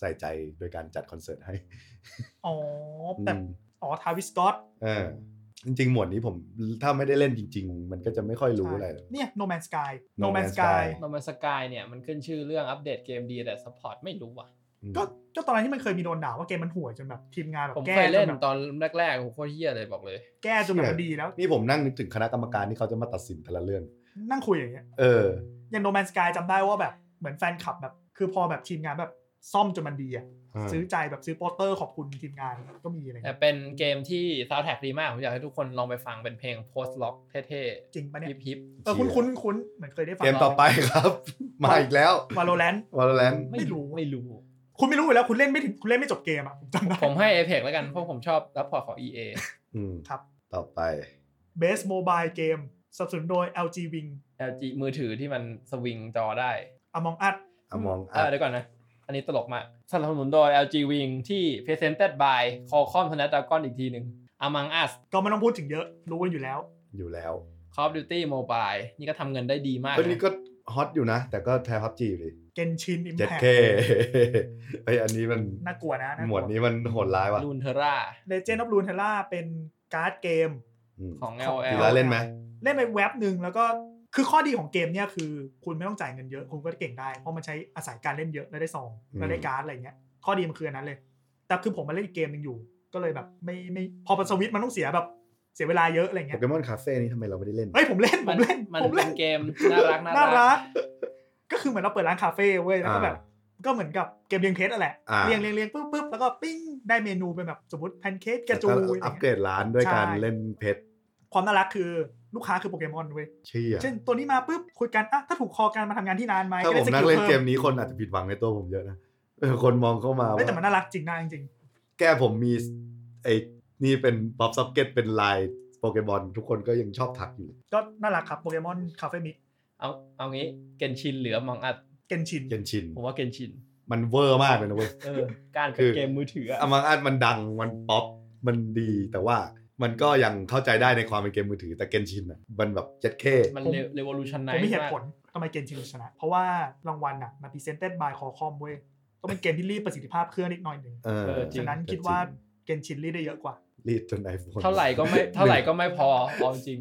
[SPEAKER 2] ใส่ใจโดยการจัดคอนเสิร์ตให้
[SPEAKER 3] อ๋อ
[SPEAKER 2] อื
[SPEAKER 3] แต่
[SPEAKER 2] ม
[SPEAKER 3] อ๋อทาวิสกอต
[SPEAKER 2] เออจริงๆ หมวดนี้ผมถ้าไม่ได้เล่นจริง ๆ มันก็จะไม่ค่อยรู้อะไรหรอก
[SPEAKER 3] เนี่ยโนแมนสกาย
[SPEAKER 2] No
[SPEAKER 3] โนแมน
[SPEAKER 2] Man's
[SPEAKER 3] สกาย
[SPEAKER 2] Sky
[SPEAKER 4] โนมันสกายเนี่ยมันขึ้นชื่อเรื่องอัปเดตเกมดีแต่สปอร์ตไม่รู้ว่ะ
[SPEAKER 2] อืม
[SPEAKER 3] ก็ก็ตอนนั้นที่มันเคยมีโดนด่าว่าเกมมันห่วยจนแบบทีมงานแบ
[SPEAKER 4] ผ
[SPEAKER 3] บ
[SPEAKER 4] ม
[SPEAKER 3] แก้
[SPEAKER 4] เคย
[SPEAKER 3] จ
[SPEAKER 4] เล่
[SPEAKER 3] น
[SPEAKER 4] น
[SPEAKER 3] แบบ
[SPEAKER 4] ตอนแรกๆโอ้โหโคตรเฮี้ยเลยบอกเลย
[SPEAKER 3] แก้จนแบบมันดีแล้ว
[SPEAKER 2] นี่ผมนั่งนึกถึงคณะกรรมการที่เขาจะมาตัดสินแต่ละเรื่อง
[SPEAKER 3] นั่งคุยอย่างเงี้ย
[SPEAKER 2] เออ
[SPEAKER 3] อย่างโนแมนสกายจำได้ว่าแบบเหมือนแฟนคลับแบบ คือพอแบบทีมงานแบบซ่อมจนมันดีอะซื้อใจแบบซื้อโปสเตอร์ขอบคุณทีมงานก็มีอะไร
[SPEAKER 4] แต่
[SPEAKER 3] เงี้ย
[SPEAKER 4] เป็นเกมที่ซาวแท็กดีมาก ผมอยากให้ทุกคนลองไปฟังเป็นเพลงโพสต์ล็อกเท่
[SPEAKER 3] จริงปะ
[SPEAKER 4] ๆ
[SPEAKER 3] เนี่ย
[SPEAKER 4] ฮิปฮิป
[SPEAKER 3] เออคุ้นคุ้นๆคุ้นๆเหมือนเคยได้ฟัง
[SPEAKER 2] เกมต่อไปครับ มาอีกแล้ว
[SPEAKER 3] วาโลแรน
[SPEAKER 2] วอลเลน
[SPEAKER 4] ๆ
[SPEAKER 3] ไม่รู้
[SPEAKER 4] ไม่รู้
[SPEAKER 3] คุณไม่รู้อยู่แล้วคุณเล่นไม่ถึงคุณเล่นไม่จบเกมอะผมจำได้
[SPEAKER 4] ผมให้ Apex แล้วกัน เพราะผมชอบรับพอร์ตของ EA
[SPEAKER 3] ครับ
[SPEAKER 2] ต่อไป
[SPEAKER 3] Best Mobile Game สนับสนุนโดย LG Wing
[SPEAKER 4] LG มือถือที่มันสวิงจอได้
[SPEAKER 3] Among Us
[SPEAKER 2] อมอง
[SPEAKER 4] เออเดี๋ยวก่อนนะ อันนี้ตลกมากสนับสนุนโดย LG Wing ที่ Presented by Qualcomm Snapdragon อีกทีหนึ่ง Among Us
[SPEAKER 3] ก็ไม่ต้องพูดถึงเยอะรู้กันอยู่แล้ว
[SPEAKER 2] อยู่แล้ว
[SPEAKER 4] Call of Duty Mobile นี่ก็ทำเงินได้ดีมาก
[SPEAKER 2] เอ้ยนี่
[SPEAKER 4] นะ
[SPEAKER 2] ก็ฮอตอยู่นะ แต่ก็แทบพับจีเลย
[SPEAKER 3] Genshin
[SPEAKER 2] เจ็ด
[SPEAKER 3] Impact
[SPEAKER 2] เคไอยอันนี้มัน
[SPEAKER 3] น่ากลัวนะน่ากลั
[SPEAKER 2] หมวดนี้มันโหดร้ายว่ะ
[SPEAKER 4] ลูนเทรา
[SPEAKER 3] เลเจนด์ออฟลูนเทล่าเป็นการ์ดเกม
[SPEAKER 2] อืม
[SPEAKER 4] ของ
[SPEAKER 3] ของ
[SPEAKER 4] LOL
[SPEAKER 2] ทีละเล่นไหม
[SPEAKER 3] เล่นไปแว็บหนึ่งแล้วก็คือข้อดีของเกมเนี่ยคือ คุณไม่ต้องจ่ายเงินเยอะคุณก็เก่งได้ เพราะมันใช้อาศัยการเล่นเยอะแล้วได้ซองแล้วได้การ์ดอะไรเงี้ยข้อดีมันคืออันนั้นเลย แต่คือผมมาเล่นอีกเกมหนึ่งอยู่ ก็เลยแบบไม่ไม่พอเป็นสวิตช์มันต้องเสียแบบเสียเวลาเยอะอะไร
[SPEAKER 2] โป
[SPEAKER 3] เงี้ย
[SPEAKER 2] เกมอนคาเฟ่นี่ทำไมเราไม่ได้เล่น
[SPEAKER 3] เฮ้ยผมเล่นผ
[SPEAKER 4] มัน
[SPEAKER 3] มเล่น
[SPEAKER 4] มัน
[SPEAKER 3] ผม
[SPEAKER 4] เป็
[SPEAKER 3] เล่
[SPEAKER 4] น
[SPEAKER 3] น
[SPEAKER 4] เกมน่ารักน่า
[SPEAKER 3] น่า
[SPEAKER 4] รั
[SPEAKER 3] รั
[SPEAKER 4] ก
[SPEAKER 3] ก ก็คือเหมือนเราเปิดร้านคาเฟ่เว้ย แล้วก็แบบ ก็เหมือนกับเกมเลี้ยงเพชรอะแหละ
[SPEAKER 2] อ่า
[SPEAKER 3] เลี้ยงเลี้ยงเลี้ยงปุ๊บปุ๊บแล้วก็ปิ้ง ได้เมนูเป็นแบบสมมติแพนเค้กกระจูย
[SPEAKER 2] แต่
[SPEAKER 3] อะไร
[SPEAKER 2] อัปเกร
[SPEAKER 3] เงี้ย
[SPEAKER 2] ดร้านด้วยการ
[SPEAKER 3] ใช่
[SPEAKER 2] เล่นเพชร
[SPEAKER 3] ความน่ารักคือลูกค้าคือโปเกมอนเว้ย
[SPEAKER 2] เชี่ย
[SPEAKER 3] เช่นตัวนี้มาปุ๊บ คุยกันอ่ะถ้าถูกคอกันมาทำงานที่นานไหม
[SPEAKER 2] ถ้าผ
[SPEAKER 3] ก็ได้
[SPEAKER 2] ม
[SPEAKER 3] ส
[SPEAKER 2] นั่
[SPEAKER 3] กิ
[SPEAKER 2] ง
[SPEAKER 3] ล
[SPEAKER 2] เล่น
[SPEAKER 3] เพิ่
[SPEAKER 2] เกม
[SPEAKER 3] ม
[SPEAKER 2] นี้คนอาจจะผิดหวังในตัวผมเยอะนะเออคนมองเข้ามา
[SPEAKER 3] เฮ้ยแต่มัน
[SPEAKER 2] ว่า
[SPEAKER 3] น่ารักจริงนะจริง
[SPEAKER 2] แก้ผมมีไอ้นี่เป็นป๊อปซ็อกเก็ตเป็นลายโปเกมอนทุกคนก็ยังชอบทักอยู่
[SPEAKER 3] ๆก็น่ารักครับโปเกมอนคาเฟ่มิ
[SPEAKER 4] เอาเอางี้เกนชินหรือ Among Us
[SPEAKER 3] เกนชิน
[SPEAKER 2] เกนชิน
[SPEAKER 4] ผมว่าเกนชิน
[SPEAKER 2] มันเวอร์มากเลยนะเว้ย
[SPEAKER 4] เออ การ
[SPEAKER 2] คื
[SPEAKER 4] เป็น
[SPEAKER 2] อ
[SPEAKER 4] เกมมือถืออะ
[SPEAKER 2] อมังอัดมันดัง มันป๊อป มันดี แต่ว่ามันก็ยังเข้าใจได้ในความเป็นเกมมือถือ แต่เกนชินอ่ะ มันแบบเจ็ดเค
[SPEAKER 4] มัน
[SPEAKER 3] ผม
[SPEAKER 4] เรวอลูชันไน
[SPEAKER 3] ผมมีเหตุ
[SPEAKER 4] มาก
[SPEAKER 3] ผลทำไมเกนชินชนะ เพราะว่ารางวัลอ่ะมันพรีเซนเต็ดบายคอคอมเว้ยต้องเป็นเกมที่รีบประสิทธิภาพเครื่องนิดหน่อยหนึ่ง
[SPEAKER 2] เออ
[SPEAKER 4] เออจริง
[SPEAKER 3] ฉะนั้นคิดว่าเกนชินรีดได้เยอะกว่า
[SPEAKER 2] รีดจนไอโฟน
[SPEAKER 4] เท่าไหร่ก็ไม่เท่าไหร่ก็ไม่พอเอาจริง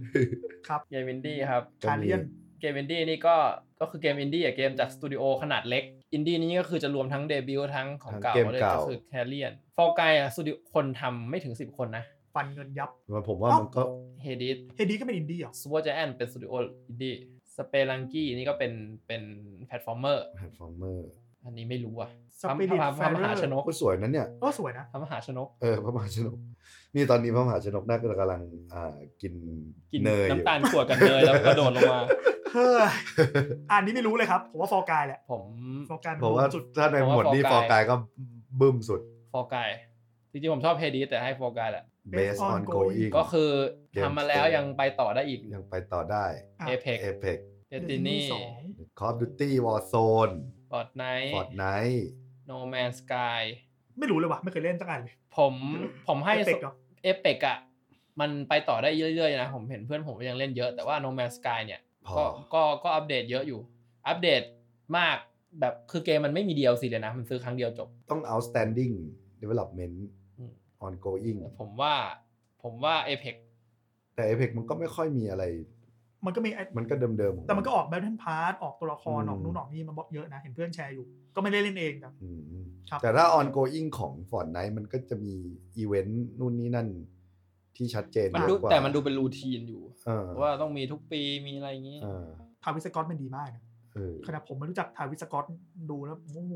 [SPEAKER 3] ครับ
[SPEAKER 4] เกมอินดี้ครับ
[SPEAKER 2] ก็มี
[SPEAKER 3] คาเลียน
[SPEAKER 4] เกมอินดี้นี่ก็ก็คือเกมอินดี้อะเกมจากสตูดิโอขนาดเล็ก อินดี้นี่ก็คือจะรวมทั้งเดบิวต์ทั้งของเก่า
[SPEAKER 2] ทั้งเกม
[SPEAKER 4] เลย
[SPEAKER 2] เก่า
[SPEAKER 4] ก็คือแคเรียนฟอลไกอะสตูดิโอคนทำไม่ถึง 10 คนนะ
[SPEAKER 3] ฟันเงินยับ
[SPEAKER 2] มันผมว่ามันก็
[SPEAKER 4] เฮดิส
[SPEAKER 3] เฮดีก็เป็นอินดี้เหรอ
[SPEAKER 4] ซูเปอร์เจแอนเป็นสตูดิโออินดี้สเปรังกี้นี่ก็เป็นเป็นแพลตฟอร์มเมอร์
[SPEAKER 2] แพลตฟอร์มเมอร์
[SPEAKER 4] อันนี้ไม่รู้อ่ะ
[SPEAKER 3] ส
[SPEAKER 4] พระ
[SPEAKER 3] ปิริต
[SPEAKER 4] พระ
[SPEAKER 3] ไฟ
[SPEAKER 4] พระม
[SPEAKER 3] เร
[SPEAKER 4] หาชน
[SPEAKER 3] อก
[SPEAKER 2] ก็สวยนั้นเนี่ย
[SPEAKER 3] ก็สวยนะ
[SPEAKER 4] พระมหาชนก
[SPEAKER 2] เอ อพระมหาชนก นี่ตอนนี้พระมหาชนกน่าจะกำลังอ่ากิน
[SPEAKER 4] กิน
[SPEAKER 2] เนยอยู่
[SPEAKER 4] น้ำตาลขวดกับเนยแล้วกระโดดลงมา
[SPEAKER 3] เฮ้ ยอันนี้ไม่รู้เลยครับ ผมว่าฟอร์กายแหละ
[SPEAKER 4] ผม
[SPEAKER 3] ฟอร์กาย
[SPEAKER 2] ผมว่า
[SPEAKER 3] สุด
[SPEAKER 2] ถ้าใน
[SPEAKER 4] ผม
[SPEAKER 2] ห
[SPEAKER 4] ว่าม
[SPEAKER 2] วดนี้ฟอ
[SPEAKER 4] Fall
[SPEAKER 2] ร์
[SPEAKER 4] Guy
[SPEAKER 2] กายก็บึ้มสุด
[SPEAKER 4] ฟอลไกจริงๆผมชอบเฮดิสแต่ให้ฟอลไกแหละ
[SPEAKER 2] based on going
[SPEAKER 4] ก็คือ
[SPEAKER 2] เกม
[SPEAKER 4] ทำมาแล้วยังไปต่อได้อีก
[SPEAKER 2] ยังไปต่อได้
[SPEAKER 3] ะ
[SPEAKER 4] เอเพก
[SPEAKER 2] เอเพก
[SPEAKER 4] เดตินี่
[SPEAKER 3] สอง
[SPEAKER 2] คอฟดูตี้วอร์โซน
[SPEAKER 4] บอดไนท์
[SPEAKER 2] ฟอร์ดไนท์
[SPEAKER 4] โนแมนสกาย
[SPEAKER 3] ไม่รู้เลยว่ะไม่เคยเล่นสักอันเลย
[SPEAKER 4] ผมผมให้
[SPEAKER 3] เอฟเฟกต์เหรอ
[SPEAKER 4] เอเปกอะมันไปต่อได้เรื่อยๆนะ ผมเห็นเพื่อนผมยังเล่นเยอะแต่ว่าโนแมนสกายเนี่ย
[SPEAKER 2] พอ
[SPEAKER 4] ก็ก็ก็อัปเดตเยอะอยู่ อัปเดตมากแบบคือเกมมันไม่มีเดียวสิเลยนะ มันซื้อครั้งเดียวจบ
[SPEAKER 2] ต้อง outstanding development
[SPEAKER 4] อืม
[SPEAKER 2] ongoing
[SPEAKER 4] แต่ผมว่าผมว่าเอเปก
[SPEAKER 2] แต่ Apex มันก็ไม่ค่อยมีอะไร
[SPEAKER 3] มันก็มีไอ้
[SPEAKER 2] มันก็เดิมๆขง
[SPEAKER 3] แต่มันก็ออกแบทเทิลพาร์ออกตัวละคร
[SPEAKER 2] อืม
[SPEAKER 3] ออกนู่นออกนี่มันบอกเยอะนะ เห็นเพื่อนแชร์อยู่ ก็ไม่ได้เล่นเองนะ
[SPEAKER 2] อืม
[SPEAKER 3] ครับ
[SPEAKER 2] แต่ถ้า ongoing ของ Fortnite มันก็จะมีอีเวนต์นู่นนี่นั่นที่ชัดเจน
[SPEAKER 4] มัน
[SPEAKER 2] เย
[SPEAKER 4] ดู
[SPEAKER 2] อะกว่า
[SPEAKER 4] แต่มันดูเป็นรูทีนอยู่
[SPEAKER 2] เออ
[SPEAKER 4] เพราะว่าต้องมีทุกปีมีอะไรอย่างนี้
[SPEAKER 2] เออ
[SPEAKER 3] ทาวิสกอตมันดีมากนะ
[SPEAKER 2] เออ
[SPEAKER 3] ขณะผมไม่รู้จักทาวิสกอตดูแล้วโอ้โห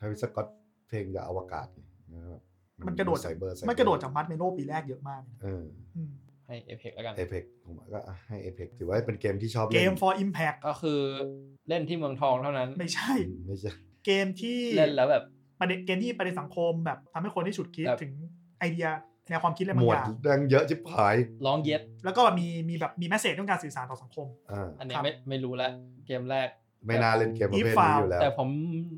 [SPEAKER 2] ทาวิสกอตเพลงจากบอวกาศไงนะครับ
[SPEAKER 3] มันกระโดด
[SPEAKER 2] ใส่เบอร์
[SPEAKER 3] มันกระโดดจากมัดเมโลปีแรกเยอะมากนะ
[SPEAKER 2] เออ
[SPEAKER 3] อืม
[SPEAKER 4] ให้เอเ x แล้วกัน
[SPEAKER 2] Apex ผมก็ให้ Apex ถือว่าเป็นเกมที่ชอบ
[SPEAKER 3] เก
[SPEAKER 2] เล่น
[SPEAKER 3] ม for impact
[SPEAKER 4] ก็คือเล่นที่เมืองทองเท่านั้น
[SPEAKER 3] ไม่ใช่
[SPEAKER 2] อืมไม่ใช่
[SPEAKER 3] เกมที่
[SPEAKER 4] เล่นแล้วแบบ
[SPEAKER 3] ประเด็นเกมที่ประเด็นสังคมแบบทำให้คนได้ฉุดคิด
[SPEAKER 4] แบบ
[SPEAKER 3] ถึงไอเดียแนวความคิดอะไร
[SPEAKER 2] ห
[SPEAKER 3] บาม ง
[SPEAKER 2] วด
[SPEAKER 3] อย่าง
[SPEAKER 2] ดังเยอะชิบหาย
[SPEAKER 4] ร้องเย็ด
[SPEAKER 3] แล้วก็แบบมีมีแบบมีแมสเซจต้องการสื่อสารต่อสังคม
[SPEAKER 2] อ่า
[SPEAKER 4] อันนี้
[SPEAKER 3] ครับ
[SPEAKER 4] ไม่ไม่รู้ละเกมแรก
[SPEAKER 2] ไม่น่าเล่นเกมประเภทนี้อยู่แล้ว
[SPEAKER 4] แต่ผม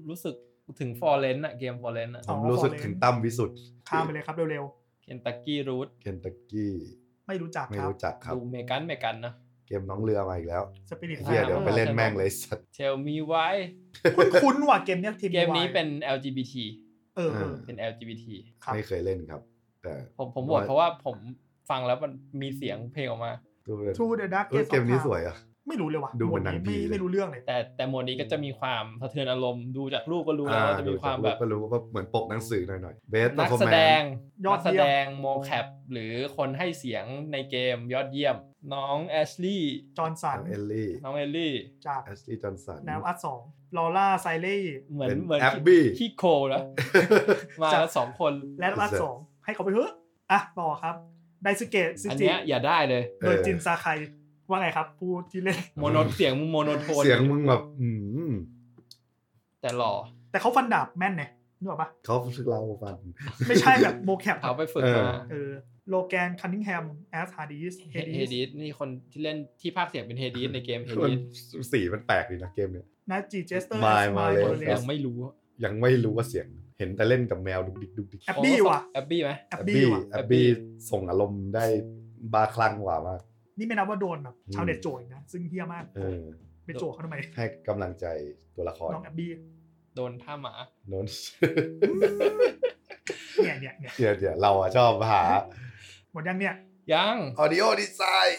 [SPEAKER 4] รู้สึกถึงฟอร์เรนต์อะเกมฟอร์เรนต์อะ
[SPEAKER 2] ผม รู้สึกถึงตั้มวิสุทธิ์
[SPEAKER 3] ข้ามไปเลยครับเร็ว
[SPEAKER 4] เคนตักกี้รูท
[SPEAKER 2] เคนตักกี้
[SPEAKER 3] ๆ ไม่รู้จัก
[SPEAKER 2] ไม่
[SPEAKER 3] ครับ
[SPEAKER 2] รู้จักครับ
[SPEAKER 4] ดูเมกันเมกันนะ
[SPEAKER 2] เกมน้องเรือมาอีกแล้ว
[SPEAKER 3] สปิริต
[SPEAKER 2] เฮียเดี๋ยวไปเล่นแม่งเลยสัตว์
[SPEAKER 4] เชลมีไว้
[SPEAKER 3] คุ้นคุ้นๆว่ะเกมเนี้ยทีม
[SPEAKER 4] เกมนี้เป็น LGBT
[SPEAKER 3] เออเออ
[SPEAKER 4] เป็น LGBT
[SPEAKER 3] ครับ
[SPEAKER 2] ไม่เคยเล่นครับ แต่
[SPEAKER 4] ผมผมโหวตเพราะว่าผมฟังแล้วมันมีเสียงเพลงออกมา
[SPEAKER 2] ดูเลย
[SPEAKER 3] True the Dark
[SPEAKER 2] เออ
[SPEAKER 3] Days of
[SPEAKER 2] เกมนี้
[SPEAKER 3] Time
[SPEAKER 2] สวยอ่ะ
[SPEAKER 3] ไม่รู้เลยว่ะ
[SPEAKER 2] ดูเหมือนหนัง
[SPEAKER 3] ไม่
[SPEAKER 2] ผีเลย
[SPEAKER 3] ไม่รู้เรื่องเลย
[SPEAKER 4] แต่แต่หมวดนี้ก็จะมีความสะเทือนอารมณ์ดูจากรูปก็รู้แล้ว
[SPEAKER 2] อ่า
[SPEAKER 4] ว่าจะมีความแบบ
[SPEAKER 2] ก็รู้ว่าเหมือนปกหนังสือหน่อยๆเบส
[SPEAKER 4] นักแสดงนักแสดงโมแคปหรือคนให้เสียงในเกมยอดเยี่ยม น้องแอชลี่
[SPEAKER 3] จอห์นสัน
[SPEAKER 2] เอลลี่
[SPEAKER 4] น้องเอลลี่
[SPEAKER 3] จาก
[SPEAKER 2] แอชลีย์จอห์นสัน
[SPEAKER 3] แนวอัดสองลอร่าไซเล่
[SPEAKER 4] เหมือน
[SPEAKER 2] เป็น
[SPEAKER 4] เหมือน
[SPEAKER 2] แอบบี้
[SPEAKER 4] ที่โคแล้วมาแล้วสองคน
[SPEAKER 3] และอัดสองให้เขาไปเถอะอ่ะต่อครับไดสเกตซิ
[SPEAKER 4] อัน
[SPEAKER 3] จิ
[SPEAKER 4] เนี้ยอย่าได้เลย
[SPEAKER 3] โดยจินซาไคว่าไงครับ ผู้ที่เล่น
[SPEAKER 4] โมโนเสียงมึงโมโนโทน
[SPEAKER 2] เสียงมึงแบบอืม
[SPEAKER 4] แต่หล่อ
[SPEAKER 3] แต่เขาฟันดาบแม่นเนี่ยนึกออกปะ
[SPEAKER 2] เขาคือเราฟัน
[SPEAKER 3] ไม่ใช่แบบโมแคป
[SPEAKER 4] เขาไปฝึก
[SPEAKER 2] เออ
[SPEAKER 4] มา
[SPEAKER 3] เออโลแกนคันนิงแฮมแอสฮาร์ดีสเฮ
[SPEAKER 4] เฮ
[SPEAKER 3] ดี
[SPEAKER 4] เฮ
[SPEAKER 3] ส
[SPEAKER 4] ดิสนี่คนที่เล่นที่ภาคเสียงเป็นเฮดิสในเกมเฮ
[SPEAKER 2] มัน
[SPEAKER 4] ดิส
[SPEAKER 2] สีมันแปลกดีนะเกมเนี่ย
[SPEAKER 3] นาจีเจสเตอร์
[SPEAKER 2] Mile
[SPEAKER 3] โม
[SPEAKER 2] Morales
[SPEAKER 3] เล
[SPEAKER 4] ยั
[SPEAKER 3] ส
[SPEAKER 4] งไม่รู้
[SPEAKER 2] ยังไม่รู้ว่าเสียงเห็นแต่เล่นกับแมวดุกดิกดุกดิก
[SPEAKER 3] แอปปี้ว่ะ
[SPEAKER 4] แอบบี้ไหม
[SPEAKER 3] แอปปี้ว่ะ
[SPEAKER 2] แอบบี้ส่งอารมณ์ได้บาคลั่งกว่ามาก
[SPEAKER 3] นี่ไม่นับว่าโดนแบบ
[SPEAKER 2] อืม
[SPEAKER 3] ชาวเน็ตโจยนะ ซึ่งเฮี้ยมาก
[SPEAKER 2] เออ
[SPEAKER 3] ไปโจยเขาทำไม
[SPEAKER 2] ให้กำลังใจตัวละคร
[SPEAKER 3] น้องแอปบี้
[SPEAKER 4] โดนท่าหมา
[SPEAKER 2] โน้น
[SPEAKER 3] เนี่ยเนี่ยเนี่ย
[SPEAKER 2] เดี๋ยวเดี๋ยวเราอะชอบหา
[SPEAKER 3] หมดยังเนี่ย
[SPEAKER 4] ยัง
[SPEAKER 2] audio design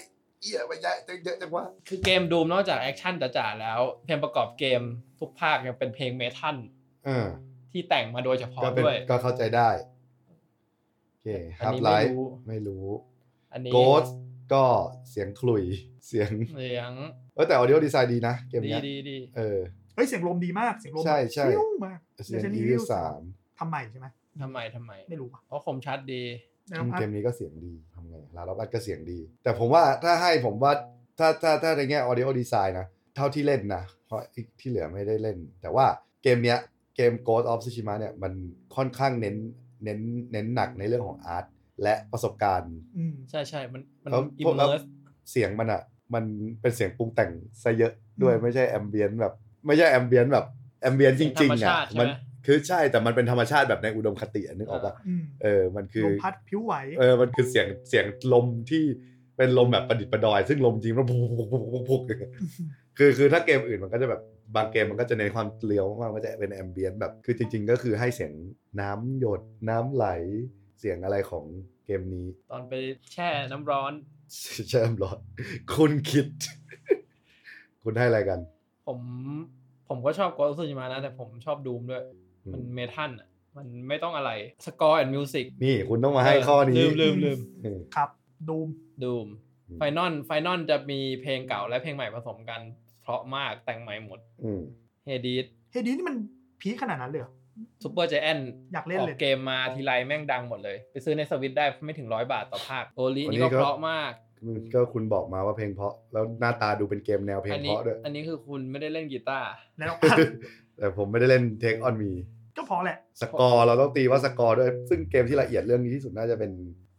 [SPEAKER 2] เอี่ยไปเยอะเยอะจังวะ
[SPEAKER 4] คือเกมดูมนอกจากแอคชั่นจ๋าๆแล้ว เพลงประกอบเกมทุกภาคยังเป็นเพลงเมทัล
[SPEAKER 2] เออ
[SPEAKER 4] ที่แต่งมาโดยเฉพาะ
[SPEAKER 2] ก็เป็น
[SPEAKER 4] ด้วย
[SPEAKER 2] ก็เข้าใจได้โอเค
[SPEAKER 4] อั
[SPEAKER 2] ฮั
[SPEAKER 4] น
[SPEAKER 2] บ
[SPEAKER 4] นี้
[SPEAKER 2] ไล
[SPEAKER 4] ไม่
[SPEAKER 2] ท์
[SPEAKER 4] รู้
[SPEAKER 2] ไม่รู้
[SPEAKER 4] อันนี้
[SPEAKER 2] โกสก็เสียงคลุยเสียง
[SPEAKER 4] เสียง
[SPEAKER 2] เออแต่ audio design ดีนะเกม
[SPEAKER 4] ดี
[SPEAKER 2] เนี้ย
[SPEAKER 4] ดีดี
[SPEAKER 2] เออ
[SPEAKER 3] เฮ้ยเสียงลมดีมาก เสียงลม
[SPEAKER 2] ใช่ใช่
[SPEAKER 3] ฟิ้วมาก
[SPEAKER 2] เสียง
[SPEAKER 3] Resident
[SPEAKER 2] ที่
[SPEAKER 3] Evil
[SPEAKER 2] สาม
[SPEAKER 3] ทำใหม่ใช่ไหม
[SPEAKER 4] ทำไมทำไม
[SPEAKER 3] ไม่รู้ว่ะ
[SPEAKER 4] เพราะคมชัดดี
[SPEAKER 3] แล้วน้องอั
[SPEAKER 2] เก
[SPEAKER 3] ด
[SPEAKER 2] มนี้ก็เสียงดีทำไงลาล็อบอัดก็เสียงดี แต่ผมว่าถ้าให้ผมว่าถ้าถ้าถ้าในแง่ audio design นะ เท่าที่เล่นนะ เพราะที่เหลือไม่ได้เล่น แต่ว่าเกมเนี้ยเกม Ghost of Tsushima เนี่ยมันค่อนข้างเน้นเน้นเน้นหนักในเรื่องของอาร์ตและประสบการณ์
[SPEAKER 3] อืม
[SPEAKER 4] ใช่ใช่มันมัน
[SPEAKER 2] แล้ว
[SPEAKER 4] อิ
[SPEAKER 2] พ
[SPEAKER 4] ม
[SPEAKER 2] วก
[SPEAKER 4] เม
[SPEAKER 2] เรา
[SPEAKER 4] อร์ส
[SPEAKER 2] เสียงมันอะมันเป็นเสียงปรุงแต่งซะเยอะด้วย
[SPEAKER 3] อืม
[SPEAKER 2] ไม่ใช่แอมเบียนแบบ ไม่ใช่แอมเบียนแบบแอมเบียนจ
[SPEAKER 4] ธร
[SPEAKER 2] ริง
[SPEAKER 4] รม
[SPEAKER 2] ๆอ่ะ
[SPEAKER 4] ชาติใช่
[SPEAKER 2] มั
[SPEAKER 4] ไหม
[SPEAKER 2] คือใช่แต่มันเป็นธรรมชาติแบบในอุดมคติอะนึกออกปะ
[SPEAKER 4] อ่า
[SPEAKER 3] อืม
[SPEAKER 2] เออมันคือ
[SPEAKER 3] ลมพัดผิวไหว
[SPEAKER 2] เออ มันคือเสียงเสียงลมที่เป็นลมแบบประดิษฐ์ประดอย ซึ่งลมจริงมันพุกพุกพุกพุกพุกคือคือถ้าเกมอื่นมันก็จะแบบบางเกมมันก็จะเน้นความเลียวมากๆมันก็จะเป็นแอมเบียนต์แบบคือจริง ๆ ก็คือให้เสียงน้ำหยดน้ำไหลเสียงอะไรของเกมนี้
[SPEAKER 4] ตอนไปแช่น้ำร้อน
[SPEAKER 2] เชื่อมร้อนคุณคิด คุณให้อะไรกัน
[SPEAKER 4] ผมผมก็ชอบกอล์ฟซูจิมานะ แต่ผมชอบดูมด้วย
[SPEAKER 2] อื
[SPEAKER 4] มัน
[SPEAKER 2] ม
[SPEAKER 4] เมทัลอ่ะ มันไม่ต้องอะไรสกอร์แอนด์มิวสิก
[SPEAKER 2] นี่คุณต้องมาให้ข้อนี้
[SPEAKER 4] ลืมลืมลืม
[SPEAKER 2] อืม
[SPEAKER 3] ครับ ดูม
[SPEAKER 4] ดูม
[SPEAKER 2] อืม
[SPEAKER 4] ไฟนอลไฟนอลจะมีเพลงเก่าและเพลงใหม่ผสมกัน เพราะมากแต่งใหม่หมด
[SPEAKER 2] อืม
[SPEAKER 4] เฮดิส
[SPEAKER 3] เฮดีนี่มันพีคขนาดนั้นเลยเหรอ
[SPEAKER 4] ซูเปอร์เจแอน
[SPEAKER 3] อยากเล่น
[SPEAKER 4] ออ
[SPEAKER 3] เลย
[SPEAKER 4] กเกมมาทีไรแม่งดังหมดเลย ไปซื้อในสวิตได้ไม่ถึงร้อยบาทต่อภาคโอลินี่ก็เพราะมาก
[SPEAKER 2] ก็คุณบอกมาว่าเพลงเพราะ แล้วหน้าตาดูเป็นเกมแนวเพลง
[SPEAKER 4] อัน
[SPEAKER 2] เพ
[SPEAKER 4] นี้
[SPEAKER 2] ราะด้วย
[SPEAKER 4] อันนี้คือคุณไม่ได้เล่นกีตาร์
[SPEAKER 3] แล้วน้องอัด
[SPEAKER 2] แต่ผมไม่ได้เล่น Take on Me
[SPEAKER 3] ก็พอแหละ
[SPEAKER 2] สกอร์เราต้องตีว่าสกอร์ด้วย ซึ่งเกมที่ละเอียดเรื่องนี้ที่สุดน่าจะเป็น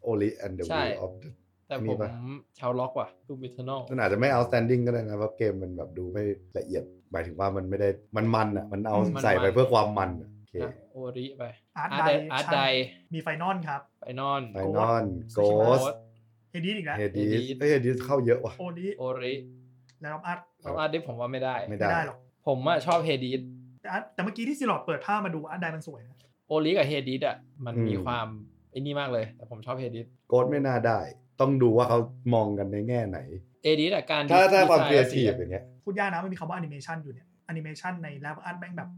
[SPEAKER 2] o l i and the
[SPEAKER 4] ใช่
[SPEAKER 2] Will of the
[SPEAKER 4] แต่
[SPEAKER 2] มี
[SPEAKER 4] ผม
[SPEAKER 2] ปะ
[SPEAKER 4] ชาวล็อกว่ะดูมิทเนล
[SPEAKER 2] มันอาจจะไม่ outstanding ก็ได้นะ เพราะเกมมันแบบดูไม่ละเอียด หมายถึงว่ามันไม่ได้มันมันอ่ะ มันเอา
[SPEAKER 3] มัน
[SPEAKER 2] ใส่ไปเพื่อความมันอะโอเค
[SPEAKER 4] โอริไป
[SPEAKER 3] อาร์ต
[SPEAKER 4] อาร์ต
[SPEAKER 3] ได
[SPEAKER 4] ไดอาร์ตได
[SPEAKER 3] มีไฟนอลครับ
[SPEAKER 4] ไฟนอล
[SPEAKER 2] ไฟนอ l
[SPEAKER 3] Ghost
[SPEAKER 2] Ghost
[SPEAKER 3] เฮดีอีกแล้ว
[SPEAKER 2] h a d e s
[SPEAKER 4] Hades
[SPEAKER 2] เอ้ย Hades เข้าเยอะว่ะ
[SPEAKER 3] โอลิ
[SPEAKER 4] โอริ
[SPEAKER 3] แล้วน้องอัด
[SPEAKER 4] น้องอาร์ตได้ผมว่าไม่ได้
[SPEAKER 2] ไม่
[SPEAKER 3] ไม่
[SPEAKER 2] ได้
[SPEAKER 3] ได้หรอก
[SPEAKER 4] ผมอะชอบเฮดิส
[SPEAKER 3] แต่อัดแต่เมื่อกี้ที่ซิลอดเปิดภาพมาดูอัดไดมันสวยนะ
[SPEAKER 4] โอริกับเฮดิสอะมัน
[SPEAKER 2] อืม
[SPEAKER 4] มีความไอ้นี่มากเลย แต่ผมชอบเฮดิส
[SPEAKER 2] Ghost ไม่น่าได้ ต้องดูว่าเขามองกันในแง่ไหน
[SPEAKER 4] เอดิสอะการ
[SPEAKER 2] ถ้าถ้าความ
[SPEAKER 4] ดีไซน์
[SPEAKER 2] creative
[SPEAKER 4] อะ
[SPEAKER 2] อย่างเงี้ย
[SPEAKER 3] พูดยากนะมันมีคำว่าแอนิเมชันอยู่เนี่ยแอนิเมชันในแล้วอัดแม่งแบบ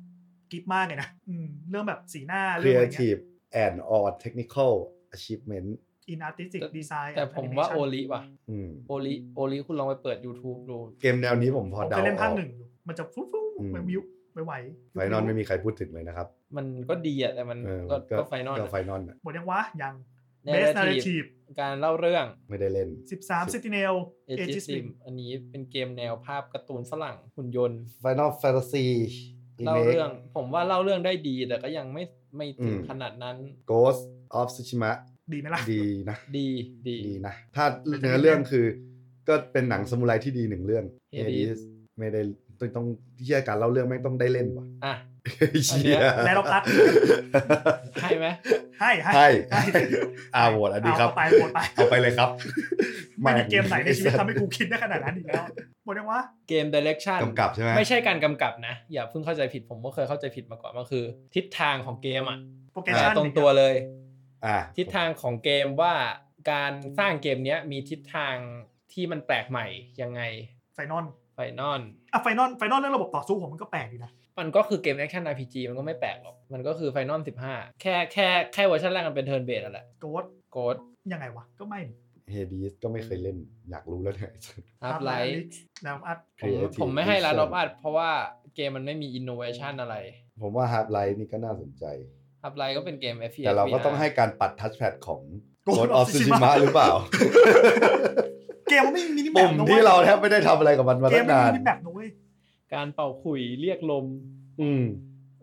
[SPEAKER 3] กิฟมากเลยนะอืมเรื่องแบบสีหน้าเรื่องอะไรเงี้ย
[SPEAKER 2] creative and or technical achievement
[SPEAKER 3] อินอาร์ติสติกดีไซน์
[SPEAKER 4] แต่ผมว่าโอริว่ะ
[SPEAKER 2] อืม
[SPEAKER 4] โอริโอริคุณลองไปเปิด YouTube ดู
[SPEAKER 2] เกมแนวนี้ผมพ
[SPEAKER 3] ผ
[SPEAKER 2] อ
[SPEAKER 3] ม
[SPEAKER 2] เดา
[SPEAKER 3] เคยเล่น
[SPEAKER 2] อ
[SPEAKER 3] ภาค
[SPEAKER 2] อก
[SPEAKER 3] หนึ่งอยู่มันจะฟุ้ง
[SPEAKER 2] อืม
[SPEAKER 3] ๆไปวิวไปไหว
[SPEAKER 2] ไฟนอลไม่มีใครพูดถึงเลยนะครับ
[SPEAKER 4] มันก็ดีอะแต่มัน
[SPEAKER 2] เออ
[SPEAKER 4] ก็ก็ไฟนอล
[SPEAKER 2] ก็ไฟนอลอะ
[SPEAKER 3] หมดยังวะยัง
[SPEAKER 4] เนื้
[SPEAKER 3] เบสนา
[SPEAKER 4] อ
[SPEAKER 3] ร์ทีฟ
[SPEAKER 4] การเล่าเรื่อง
[SPEAKER 2] ไม่ได้เล่น
[SPEAKER 3] สิบสามซิติเนล
[SPEAKER 4] เอ
[SPEAKER 3] เอ
[SPEAKER 4] จิ
[SPEAKER 3] จิ
[SPEAKER 4] ส
[SPEAKER 3] ส
[SPEAKER 4] ติ
[SPEAKER 3] ติ
[SPEAKER 4] ม
[SPEAKER 3] ม
[SPEAKER 4] อันนี้เป็นเกมแนวภาพการ์ตูนฝรั่งหุ่นยนต์
[SPEAKER 2] Final Fantasy
[SPEAKER 4] เล่า
[SPEAKER 2] Remake
[SPEAKER 4] เรื่อง ผมว่าเล่าเรื่องได้ดี แต่ก็ยังไม่ไม่ถึง
[SPEAKER 2] อืม
[SPEAKER 4] ขนาดนั้น
[SPEAKER 2] Ghost of Tsushima
[SPEAKER 3] ดีไหมล่ะ
[SPEAKER 2] ดีนะ
[SPEAKER 4] ดีดี
[SPEAKER 2] ดีนะ ถ้าเนื้อเรื่องคือ ก็เป็นหนังสมุไรที่ดีหนึ่งเรื่อง
[SPEAKER 4] Hades
[SPEAKER 2] Hades ไม่ได้ ต้องต้องที่ยการเล่าเรื่องแม่งต้องได้เล่นว่ะ
[SPEAKER 4] อ่ะ
[SPEAKER 2] เชี่ย
[SPEAKER 3] แล้วเราตัด
[SPEAKER 4] ให้ไหม
[SPEAKER 3] ให้ให้
[SPEAKER 2] ให้
[SPEAKER 3] ให้
[SPEAKER 2] อาโหวตอันนี้ครับ
[SPEAKER 3] เอาไปโหวตไป
[SPEAKER 2] เอาไปเลยครับ
[SPEAKER 3] ไม่มีเกมไหนในชีวิตทำให้กูคิดได้ขนาดนั้นอีกแล้วหมดยังวะ
[SPEAKER 4] เกม direction
[SPEAKER 2] กำกับใช่ไหม
[SPEAKER 4] ไม่ใช่การกำกับนะ อย่าเพิ่งเข้าใจผิดผมก็เคยเข้าใจผิดมาก่อนมันคือ ทิศทางของเกมอ่ะ
[SPEAKER 3] โปรแกร
[SPEAKER 2] อ่า
[SPEAKER 3] ม
[SPEAKER 4] อ่าตรงตัวเลย
[SPEAKER 2] อ่ะ
[SPEAKER 4] ทิศทางของเกมว่าการสร้างเกมเนี้ยมีทิศทางที่มันแปลกใหม่ยังไง
[SPEAKER 3] ไฟนอล
[SPEAKER 4] ไฟนอล
[SPEAKER 3] อ่ะไฟนอลไฟนอลเรื่องระบบต่อสู้ผมมันก็แปลกดีนะ
[SPEAKER 4] มันก็คือเกมแอคชั่น RPG มันก็ไม่แปลกหรอก มันก็คือไฟนอล15 แค่แค่แค่เวอร์ชันแรกมันเป็นเทิร์นเบสอะแหละ
[SPEAKER 3] โกด
[SPEAKER 4] โกด
[SPEAKER 3] ยังไงวะก็ไม่
[SPEAKER 2] เฮดีสก็ไม่เคยเล่น อยากรู้แล้วเนี่ย
[SPEAKER 4] อัพไลท์
[SPEAKER 3] แล้วอัด
[SPEAKER 4] ผม
[SPEAKER 2] Creative
[SPEAKER 4] ผมไม่ให้ลา
[SPEAKER 2] Vision
[SPEAKER 4] ดอปอัดเพราะว่าเกมมันไม่มีอินโนเวชันอะไร
[SPEAKER 2] ผมว่าฮาร์ดไลท์นี่ก็น่าสนใจ
[SPEAKER 4] อัพไลท์ก็เป็นเกม FPS
[SPEAKER 2] แต่เราก็ต้องให้การปัดทัชแพดของโค้ดออฟซิชิมะ
[SPEAKER 3] ะ
[SPEAKER 2] หรือเปล่า
[SPEAKER 3] เกมมันไม่มีมินิแม
[SPEAKER 2] ปุ่
[SPEAKER 3] ป
[SPEAKER 2] ม
[SPEAKER 3] นะว้ย
[SPEAKER 2] ที่เราแทบไม่ได้ทำอะไรกับมันมา
[SPEAKER 3] เก
[SPEAKER 2] ตั้
[SPEAKER 3] ม
[SPEAKER 2] ง
[SPEAKER 3] ไม่มี
[SPEAKER 2] นาน
[SPEAKER 3] มินิแมปนะเว้ย
[SPEAKER 4] การเป่าขลุยเรียกลม
[SPEAKER 2] อืม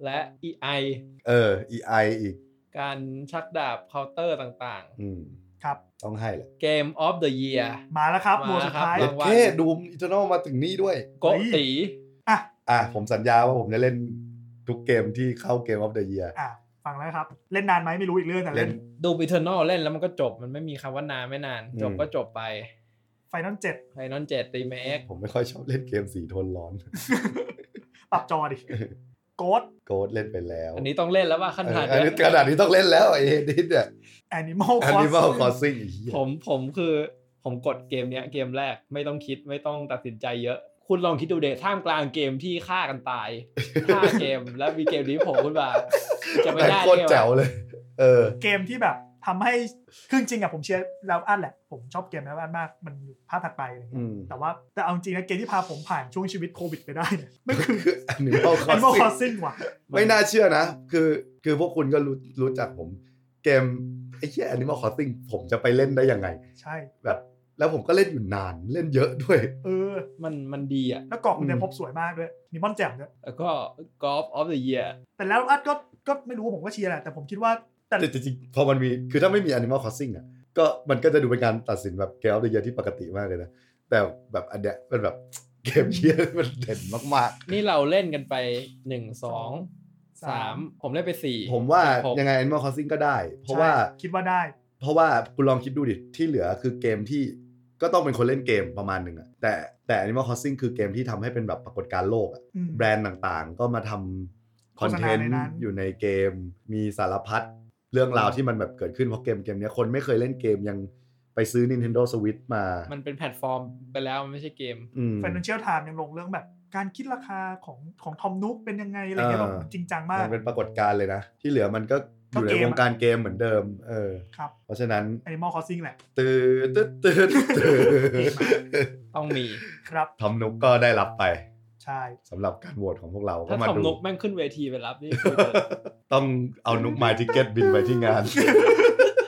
[SPEAKER 4] และ EI
[SPEAKER 2] เออ EI อีก
[SPEAKER 4] การชักดาบเคาน์เตอร์ต่าง
[SPEAKER 2] อืม
[SPEAKER 3] ครับ
[SPEAKER 2] ต้องให้แหละ
[SPEAKER 4] ๆ เกม of the year
[SPEAKER 3] มาแล้วครับ
[SPEAKER 4] มา
[SPEAKER 3] โหมดสุดท้าย
[SPEAKER 4] ค
[SPEAKER 2] เด็
[SPEAKER 4] รั
[SPEAKER 2] ด
[SPEAKER 4] บ
[SPEAKER 2] เท่ดูมอินเทอร์นอลมาถึงนี่ด้วย
[SPEAKER 4] โกะตี
[SPEAKER 3] อ่ะ
[SPEAKER 2] อ่ะ ผมสัญญาว่าผมจะเล่นทุกเกมที่เข้าเกม of the year
[SPEAKER 3] อ่ะฟังแล้วครับ เล่นนานไหมไม่รู้อีกเรื่องแต่
[SPEAKER 2] เล่
[SPEAKER 3] เล่
[SPEAKER 2] น
[SPEAKER 3] น
[SPEAKER 4] ดูบิเทอร์นอลเล่นแล้วมันก็จบมันไม่มีคำว่านานไม่นาน
[SPEAKER 2] อืม
[SPEAKER 4] จบก็จบไป
[SPEAKER 3] ไฟนอลเจ็ด
[SPEAKER 4] ไ i นอนเจ็ดตีเมก
[SPEAKER 2] ผมไม่ค่อยชอบเล่นเกมสีโทนร้อน
[SPEAKER 3] ปรับจอดิโกด
[SPEAKER 2] โกดเล่นไปแล้ว
[SPEAKER 4] อันนี้ต้องเล่นแล้วว่าขั้น
[SPEAKER 2] เอ
[SPEAKER 4] ฐา
[SPEAKER 2] อน อันนี้
[SPEAKER 4] เนี่ย
[SPEAKER 2] ขนาดนี้ต้องเล่นแล้วไอ้เฮดิสเนี่ย
[SPEAKER 3] แอนิมอล
[SPEAKER 2] อัน
[SPEAKER 3] คอ
[SPEAKER 2] นี้ว่าคอ
[SPEAKER 3] ส
[SPEAKER 2] ซิ่งอีกเหี้ย
[SPEAKER 4] ผมผมคือ ผมกดเกมเนี้ยเกมแรกไม่ต้องคิดไม่ต้องตัดสินใจเยอะ คุณลองคิดดูเดทท่ามกลางเกมที่ฆ่ากันตายฆ่าเกม แล้วมีเกมนี้โผล่ขึ้นมา จะไม่
[SPEAKER 2] แต่
[SPEAKER 4] ได้
[SPEAKER 2] โคตร
[SPEAKER 4] ไงวะ
[SPEAKER 2] แจ๋วเลย เออ
[SPEAKER 3] เกมที่แบบทำให้คือจริงๆอ่ะผมเชียร์แล้วอันแหละ ผมชอบเกมแล้วอันมากมันอยู่ภาคถัดไปอะไรอย่างเงี้ย
[SPEAKER 2] อืม
[SPEAKER 3] แต่ว่าแต่เอาจริงนะเกมที่พาผมผ่านช่วงชีวิตโควิดไปได้เนี่ยไม่คือ
[SPEAKER 2] คือ Animal
[SPEAKER 3] Animal
[SPEAKER 2] Crossing
[SPEAKER 3] Crossing ว่ะ
[SPEAKER 2] ไม่น่าเชื่อนะ คือคือพวกคุณก็รู้รู้จักผม เกมไอ้เหี้ย Animal Crossing ผมจะไปเล่นได้ยังไง
[SPEAKER 3] ใช่
[SPEAKER 2] แบบ แล้วผมก็เล่นอยู่นานเล่นเยอะด้วย
[SPEAKER 3] เออ
[SPEAKER 4] มันมันดีอ่ะ
[SPEAKER 3] แล้วกล่องคุณ
[SPEAKER 2] อื
[SPEAKER 3] เนี่ย
[SPEAKER 2] ม
[SPEAKER 3] พบสวยมากด้วยมีมอนแจ่มด้วย
[SPEAKER 4] แล้วก็ Golf of the Year
[SPEAKER 3] แต่แล้วอัดก็ก็ไม่รู้ผมก็เชียร์แหละแต่ผมคิดว่าแต่
[SPEAKER 2] แต่จริงๆพอมันมีคือถ้าไม่มี Animal Crossing อ่ะก็มันก็จะดูเป็นการตัดสินแบบเกมเดียที่ปกติมากเลยนะ แต่แบบอันเนี้ยเป็นแบบ เกมเยียมันเด่นมาก
[SPEAKER 4] นี่เราเล่นกันไปหนึ่งสองสามผมเล่นไปสี่
[SPEAKER 2] ๆ ผมว่า
[SPEAKER 4] หก
[SPEAKER 2] ยังไง Animal Crossing ก็ได้ เพราะ
[SPEAKER 3] ใช่
[SPEAKER 2] ว่า
[SPEAKER 3] คิดว่าได้
[SPEAKER 2] เพราะว่าคุณลองคิดดูดิที่เหลือคือเกมที่ก็ต้องเป็นคนเล่นเกมประมาณหนึ่งอะแต่แต่ Animal Crossing คือเกมที่ทำให้เป็นแบบปรากฏการณ์โลกอะ
[SPEAKER 3] อืม
[SPEAKER 2] แบรนด์ต่างๆ ก็มาทำค
[SPEAKER 3] โฆ
[SPEAKER 2] อน
[SPEAKER 3] ษ
[SPEAKER 2] เท
[SPEAKER 3] ณาน ใน
[SPEAKER 2] ต์
[SPEAKER 3] นั้น
[SPEAKER 2] อยู่ในเกมมีสารพัดเรื่องราวที่มันแบบเกิดขึ้นเพราะเกมเกมเนี้ยคนไม่เคยเล่นเกมยังไปซื้อ Nintendo Switch มา
[SPEAKER 4] มันเป็นแพลตฟอร์มไปแล้วมันไม่ใช่เกม
[SPEAKER 2] อืม
[SPEAKER 3] Financial Times ยังลงเรื่องแบบ การคิดราคาของของทอมนุกเป็นยังไงอะไรเงี้ย
[SPEAKER 2] เอ
[SPEAKER 3] แบ
[SPEAKER 2] อ
[SPEAKER 3] บจริงจังมาก
[SPEAKER 2] มันเป็นปรากฏการณ์เลยนะ ที่เหลือมันก็อยู่ใน
[SPEAKER 3] ก็เก
[SPEAKER 2] ว
[SPEAKER 3] ม
[SPEAKER 2] ง
[SPEAKER 3] อะ
[SPEAKER 2] การเกมเหมือนเดิม เออ
[SPEAKER 3] ครับ
[SPEAKER 2] เพราะฉะ นั้น
[SPEAKER 3] Animal Crossing แหละ
[SPEAKER 2] ตื่นตื่นตื่นตื่น
[SPEAKER 4] ต้องมี
[SPEAKER 3] ครับ
[SPEAKER 2] ทำนุกก็ได้รับไป
[SPEAKER 3] ใช่
[SPEAKER 2] สำหรับการโหวตของพวกเราก็
[SPEAKER 4] ถ้า
[SPEAKER 2] มา
[SPEAKER 4] ทอม
[SPEAKER 2] ดู
[SPEAKER 4] นุกแม่งขึ้นเวทีไป รับนี่
[SPEAKER 2] ต้องเอานุกมาทิเก็ตบินไปที่งาน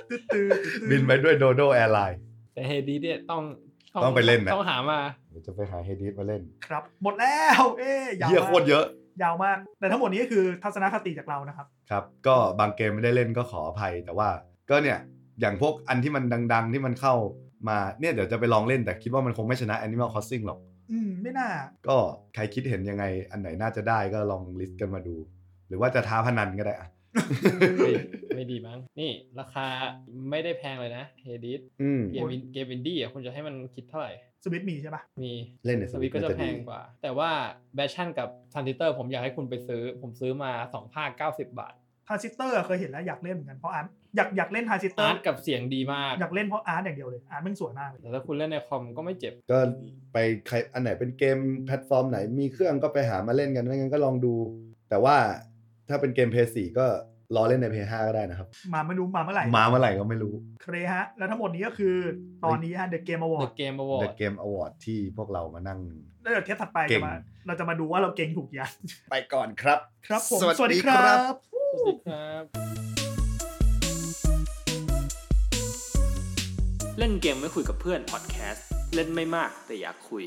[SPEAKER 3] ตื้อตื้อตื้อ
[SPEAKER 2] บินไปด้วยโดโดแอร์ไลน์
[SPEAKER 4] แต่เฮดีเนี่ยต้อง
[SPEAKER 2] ต้องไปเล่นนะ
[SPEAKER 4] ต้องหามา
[SPEAKER 2] เดี๋ยวจะไปหาเฮดิสมาเล่น
[SPEAKER 3] ครับ หมดแล้ว เอ้ยาว
[SPEAKER 2] เยี่ย
[SPEAKER 3] มา
[SPEAKER 2] โค
[SPEAKER 3] ก
[SPEAKER 2] ตรเยอะ
[SPEAKER 3] ยาวมาก แต่ทั้งหมดนี้ก็คือทัศนคติจากเรานะครับ
[SPEAKER 2] ครับ ก็บางเกมไม่ได้เล่นก็ขออภัย แต่ว่าก็เนี่ย อย่างพวกอันที่มันดัง ๆ ที่มันเข้ามาเนี่ยเดี๋ยวจะไปลองเล่นแต่คิดว่ามันคงไม่ชนะ Animal Crossing หรอก
[SPEAKER 3] อืมไม่น่า
[SPEAKER 2] ก็ใครคิดเห็นยังไงอันไหนน่าจะได้ก็ลองลิสต์กันมาดู หรือว่าจะท้าพนันก็ได้ อะ
[SPEAKER 4] เฮ้ยไม่ดีมั้งนี่ราคาไม่ได้แพงเลยนะเฮดิส
[SPEAKER 2] อืม
[SPEAKER 4] เกมอินเกมอินดี้อ่ะคุณจะให้มันคิดเท่าไหร่
[SPEAKER 3] สวิตช์มีใช่ปะ
[SPEAKER 4] มี
[SPEAKER 2] เล่นใน
[SPEAKER 4] ส
[SPEAKER 2] ส
[SPEAKER 4] วิ
[SPEAKER 2] วิ
[SPEAKER 4] ต
[SPEAKER 2] ต
[SPEAKER 4] ก็
[SPEAKER 2] ก็
[SPEAKER 4] จะ
[SPEAKER 2] จะ
[SPEAKER 4] แพ
[SPEAKER 2] ดี
[SPEAKER 4] งกว่า แต่ว่าแบชชั่นกับซันติเตอร์ผมอยากให้คุณไปซื้อ ผมซื้อมา 2 ภาค 90 บาท
[SPEAKER 3] ทาร์ซิสเตอร์เคยเห็นแล้วอยากเล่นเหมือนกันเพราะอาร์ตอยากอยากเล่นทาร์ซิสเตอ
[SPEAKER 4] อา
[SPEAKER 3] ร์
[SPEAKER 4] ร์ตกับเสียงดีมาก
[SPEAKER 3] อยากเล่นเพราะอาร์ตอย่างเดียวเลยอาร์ตมันสวยมากเลย
[SPEAKER 4] แต่ถ้าคุณเล่นในคอมก็ไม่เจ็บ
[SPEAKER 2] ก็ไปใครอันไหนเป็นเกมแพลตฟอร์มไหนมีเครื่องก็ไปหามาเล่นกันไม่งั้นก็ลองดู แต่ว่าถ้าเป็นเกมเพย์สก็รอเล่นในเพย์ห้าก็ได้นะครับ
[SPEAKER 3] มาไม่รู้มาเมื่อไหร่
[SPEAKER 2] มาเมื่อไหร่ก็ไม่รู้
[SPEAKER 3] เครฮะ แล้วทั้งหมดนี้ก็คือตอนนี้ฮะเดอะเกมอวอร์
[SPEAKER 4] The
[SPEAKER 3] ด
[SPEAKER 4] Game Award
[SPEAKER 2] The Game Award ที่พวกเรามานั่ง
[SPEAKER 3] แล้วเดี๋ยวเทปถัดไป
[SPEAKER 2] เก่
[SPEAKER 3] จะ
[SPEAKER 2] ง
[SPEAKER 3] มาเราจะมาดูว่าเราเก่งถูกยัง
[SPEAKER 2] ไปก่อนครับ
[SPEAKER 3] ครับผม
[SPEAKER 2] สวัสดี
[SPEAKER 3] สวัสดีครั
[SPEAKER 2] ครับ
[SPEAKER 4] สว
[SPEAKER 2] บ
[SPEAKER 4] ัสดีครับ
[SPEAKER 1] เล่นเกมไม่คุยกับเพื่อนพอดแคสต์เล่นไม่มากแต่อยากคุย